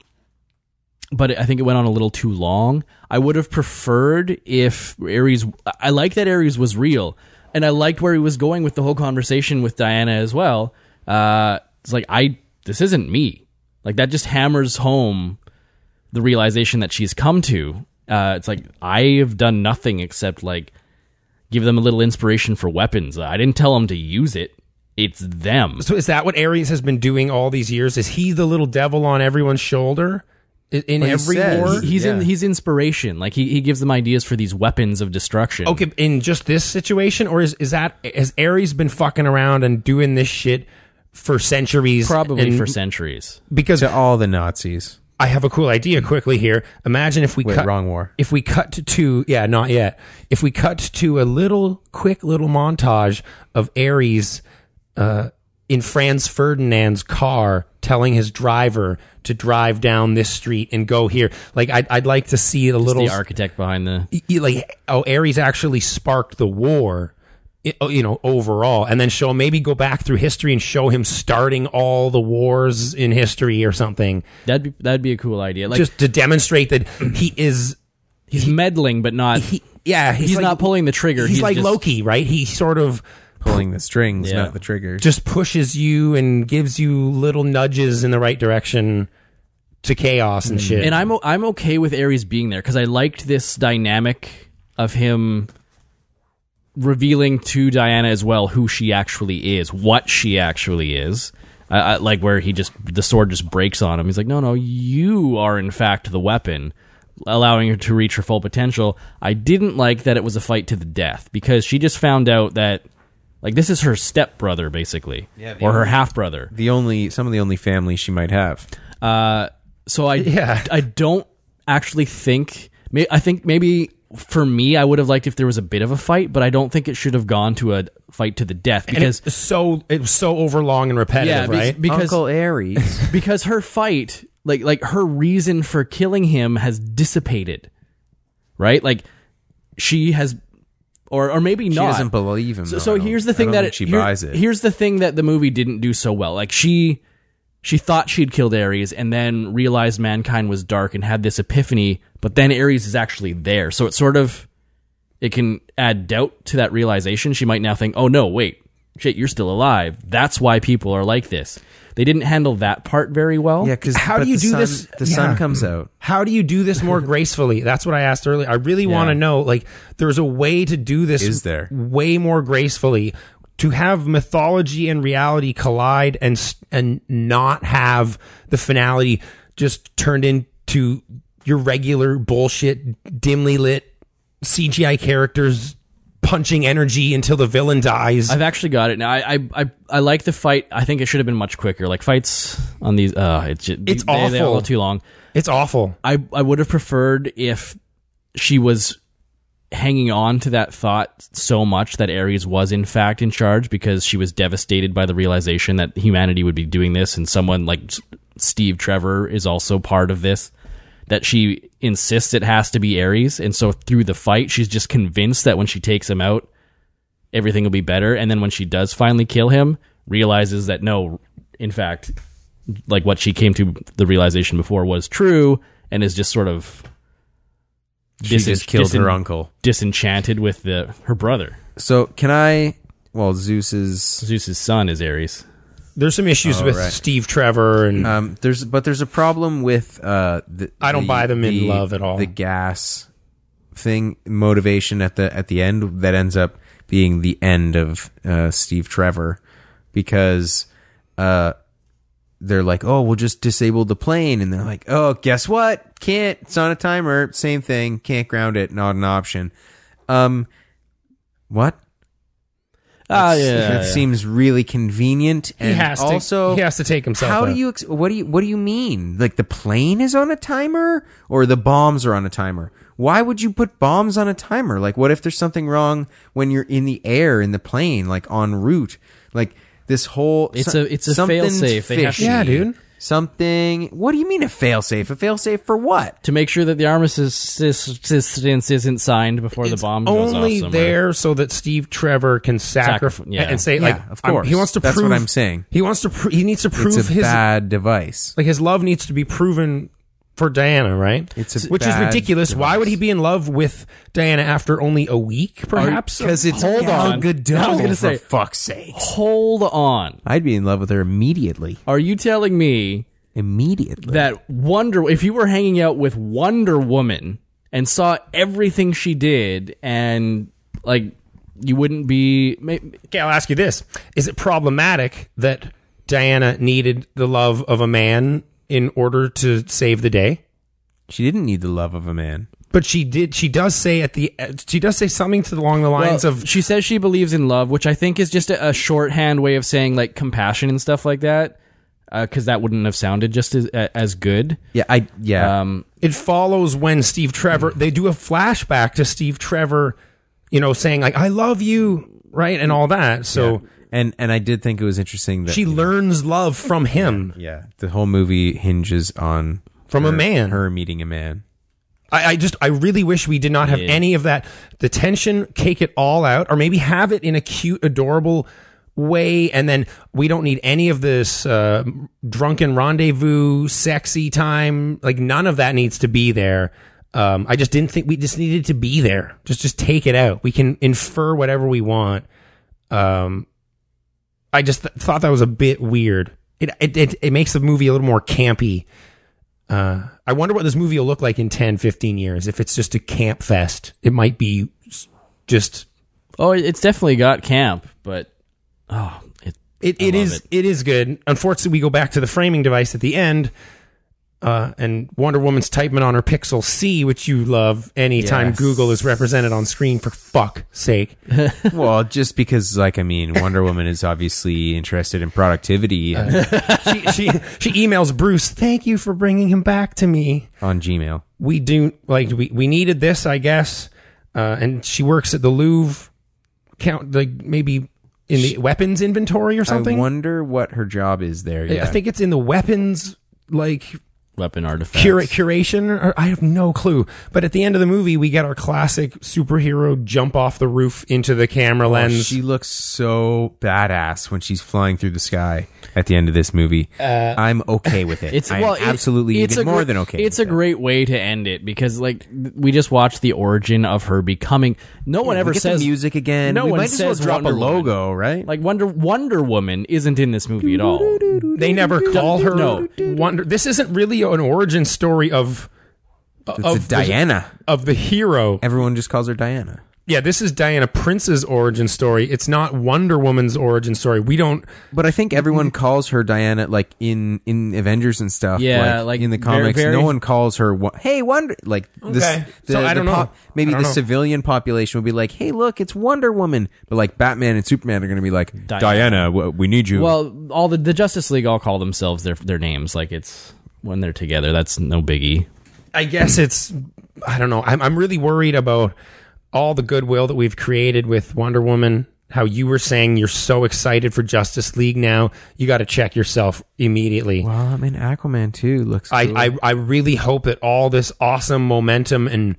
[SPEAKER 4] but I think it went on a little too long. I would have preferred if Aries. I like that Aries was real, and I liked where he was going with the whole conversation with Diana as well. Uh, it's like I this isn't me. Like that just hammers home the realization that she's come to. Uh, it's like I have done nothing except like give them a little inspiration for weapons. I didn't tell them to use it. It's them.
[SPEAKER 2] so is that what Ares has been doing all these years? Is he the little devil on everyone's shoulder in, in
[SPEAKER 3] Well, he
[SPEAKER 2] every
[SPEAKER 3] says-
[SPEAKER 2] war?
[SPEAKER 3] He-
[SPEAKER 4] He's in.
[SPEAKER 3] Yeah.
[SPEAKER 4] He's inspiration. Like he, he gives them ideas for these weapons of destruction.
[SPEAKER 2] Okay, in just this situation, or is is that has Ares been fucking around and doing this shit for centuries?
[SPEAKER 4] probably
[SPEAKER 2] and-
[SPEAKER 4] for centuries.
[SPEAKER 2] because
[SPEAKER 3] to all the Nazis.
[SPEAKER 2] I have a cool idea quickly here. Imagine if we
[SPEAKER 3] Wait,
[SPEAKER 2] cut
[SPEAKER 3] wrong war.
[SPEAKER 2] If we cut to two, yeah, not yet. If we cut to a little quick little montage of Ares uh, in Franz Ferdinand's car telling his driver to drive down this street and go here. Like I'd, I'd like to see a little
[SPEAKER 4] the architect behind the
[SPEAKER 2] y- y- like oh Ares actually sparked the war i- oh, you know overall and then show maybe go back through history and show him starting all the wars in history or something
[SPEAKER 4] that'd be that'd be a cool idea. Like
[SPEAKER 2] just to demonstrate that he is
[SPEAKER 4] he's meddling, but not
[SPEAKER 2] he yeah (laughs) he's,
[SPEAKER 4] He's
[SPEAKER 2] like-
[SPEAKER 4] not pulling the trigger.
[SPEAKER 2] he's,
[SPEAKER 4] He's
[SPEAKER 2] like
[SPEAKER 4] just-
[SPEAKER 2] Loki right he sort of
[SPEAKER 3] Pulling the strings,
[SPEAKER 4] Yeah.
[SPEAKER 3] not the trigger.
[SPEAKER 2] just pushes you and gives you little nudges in the right direction to chaos and shit
[SPEAKER 4] Hmm. and I'm o- I'm okay with Ares being there because I liked this dynamic of him revealing to Diana as well who she actually is, what she actually is. I, I, like where he just the sword just breaks on him. He's like, no, no, you are in fact the weapon, allowing her to reach her full potential. I didn't like that it was a fight to the death because she just found out that. Like this is her stepbrother, basically, or her half brother.
[SPEAKER 3] the only some of the only family she might have.
[SPEAKER 4] Uh, so I
[SPEAKER 2] Yeah.
[SPEAKER 4] I don't actually think may, I think maybe for me I would have liked if there was a bit of a fight, but I don't think it should have gone to a fight to the death
[SPEAKER 2] And
[SPEAKER 4] because
[SPEAKER 2] it's so it was so overlong and repetitive
[SPEAKER 4] be-
[SPEAKER 2] right
[SPEAKER 4] because
[SPEAKER 3] Uncle (laughs) Aries.
[SPEAKER 4] because her fight like like her reason for killing him has dissipated. Right? Like she has or or maybe
[SPEAKER 3] she
[SPEAKER 4] not.
[SPEAKER 3] doesn't believe him.
[SPEAKER 4] So,
[SPEAKER 3] though,
[SPEAKER 4] so
[SPEAKER 3] I don't-
[SPEAKER 4] here's the
[SPEAKER 3] I
[SPEAKER 4] thing
[SPEAKER 3] don't
[SPEAKER 4] that
[SPEAKER 3] think
[SPEAKER 4] it,
[SPEAKER 3] she
[SPEAKER 4] here-
[SPEAKER 3] buys it.
[SPEAKER 4] Here's the thing that the movie didn't do so well. Like she, she thought she'd killed Ares and then realized mankind was dark and had this epiphany. But then Ares is actually there, so it sort of it can add doubt to that realization. She might now think, "Oh no, wait, shit, you're still alive. That's why people are like this." They didn't handle that part very well.
[SPEAKER 3] yeah, because
[SPEAKER 2] How do you
[SPEAKER 3] the
[SPEAKER 2] do
[SPEAKER 3] sun,
[SPEAKER 2] this-
[SPEAKER 3] The sun
[SPEAKER 2] Yeah.
[SPEAKER 3] comes out.
[SPEAKER 2] How do you do this
[SPEAKER 3] (laughs)
[SPEAKER 2] more gracefully? That's what I asked earlier. I really want to know. Like, there's a way to do this.
[SPEAKER 3] Is there?
[SPEAKER 2] way more gracefully? To have mythology and reality collide and s- and not have the finality just turned into your regular bullshit, dimly lit CGI characters punching energy until the villain dies.
[SPEAKER 4] I've actually got it now. I, I I I like the fight. I think it should have been much quicker. Like fights on these, uh, it's just,
[SPEAKER 2] It's
[SPEAKER 4] they, They're
[SPEAKER 2] awful.
[SPEAKER 4] all too long.
[SPEAKER 2] it's awful.
[SPEAKER 4] I I would have preferred if she was hanging on to that thought so much that Ares was in fact in charge because she was devastated by the realization that humanity would be doing this and someone like S- Steve Trevor is also part of this that she insists it has to be Ares and so through the fight she's just convinced that when she takes him out everything will be better and then when she does finally kill him realizes that no in fact like what she came to the realization before was true and is just sort of
[SPEAKER 3] She
[SPEAKER 4] disen-
[SPEAKER 3] just killed her
[SPEAKER 4] disen-
[SPEAKER 3] uncle.
[SPEAKER 4] disenchanted with the her brother
[SPEAKER 3] So can I? Well, Zeus's.
[SPEAKER 4] zeus's son is ares
[SPEAKER 2] There's some issues with
[SPEAKER 3] Oh, right.
[SPEAKER 2] Steve Trevor and
[SPEAKER 3] Um, there's but there's a problem with uh. The,
[SPEAKER 2] Hmm. I don't
[SPEAKER 3] the-
[SPEAKER 2] buy them in
[SPEAKER 3] the-
[SPEAKER 2] love at all.
[SPEAKER 3] The gas thing motivation at the at the end that ends up being the end of uh, Steve Trevor because uh they're like oh we'll just disable the plane and they're like oh guess what can't it's on a timer same thing can't ground it not an option um what
[SPEAKER 4] ah
[SPEAKER 3] It's- it seems really convenient
[SPEAKER 2] he
[SPEAKER 3] and
[SPEAKER 2] has
[SPEAKER 3] also
[SPEAKER 2] to he has to take himself.
[SPEAKER 3] how
[SPEAKER 2] out.
[SPEAKER 3] do you ex- what do you what do you mean? Like the plane is on a timer or the bombs are on a timer? Why would you put bombs on a timer? Like what if there's something wrong when you're in the air in the plane like en route? Like this whole
[SPEAKER 4] It's
[SPEAKER 3] so-
[SPEAKER 4] a- it's a
[SPEAKER 3] something's
[SPEAKER 4] failsafe. They have to-
[SPEAKER 3] fishy.
[SPEAKER 2] Yeah, dude.
[SPEAKER 3] Something What do you mean a failsafe? A failsafe for what?
[SPEAKER 4] to make sure that the armistice isn't signed before the bomb goes
[SPEAKER 2] only
[SPEAKER 4] off somewhere.
[SPEAKER 2] there so that Steve Trevor can sacrifice
[SPEAKER 4] Sacrif- yeah.
[SPEAKER 2] and say like
[SPEAKER 3] Yeah, of
[SPEAKER 2] I'm- he
[SPEAKER 3] course.
[SPEAKER 2] wants to
[SPEAKER 3] That's what
[SPEAKER 2] prove
[SPEAKER 3] I'm saying.
[SPEAKER 2] He wants to pr- he needs to prove
[SPEAKER 3] it's a
[SPEAKER 2] his
[SPEAKER 3] bad device.
[SPEAKER 2] like his love needs to be proven for Diana, right?
[SPEAKER 3] It's a
[SPEAKER 2] which is
[SPEAKER 3] bad
[SPEAKER 2] ridiculous. Why would he be in love with Diana after only a week perhaps?
[SPEAKER 3] Because it's
[SPEAKER 4] Hold
[SPEAKER 3] Gal
[SPEAKER 4] on.
[SPEAKER 3] Gadot,
[SPEAKER 4] I was gonna say-
[SPEAKER 3] for fuck's sake.
[SPEAKER 4] hold on
[SPEAKER 3] I'd be in love with her immediately.
[SPEAKER 4] are you telling me
[SPEAKER 3] Immediately.
[SPEAKER 4] that Wonder if you were hanging out with Wonder Woman and saw everything she did and like you wouldn't be may-
[SPEAKER 2] okay, I'll ask you this. Is it problematic that Diana needed the love of a man in order to save the day?
[SPEAKER 3] she didn't need the love of a man.
[SPEAKER 2] But she did she does say at the she does say something to along the lines
[SPEAKER 4] Well,
[SPEAKER 2] of
[SPEAKER 4] she says she believes in love, which I think is just a, a shorthand way of saying like compassion and stuff like that. because that wouldn't have sounded just as, as good.
[SPEAKER 3] Yeah, I yeah.
[SPEAKER 4] Um,
[SPEAKER 2] it follows when Steve Trevor they do a flashback to Steve Trevor, you know, saying like "I love you," right, and all that. So
[SPEAKER 3] and and I did think it was interesting that
[SPEAKER 2] she learns love from him,
[SPEAKER 3] yeah, the whole movie hinges on
[SPEAKER 2] from a
[SPEAKER 3] her-
[SPEAKER 2] man.
[SPEAKER 3] her meeting a man. (laughs)
[SPEAKER 2] I, I just I really wish we did not have any of that. The tension, cake it all out, or maybe have it in a cute, adorable way, and then we don't need any of this uh, drunken rendezvous, sexy time. Like none of that needs to be there. Um, I just didn't think we just needed to be there. Just just take it out. We can infer whatever we want. Um, I just th- thought that was a bit weird. It, it it it makes the movie a little more campy. Uh, I wonder what this movie will look like in 10, 15 years. If it's just a camp fest, it might be s- just.
[SPEAKER 4] oh, it- it's definitely got camp, but oh, it,
[SPEAKER 2] It,
[SPEAKER 4] I
[SPEAKER 2] it
[SPEAKER 4] love
[SPEAKER 2] is it is good. Unfortunately, we go back to the framing device at the end, uh, and Wonder Woman's typing on her Pixel C, which you love. Anytime
[SPEAKER 4] Yes.
[SPEAKER 2] Google is represented on screen, for fuck sake,
[SPEAKER 3] well, just because like I mean, Wonder Woman is obviously interested
[SPEAKER 4] (laughs)
[SPEAKER 3] in productivity
[SPEAKER 2] she, she (laughs) she emails Bruce, "Thank you for bringing him back to me."
[SPEAKER 3] on Gmail.
[SPEAKER 2] we do like we, we needed this i guess uh, and she works at the louvre count like maybe in the weapons inventory or something
[SPEAKER 3] I wonder what her job is there.
[SPEAKER 2] I-
[SPEAKER 3] Yeah.
[SPEAKER 2] I think it's in the weapons like
[SPEAKER 4] weapon artifact.
[SPEAKER 2] cura- curation or i have no clue but at the end of the movie we get our classic superhero jump off the roof into the camera
[SPEAKER 3] Oh,
[SPEAKER 2] lens
[SPEAKER 3] she looks so badass when she's flying through the sky at the end of this movie. I'm okay with it.
[SPEAKER 4] Uh, (laughs) It's
[SPEAKER 3] I'm
[SPEAKER 4] well, it-
[SPEAKER 3] absolutely
[SPEAKER 4] it's
[SPEAKER 3] even
[SPEAKER 4] a
[SPEAKER 3] more
[SPEAKER 4] gre-
[SPEAKER 3] than okay.
[SPEAKER 4] It's a
[SPEAKER 3] with that.
[SPEAKER 4] great way to end it because like th- we just watched the origin of her becoming. No one
[SPEAKER 3] We
[SPEAKER 4] ever
[SPEAKER 3] get the
[SPEAKER 4] says
[SPEAKER 3] music again.
[SPEAKER 4] No
[SPEAKER 3] we
[SPEAKER 4] one
[SPEAKER 3] might as well
[SPEAKER 4] says
[SPEAKER 3] drop
[SPEAKER 4] Wonder
[SPEAKER 3] a logo,
[SPEAKER 4] Woman.
[SPEAKER 3] right?
[SPEAKER 4] Like Wonder Wonder Woman isn't in this movie at all.
[SPEAKER 2] they never
[SPEAKER 3] (laughs)
[SPEAKER 2] call her
[SPEAKER 4] No.
[SPEAKER 2] wonder this isn't really an origin story of
[SPEAKER 3] it's
[SPEAKER 2] of
[SPEAKER 3] a Diana.
[SPEAKER 2] of the hero
[SPEAKER 3] Everyone just calls her Diana.
[SPEAKER 2] Yeah, this is Diana Prince's origin story. It's not Wonder Woman's origin story. We don't.
[SPEAKER 3] But I think everyone
[SPEAKER 4] Mm-hmm.
[SPEAKER 3] calls her Diana, like in in Avengers and stuff.
[SPEAKER 4] Yeah,
[SPEAKER 3] like,
[SPEAKER 4] like,
[SPEAKER 3] in the
[SPEAKER 4] very-
[SPEAKER 3] comics,
[SPEAKER 4] very-
[SPEAKER 3] no one calls her. Wo- Hey, Wonder. Like this,
[SPEAKER 2] Okay.
[SPEAKER 3] the,
[SPEAKER 2] So I
[SPEAKER 3] the
[SPEAKER 2] don't know.
[SPEAKER 3] pop- Maybe
[SPEAKER 2] I don't
[SPEAKER 3] the
[SPEAKER 2] know.
[SPEAKER 3] civilian population would be like, "Hey, look, it's Wonder Woman." But like Batman and Superman are going to be like, "Diana, w- we need you."
[SPEAKER 4] Well, all the, the Justice League all call themselves their their names. Like it's when they're together, that's no biggie.
[SPEAKER 2] I guess it's. I don't know. I'm, I'm really worried about all the goodwill that we've created with Wonder Woman. How you were saying you're so excited for Justice League now. You got to check yourself immediately.
[SPEAKER 3] well, I mean, Aquaman too looks. cool.
[SPEAKER 2] I, I I really hope that all this awesome momentum and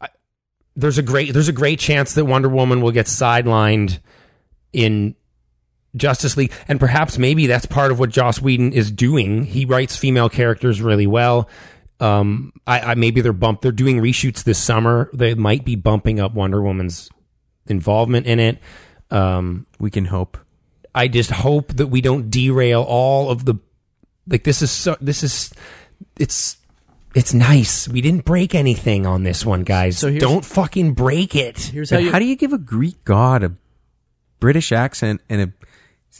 [SPEAKER 2] I- there's a great there's a great chance that Wonder Woman will get sidelined in Justice League, and perhaps maybe that's part of what Joss Whedon is doing. He writes female characters really well. Um, I, I maybe they're bump they're doing reshoots this summer. They might be bumping up Wonder Woman's involvement in it. Um,
[SPEAKER 3] we can hope.
[SPEAKER 2] I just hope that we don't derail all of the like this is so this is it's it's nice. We didn't break anything on this one, guys.
[SPEAKER 4] So here's-
[SPEAKER 2] don't fucking break it.
[SPEAKER 4] Here's how
[SPEAKER 3] But
[SPEAKER 4] you
[SPEAKER 3] how do you give a Greek god a British accent and a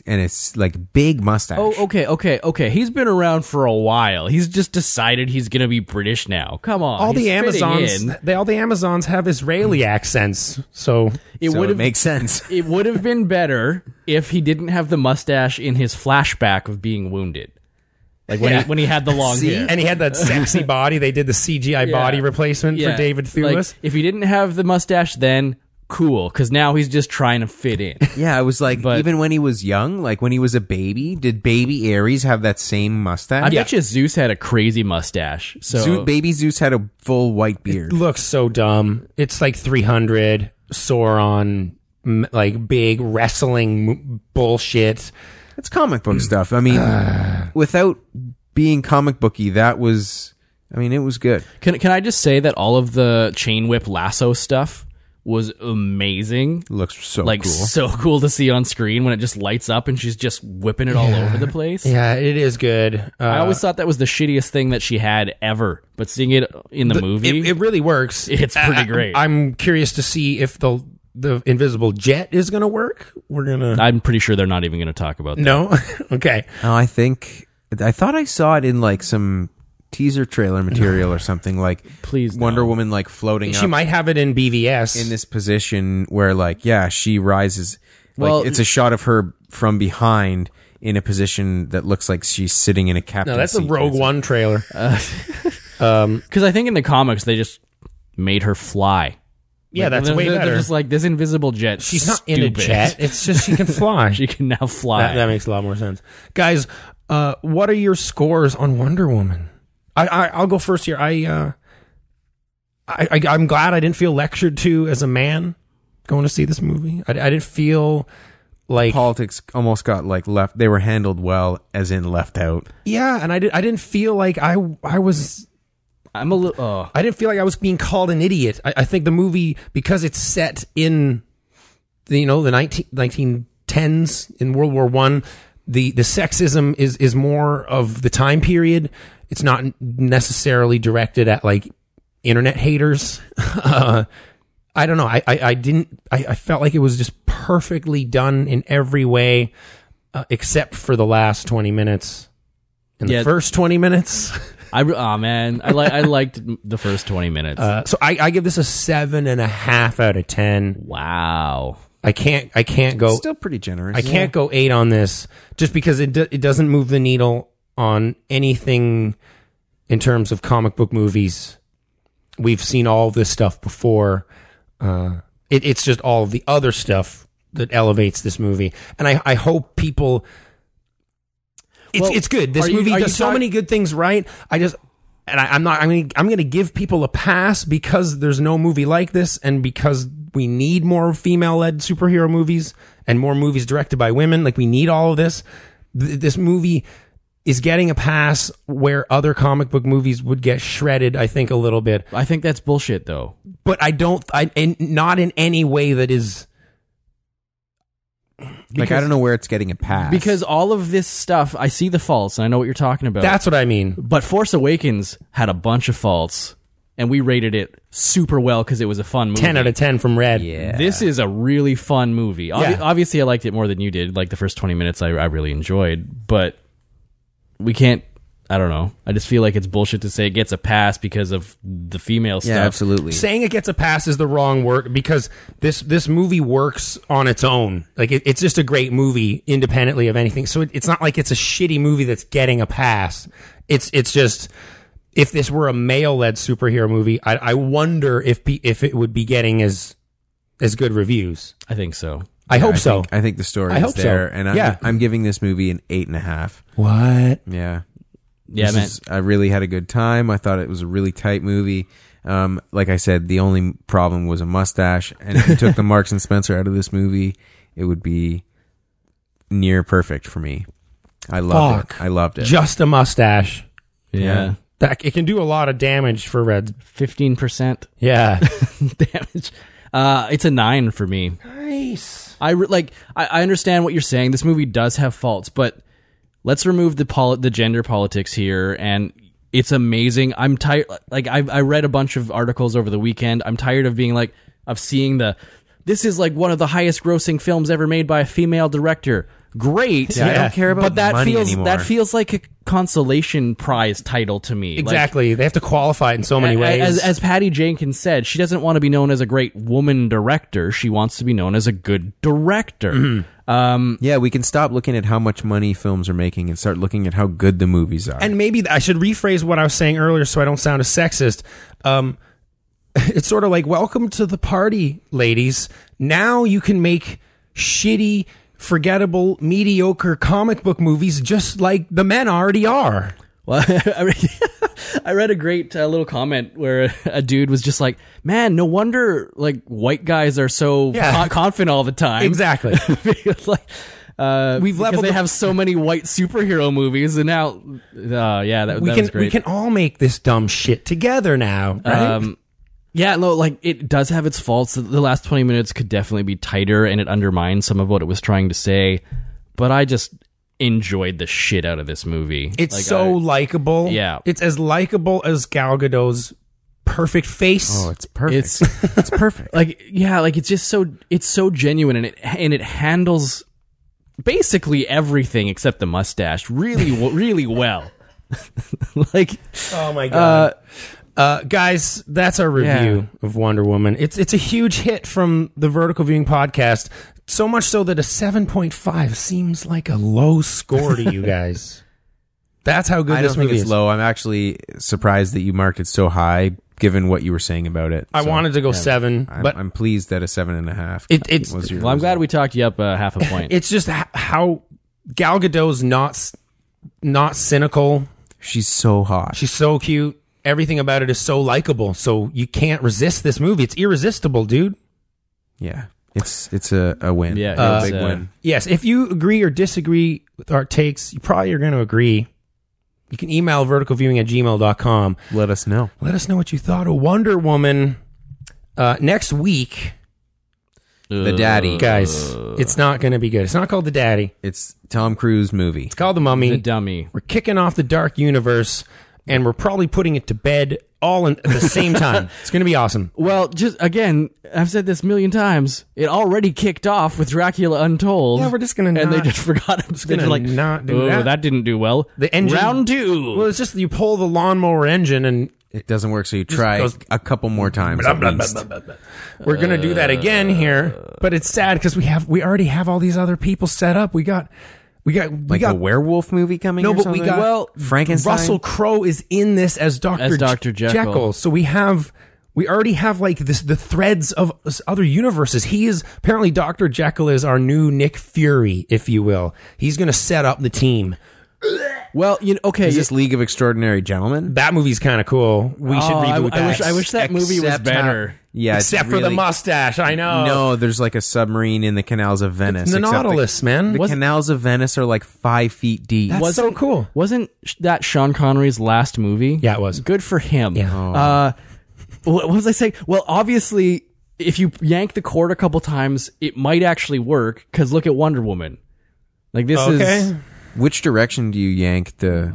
[SPEAKER 3] and a s- like big mustache?
[SPEAKER 4] Oh, okay, okay, okay. He's been around for a while. He's just decided he's gonna be British now. Come on,
[SPEAKER 2] all the
[SPEAKER 4] he's fitting
[SPEAKER 2] Amazons,
[SPEAKER 4] in. Mm.
[SPEAKER 2] they all the Amazons have Israeli accents. So
[SPEAKER 4] It
[SPEAKER 3] so
[SPEAKER 4] would
[SPEAKER 3] it
[SPEAKER 4] have (laughs)
[SPEAKER 3] makes sense.
[SPEAKER 4] it would have been better if he didn't have the mustache in his flashback of being wounded, like when
[SPEAKER 2] Yeah.
[SPEAKER 4] he, when he had
[SPEAKER 2] (laughs)
[SPEAKER 4] the long
[SPEAKER 3] See?
[SPEAKER 4] hair.
[SPEAKER 2] and he had that
[SPEAKER 4] (laughs)
[SPEAKER 2] sexy body. They did the CGI body replacement
[SPEAKER 4] Yeah.
[SPEAKER 2] for David
[SPEAKER 4] Like,
[SPEAKER 2] Thewlis.
[SPEAKER 4] if he didn't have the mustache, then cool, because now he's just trying to fit in.
[SPEAKER 3] Yeah, I was like,
[SPEAKER 4] But-
[SPEAKER 3] even when he was young, like when he was a baby, did baby Ares have that same
[SPEAKER 4] I
[SPEAKER 3] mustache?
[SPEAKER 4] bet you Zeus had a crazy mustache. So
[SPEAKER 3] Zeus, baby Zeus had a full white beard.
[SPEAKER 2] looks so dumb. It's like 300 Sauron m- like big wrestling m- bullshit.
[SPEAKER 3] It's comic book stuff.
[SPEAKER 4] (sighs)
[SPEAKER 3] I mean, without being comic booky, that was. I mean, it was good.
[SPEAKER 4] Can can I just say that all of the chain whip lasso stuff was amazing?
[SPEAKER 3] It looks so
[SPEAKER 4] Like
[SPEAKER 3] cool.
[SPEAKER 4] so cool to see on screen when it just lights up and she's just whipping it all over the place.
[SPEAKER 2] Yeah, it is good. Uh,
[SPEAKER 4] I always thought that was the shittiest thing that she had ever, but seeing it in the, movie,
[SPEAKER 2] It, it really works.
[SPEAKER 4] (laughs) It's pretty great.
[SPEAKER 2] I, am curious to see if the the invisible jet is going to work. We're gonna
[SPEAKER 4] I'm pretty sure they're not even going to
[SPEAKER 2] (laughs)
[SPEAKER 4] talk about that.
[SPEAKER 2] no. okay,
[SPEAKER 3] No, Oh, I think I thought I saw it in like some teaser trailer material or something. Like,
[SPEAKER 4] Please, no.
[SPEAKER 3] Wonder Woman like floating
[SPEAKER 2] she
[SPEAKER 3] up
[SPEAKER 2] might have it in BVS.
[SPEAKER 3] in this position where like yeah she rises. Like
[SPEAKER 4] Well-
[SPEAKER 3] it's a shot of her from behind, in a position that looks like she's sitting in a captain.
[SPEAKER 2] No, that's the
[SPEAKER 3] seat.
[SPEAKER 2] Rogue
[SPEAKER 3] It's-
[SPEAKER 2] One trailer.
[SPEAKER 4] Uh, Because I think in the comics they just made her fly.
[SPEAKER 2] yeah,
[SPEAKER 4] Like,
[SPEAKER 2] that's
[SPEAKER 4] they're,
[SPEAKER 2] way
[SPEAKER 4] they're
[SPEAKER 2] better.
[SPEAKER 4] just like this invisible jet.
[SPEAKER 2] She's not in a
[SPEAKER 4] stupid.
[SPEAKER 2] jet. It's just she can fly.
[SPEAKER 4] (laughs) She can now fly.
[SPEAKER 2] that, that makes a lot more sense, guys. Uh, what are your scores on Wonder Woman? I, I I'll go first here. I, uh, I I I'm glad I didn't feel lectured to as a man going to see this movie. I, I didn't feel like
[SPEAKER 3] Politics almost got like left. They were handled well, as in left out.
[SPEAKER 2] yeah, and I did I didn't feel like I I was
[SPEAKER 4] I'm a little. Oh.
[SPEAKER 2] I didn't feel like I was being called an idiot. I, I think the movie, because it's set in, the, you know, the 19, 1910s in World War One, the, the sexism is, is more of the time period. It's not necessarily directed at like internet haters. (laughs) uh, I don't know. I, I, I didn't, I, I felt like it was just perfectly done in every way, uh, except for the last 20 minutes. In
[SPEAKER 4] Yeah.
[SPEAKER 2] the first 20 minutes.
[SPEAKER 4] I re- aw, man, I like I liked (laughs) the first twenty minutes.
[SPEAKER 2] Uh, so I, I give this a seven and a half out of ten.
[SPEAKER 4] wow,
[SPEAKER 2] I can't I can't go
[SPEAKER 3] Still pretty generous.
[SPEAKER 2] I can't go eight on this just because it do, it doesn't move the needle on anything in terms of comic book movies. We've seen all this stuff before. Uh, it, it's just all of the other stuff that elevates this movie, and I, I hope people. It's
[SPEAKER 4] Well,
[SPEAKER 2] it's good. This
[SPEAKER 4] are you-
[SPEAKER 2] movie
[SPEAKER 4] are you
[SPEAKER 2] does so
[SPEAKER 4] talk-
[SPEAKER 2] many good things right. I just. And I, I'm not. I'm gonna. I'm gonna give people a pass because there's no movie like this, and because we need more female-led superhero movies and more movies directed by women. Like we need all of this. Th- this movie is getting a pass where other comic book movies would get shredded. I think a little bit
[SPEAKER 4] I think that's bullshit though.
[SPEAKER 2] but I don't. I and not in any way that is.
[SPEAKER 3] like I don't know where it's getting a pass
[SPEAKER 4] Because all of this stuff, I see the faults, and I know what you're talking about.
[SPEAKER 2] That's what I mean.
[SPEAKER 4] but Force Awakens had a bunch of faults, and we rated it super well because it was a fun movie.
[SPEAKER 2] Ten out of ten from Red.
[SPEAKER 3] yeah,
[SPEAKER 4] This is a really fun movie. Obvi-
[SPEAKER 2] Yeah.
[SPEAKER 4] Obviously, I liked it more than you did. Like the first 20 minutes, I, I really enjoyed, but we can't. I don't know. I just feel like it's bullshit to say it gets a pass because of the female stuff.
[SPEAKER 3] yeah, absolutely.
[SPEAKER 2] Saying it gets a pass is the wrong word because this this movie works on its own. Like it, it's just a great movie independently of anything. So it, it's not like it's a shitty movie that's getting a pass. It's it's just if this were a male led superhero movie, I, I wonder if pe- if it would be getting as as good reviews.
[SPEAKER 4] I think so.
[SPEAKER 2] I hope so.
[SPEAKER 3] I think the story
[SPEAKER 2] I
[SPEAKER 3] is
[SPEAKER 2] hope so.
[SPEAKER 3] there, and I'm,
[SPEAKER 2] Yeah.
[SPEAKER 3] I'm giving this movie an eight and a half.
[SPEAKER 2] what?
[SPEAKER 3] Yeah,
[SPEAKER 4] Yeah,
[SPEAKER 3] This
[SPEAKER 4] man.
[SPEAKER 3] is- I really had a good time. I thought it was a really tight movie. Um, like I said, the only problem was a mustache. And if you took the Marks and Spencer out of this movie, it would be near perfect for me. I loved
[SPEAKER 2] Fuck.
[SPEAKER 3] it. I loved it.
[SPEAKER 2] Just a mustache.
[SPEAKER 4] yeah.
[SPEAKER 2] That it can do a lot of damage for Reds.
[SPEAKER 4] 15%
[SPEAKER 2] Yeah.
[SPEAKER 4] (laughs) damage. Uh, it's a nine for me.
[SPEAKER 2] nice.
[SPEAKER 4] I re- like. I, I understand what you're saying. This movie does have faults, but let's remove the poli- the gender politics here, and it's amazing. I'm tired. Like I I read a bunch of articles over the weekend. I'm tired of being like of seeing the. This is like one of the highest grossing films ever made by a female director. Great.
[SPEAKER 3] I don't Yeah. care about
[SPEAKER 4] But that
[SPEAKER 3] money
[SPEAKER 4] feels
[SPEAKER 3] anymore.
[SPEAKER 4] that feels like a consolation prize title to me. Like,
[SPEAKER 2] Exactly. they have to qualify it in so many
[SPEAKER 4] a-
[SPEAKER 2] ways.
[SPEAKER 4] As, as Patty Jenkins said, she doesn't want to be known as a great woman director. She wants to be known as a good director.
[SPEAKER 2] Mm-hmm.
[SPEAKER 3] yeah, we can stop looking at how much money films are making and start looking at how good the movies are.
[SPEAKER 2] and maybe th- I should rephrase what I was saying earlier so I don't sound as sexist. Um, (laughs) it's sort of like welcome to the party, ladies. Now you can make shitty, forgettable, mediocre comic book movies just like the men already are.
[SPEAKER 4] Well, (laughs) I read- (laughs) I read a great uh, little comment where a dude was just like, "Man, no wonder like white guys are so
[SPEAKER 2] Yeah.
[SPEAKER 4] con- confident all the time." (laughs)
[SPEAKER 2] Exactly.
[SPEAKER 4] like, uh,
[SPEAKER 2] We've
[SPEAKER 4] because
[SPEAKER 2] leveled
[SPEAKER 4] they
[SPEAKER 2] the-
[SPEAKER 4] have so many white superhero movies, and now, uh, yeah, that,
[SPEAKER 2] we
[SPEAKER 4] that
[SPEAKER 2] can
[SPEAKER 4] was great.
[SPEAKER 2] we can all make this dumb shit together now, right?
[SPEAKER 4] Um, yeah, no, like it does have its faults. The- The last twenty minutes could definitely be tighter, and it undermines some of what it was trying to say. But I just enjoyed the shit out of this movie.
[SPEAKER 2] It's
[SPEAKER 4] Like, uh,
[SPEAKER 2] so likable.
[SPEAKER 4] Yeah.
[SPEAKER 2] It's as likable as Gal Gadot's perfect face.
[SPEAKER 3] oh, it's perfect.
[SPEAKER 4] It's-
[SPEAKER 3] (laughs) It's, perfect.
[SPEAKER 4] I- (laughs) like yeah, like it's just so it's so genuine, and it and it handles basically everything except the mustache really w- really well. (laughs) like
[SPEAKER 2] Oh my god. Uh, guys, that's our review of Wonder Woman. It's it's a huge hit from the Vertical Viewing podcast. So much so that a 7.5 seems like a low score to
[SPEAKER 3] (laughs)
[SPEAKER 2] you guys. That's how good
[SPEAKER 3] I
[SPEAKER 2] this
[SPEAKER 3] don't think
[SPEAKER 2] movie
[SPEAKER 3] it's
[SPEAKER 2] is.
[SPEAKER 3] low. I'm actually surprised that you marked it so high, given what you were saying about it.
[SPEAKER 2] I
[SPEAKER 3] So,
[SPEAKER 2] wanted to go seven,
[SPEAKER 3] I'm,
[SPEAKER 2] but
[SPEAKER 3] I'm pleased that a seven and a half.
[SPEAKER 2] It- it's-
[SPEAKER 3] was your
[SPEAKER 4] Well, I'm glad
[SPEAKER 3] result.
[SPEAKER 4] we talked you up uh,
[SPEAKER 3] (laughs)
[SPEAKER 4] half a point.
[SPEAKER 2] it's just h- how Gal Gadot's not s- not cynical.
[SPEAKER 3] She's so hot.
[SPEAKER 2] She's so cute. Everything about it is so likable. So you can't resist this movie. It's irresistible, dude.
[SPEAKER 3] yeah, it's it's a, a win.
[SPEAKER 4] Yeah,
[SPEAKER 3] a
[SPEAKER 4] it's,
[SPEAKER 3] big
[SPEAKER 4] uh,
[SPEAKER 3] win.
[SPEAKER 2] Yes, if you agree or disagree with our takes, you probably are going to agree. You can email verticalviewing at gmail.com.
[SPEAKER 3] Let us know.
[SPEAKER 2] Let us know what you thought of Wonder Woman. Uh, next week,
[SPEAKER 3] The daddy.
[SPEAKER 2] guys, it's not going to be good. It's not called The Daddy.
[SPEAKER 3] It's Tom Cruise movie.
[SPEAKER 2] It's called The Mummy.
[SPEAKER 4] The dummy.
[SPEAKER 2] we're kicking off the dark universe, and we're probably putting it to bed all in, at the same
[SPEAKER 4] (laughs)
[SPEAKER 2] time. It's going to be awesome.
[SPEAKER 4] Well, just again, I've said this a million times. It already kicked off with Dracula Untold.
[SPEAKER 2] Yeah, we're just gonna
[SPEAKER 4] and they
[SPEAKER 2] not-
[SPEAKER 4] just (laughs) forgot. I'm just
[SPEAKER 2] gonna
[SPEAKER 4] like
[SPEAKER 2] not do
[SPEAKER 4] oh,
[SPEAKER 2] that."
[SPEAKER 4] didn't do well.
[SPEAKER 2] The engine-
[SPEAKER 4] round two.
[SPEAKER 2] Well, it's just you pull the lawnmower engine, and
[SPEAKER 3] It doesn't work, so you try
[SPEAKER 2] goes-
[SPEAKER 3] a couple more times. at least.
[SPEAKER 2] we're going to do that again here. But it's sad because we have we already have all these other people set up. We got we got we
[SPEAKER 3] Like
[SPEAKER 2] got
[SPEAKER 3] a werewolf movie coming.
[SPEAKER 2] No,
[SPEAKER 3] or
[SPEAKER 2] but we
[SPEAKER 3] something?
[SPEAKER 2] got
[SPEAKER 3] well Frankenstein.
[SPEAKER 2] Russell Crowe is in this as Doctor
[SPEAKER 4] As Dr. Jekyll.
[SPEAKER 2] So we have we already have like this the threads of s- other universes. He is apparently Doctor Jekyll is our new Nick Fury, if you will. He's going to set up the team.
[SPEAKER 4] well, you know, okay.
[SPEAKER 3] is this League of Extraordinary Gentlemen?
[SPEAKER 2] That movie's kind of cool. We should
[SPEAKER 4] Oh, I-
[SPEAKER 2] reboot
[SPEAKER 4] I,
[SPEAKER 2] that.
[SPEAKER 4] wish, I wish that movie was
[SPEAKER 3] Except how-
[SPEAKER 4] better.
[SPEAKER 3] yeah, it's
[SPEAKER 2] except for the
[SPEAKER 3] really-
[SPEAKER 2] mustache. I know.
[SPEAKER 3] No, there's like a submarine in the canals of Venice.
[SPEAKER 2] It's the
[SPEAKER 3] except
[SPEAKER 2] Nautilus, man.
[SPEAKER 3] The
[SPEAKER 2] Wasn't-
[SPEAKER 3] canals of Venice are like five feet deep.
[SPEAKER 2] that's so cool.
[SPEAKER 4] Wasn't sh- that Sean Connery's last movie?
[SPEAKER 2] Yeah, it was.
[SPEAKER 4] Good for him.
[SPEAKER 2] Yeah.
[SPEAKER 4] Uh, what was I saying? Well, obviously, if you yank the cord a couple times, it might actually work. Because look at Wonder Woman. Like this is
[SPEAKER 2] Okay,
[SPEAKER 3] Which direction do you yank the?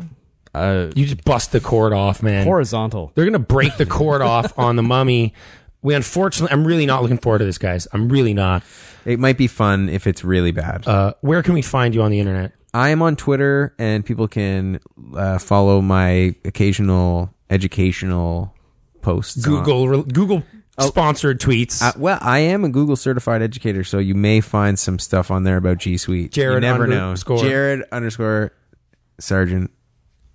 [SPEAKER 2] you just bust the cord off, man.
[SPEAKER 4] horizontal.
[SPEAKER 2] They're gonna break the cord
[SPEAKER 3] (laughs)
[SPEAKER 2] off on the mummy. We unfortunately, I'm really not looking forward to this, guys. I'm really not.
[SPEAKER 3] It might be fun if it's really bad.
[SPEAKER 2] Uh, where can we find you on the internet?
[SPEAKER 3] I am on Twitter, and people can uh, follow my occasional educational posts. on-
[SPEAKER 2] Google re- Google sponsored tweets.
[SPEAKER 3] Oh. Uh, well, I am a Google certified educator, so you may find some stuff on there about G Suite.
[SPEAKER 2] Jared
[SPEAKER 3] you never
[SPEAKER 2] underscore-
[SPEAKER 3] know. Jared underscore Sergeant.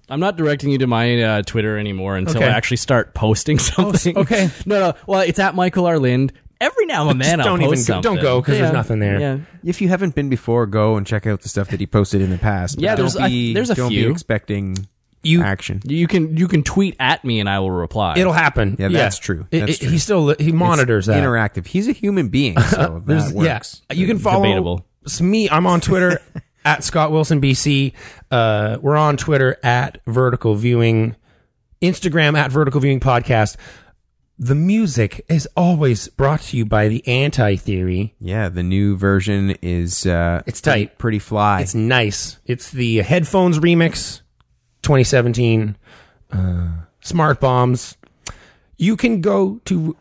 [SPEAKER 4] I'm not directing you to my uh, Twitter anymore until
[SPEAKER 2] Okay. Oh,
[SPEAKER 4] I actually start posting (laughs) something.
[SPEAKER 2] okay.
[SPEAKER 4] no, no. Well, it's at Michael R. Lind. Every now and
[SPEAKER 2] just
[SPEAKER 4] then, I'll
[SPEAKER 2] don't
[SPEAKER 4] post
[SPEAKER 2] even go- don't
[SPEAKER 4] something.
[SPEAKER 2] go 'cause there's
[SPEAKER 4] Yeah.
[SPEAKER 2] nothing there.
[SPEAKER 4] Yeah.
[SPEAKER 3] If you haven't been before, go and check out the stuff that he posted in the past. But
[SPEAKER 4] Yeah,
[SPEAKER 3] don't
[SPEAKER 4] there's a-
[SPEAKER 3] be,
[SPEAKER 4] there's a
[SPEAKER 3] don't
[SPEAKER 4] few.
[SPEAKER 3] be expecting
[SPEAKER 2] You-
[SPEAKER 3] action.
[SPEAKER 4] You can you can tweet at me and I will reply.
[SPEAKER 2] It'll happen.
[SPEAKER 3] Yeah, that's true.
[SPEAKER 2] It-
[SPEAKER 3] That's
[SPEAKER 2] it-
[SPEAKER 3] true.
[SPEAKER 2] He still he
[SPEAKER 3] It's
[SPEAKER 2] monitors that.
[SPEAKER 3] interactive. He's a human being,
[SPEAKER 2] (laughs)
[SPEAKER 3] so that works.
[SPEAKER 2] Yeah, you can follow
[SPEAKER 4] Debatable.
[SPEAKER 2] It's me. I'm on
[SPEAKER 3] (laughs)
[SPEAKER 2] Twitter at Scott Wilson BC. Uh, we're on Twitter at Vertical Viewing, Instagram at Vertical Viewing Podcast. The music is always brought to you by the Anti Theory.
[SPEAKER 3] Yeah, the new version is uh,
[SPEAKER 2] It's tight.
[SPEAKER 3] pretty fly.
[SPEAKER 2] It's nice. It's the headphones remix, 2017. Uh, Smart bombs. You can go to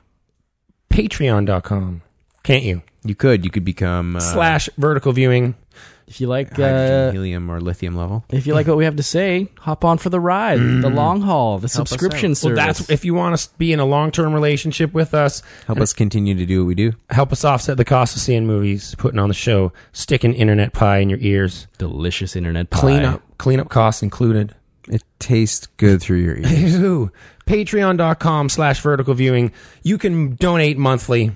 [SPEAKER 2] Patreon.com, can't you?
[SPEAKER 3] you could you could become uh,
[SPEAKER 2] Slash Vertical Viewing.
[SPEAKER 4] If you like
[SPEAKER 3] hydrogen,
[SPEAKER 4] uh,
[SPEAKER 3] helium, or lithium level.
[SPEAKER 4] if you like what we have to say, hop on for the ride, the
[SPEAKER 2] Mm.
[SPEAKER 4] long haul, the subscription
[SPEAKER 2] Well,
[SPEAKER 4] service.
[SPEAKER 2] that's if you want to be in a long-term relationship with us,
[SPEAKER 3] Help us continue to do what we do.
[SPEAKER 2] help us offset the cost of seeing movies, putting on the show, sticking internet pie in your ears,
[SPEAKER 4] delicious internet pie.
[SPEAKER 2] clean up, clean up costs included.
[SPEAKER 3] It tastes good through your ears.
[SPEAKER 2] Ew. Patreon.com slash vertical viewing. You can donate monthly.
[SPEAKER 3] (laughs)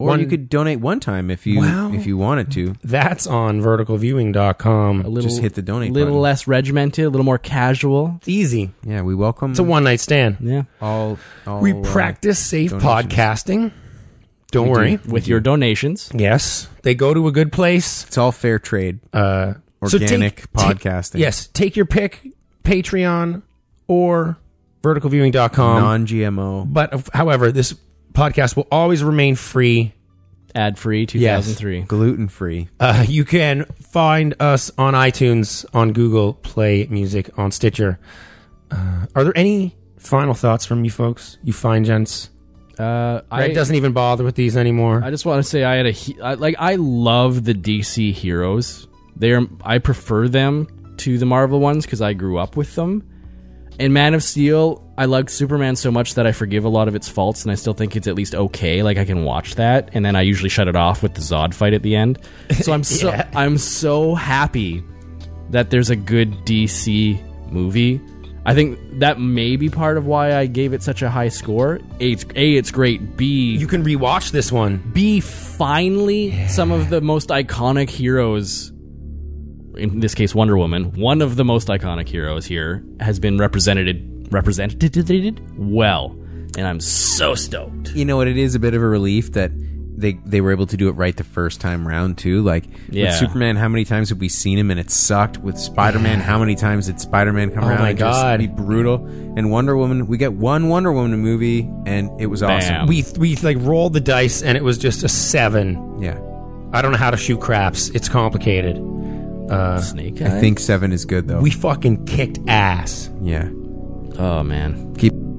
[SPEAKER 3] Or
[SPEAKER 2] One-
[SPEAKER 3] you could donate one time if you
[SPEAKER 2] Wow.
[SPEAKER 3] if you wanted to.
[SPEAKER 2] That's on verticalviewing.com.
[SPEAKER 4] A little,
[SPEAKER 3] Just hit the donate
[SPEAKER 4] little
[SPEAKER 3] button.
[SPEAKER 4] less regimented, a little more casual.
[SPEAKER 2] It's easy.
[SPEAKER 3] Yeah, we welcome
[SPEAKER 2] It's a one-night stand.
[SPEAKER 4] Yeah,
[SPEAKER 3] all, all.
[SPEAKER 2] We
[SPEAKER 3] uh,
[SPEAKER 2] practice safe
[SPEAKER 3] donations.
[SPEAKER 2] podcasting. Don't worry.
[SPEAKER 4] with your donations.
[SPEAKER 2] Yes. They go to a good place.
[SPEAKER 3] It's all fair trade.
[SPEAKER 2] uh,
[SPEAKER 3] Organic
[SPEAKER 2] take-
[SPEAKER 3] podcasting.
[SPEAKER 2] yes, take your pick, Patreon or verticalviewing.com.
[SPEAKER 3] non GMO.
[SPEAKER 2] but of- however, this podcast will always remain free.
[SPEAKER 4] Ad free, two thousand three.
[SPEAKER 3] Gluten free.
[SPEAKER 2] Uh, you can find us on iTunes, on Google Play Music, on Stitcher. Uh, are there any final thoughts from you folks? You fine gents?
[SPEAKER 4] Uh,
[SPEAKER 2] Greg
[SPEAKER 4] I
[SPEAKER 2] doesn't even bother with these anymore.
[SPEAKER 4] I just want to say I had a he- I, like I love the DC heroes. They are I prefer them to the Marvel ones because I grew up with them. In Man of Steel, I loved Superman so much that I forgive a lot of its faults, and I still think it's at least okay. Like I can watch that, and then I usually shut it off with the Zod fight at the end. So I'm so I'm so happy that there's a good DC movie. I think that may be part of why I gave it such a high score. A, it's, a, it's great. B,
[SPEAKER 2] You can rewatch this one.
[SPEAKER 4] B finally some of the most iconic heroes in this case Wonder Woman, one of the most iconic heroes here has been represented represented well. And I'm so stoked.
[SPEAKER 3] you know what it is a bit of a relief that they they were able to do it right the first time round too like
[SPEAKER 4] Yeah.
[SPEAKER 3] with superman how many times have we seen him and it sucked with spider-man how many times did spider-man come
[SPEAKER 2] Oh
[SPEAKER 3] around
[SPEAKER 2] my
[SPEAKER 3] and just
[SPEAKER 2] God.
[SPEAKER 3] be brutal and wonder woman we get one wonder woman movie and it was
[SPEAKER 4] Bam.
[SPEAKER 3] awesome
[SPEAKER 2] We we like rolled the dice and it was just a seven.
[SPEAKER 3] yeah
[SPEAKER 2] I don't know how to shoot craps. It's complicated.
[SPEAKER 4] Snake
[SPEAKER 3] i think seven is good though
[SPEAKER 2] We fucking kicked ass.
[SPEAKER 3] yeah
[SPEAKER 4] Oh man.
[SPEAKER 3] keep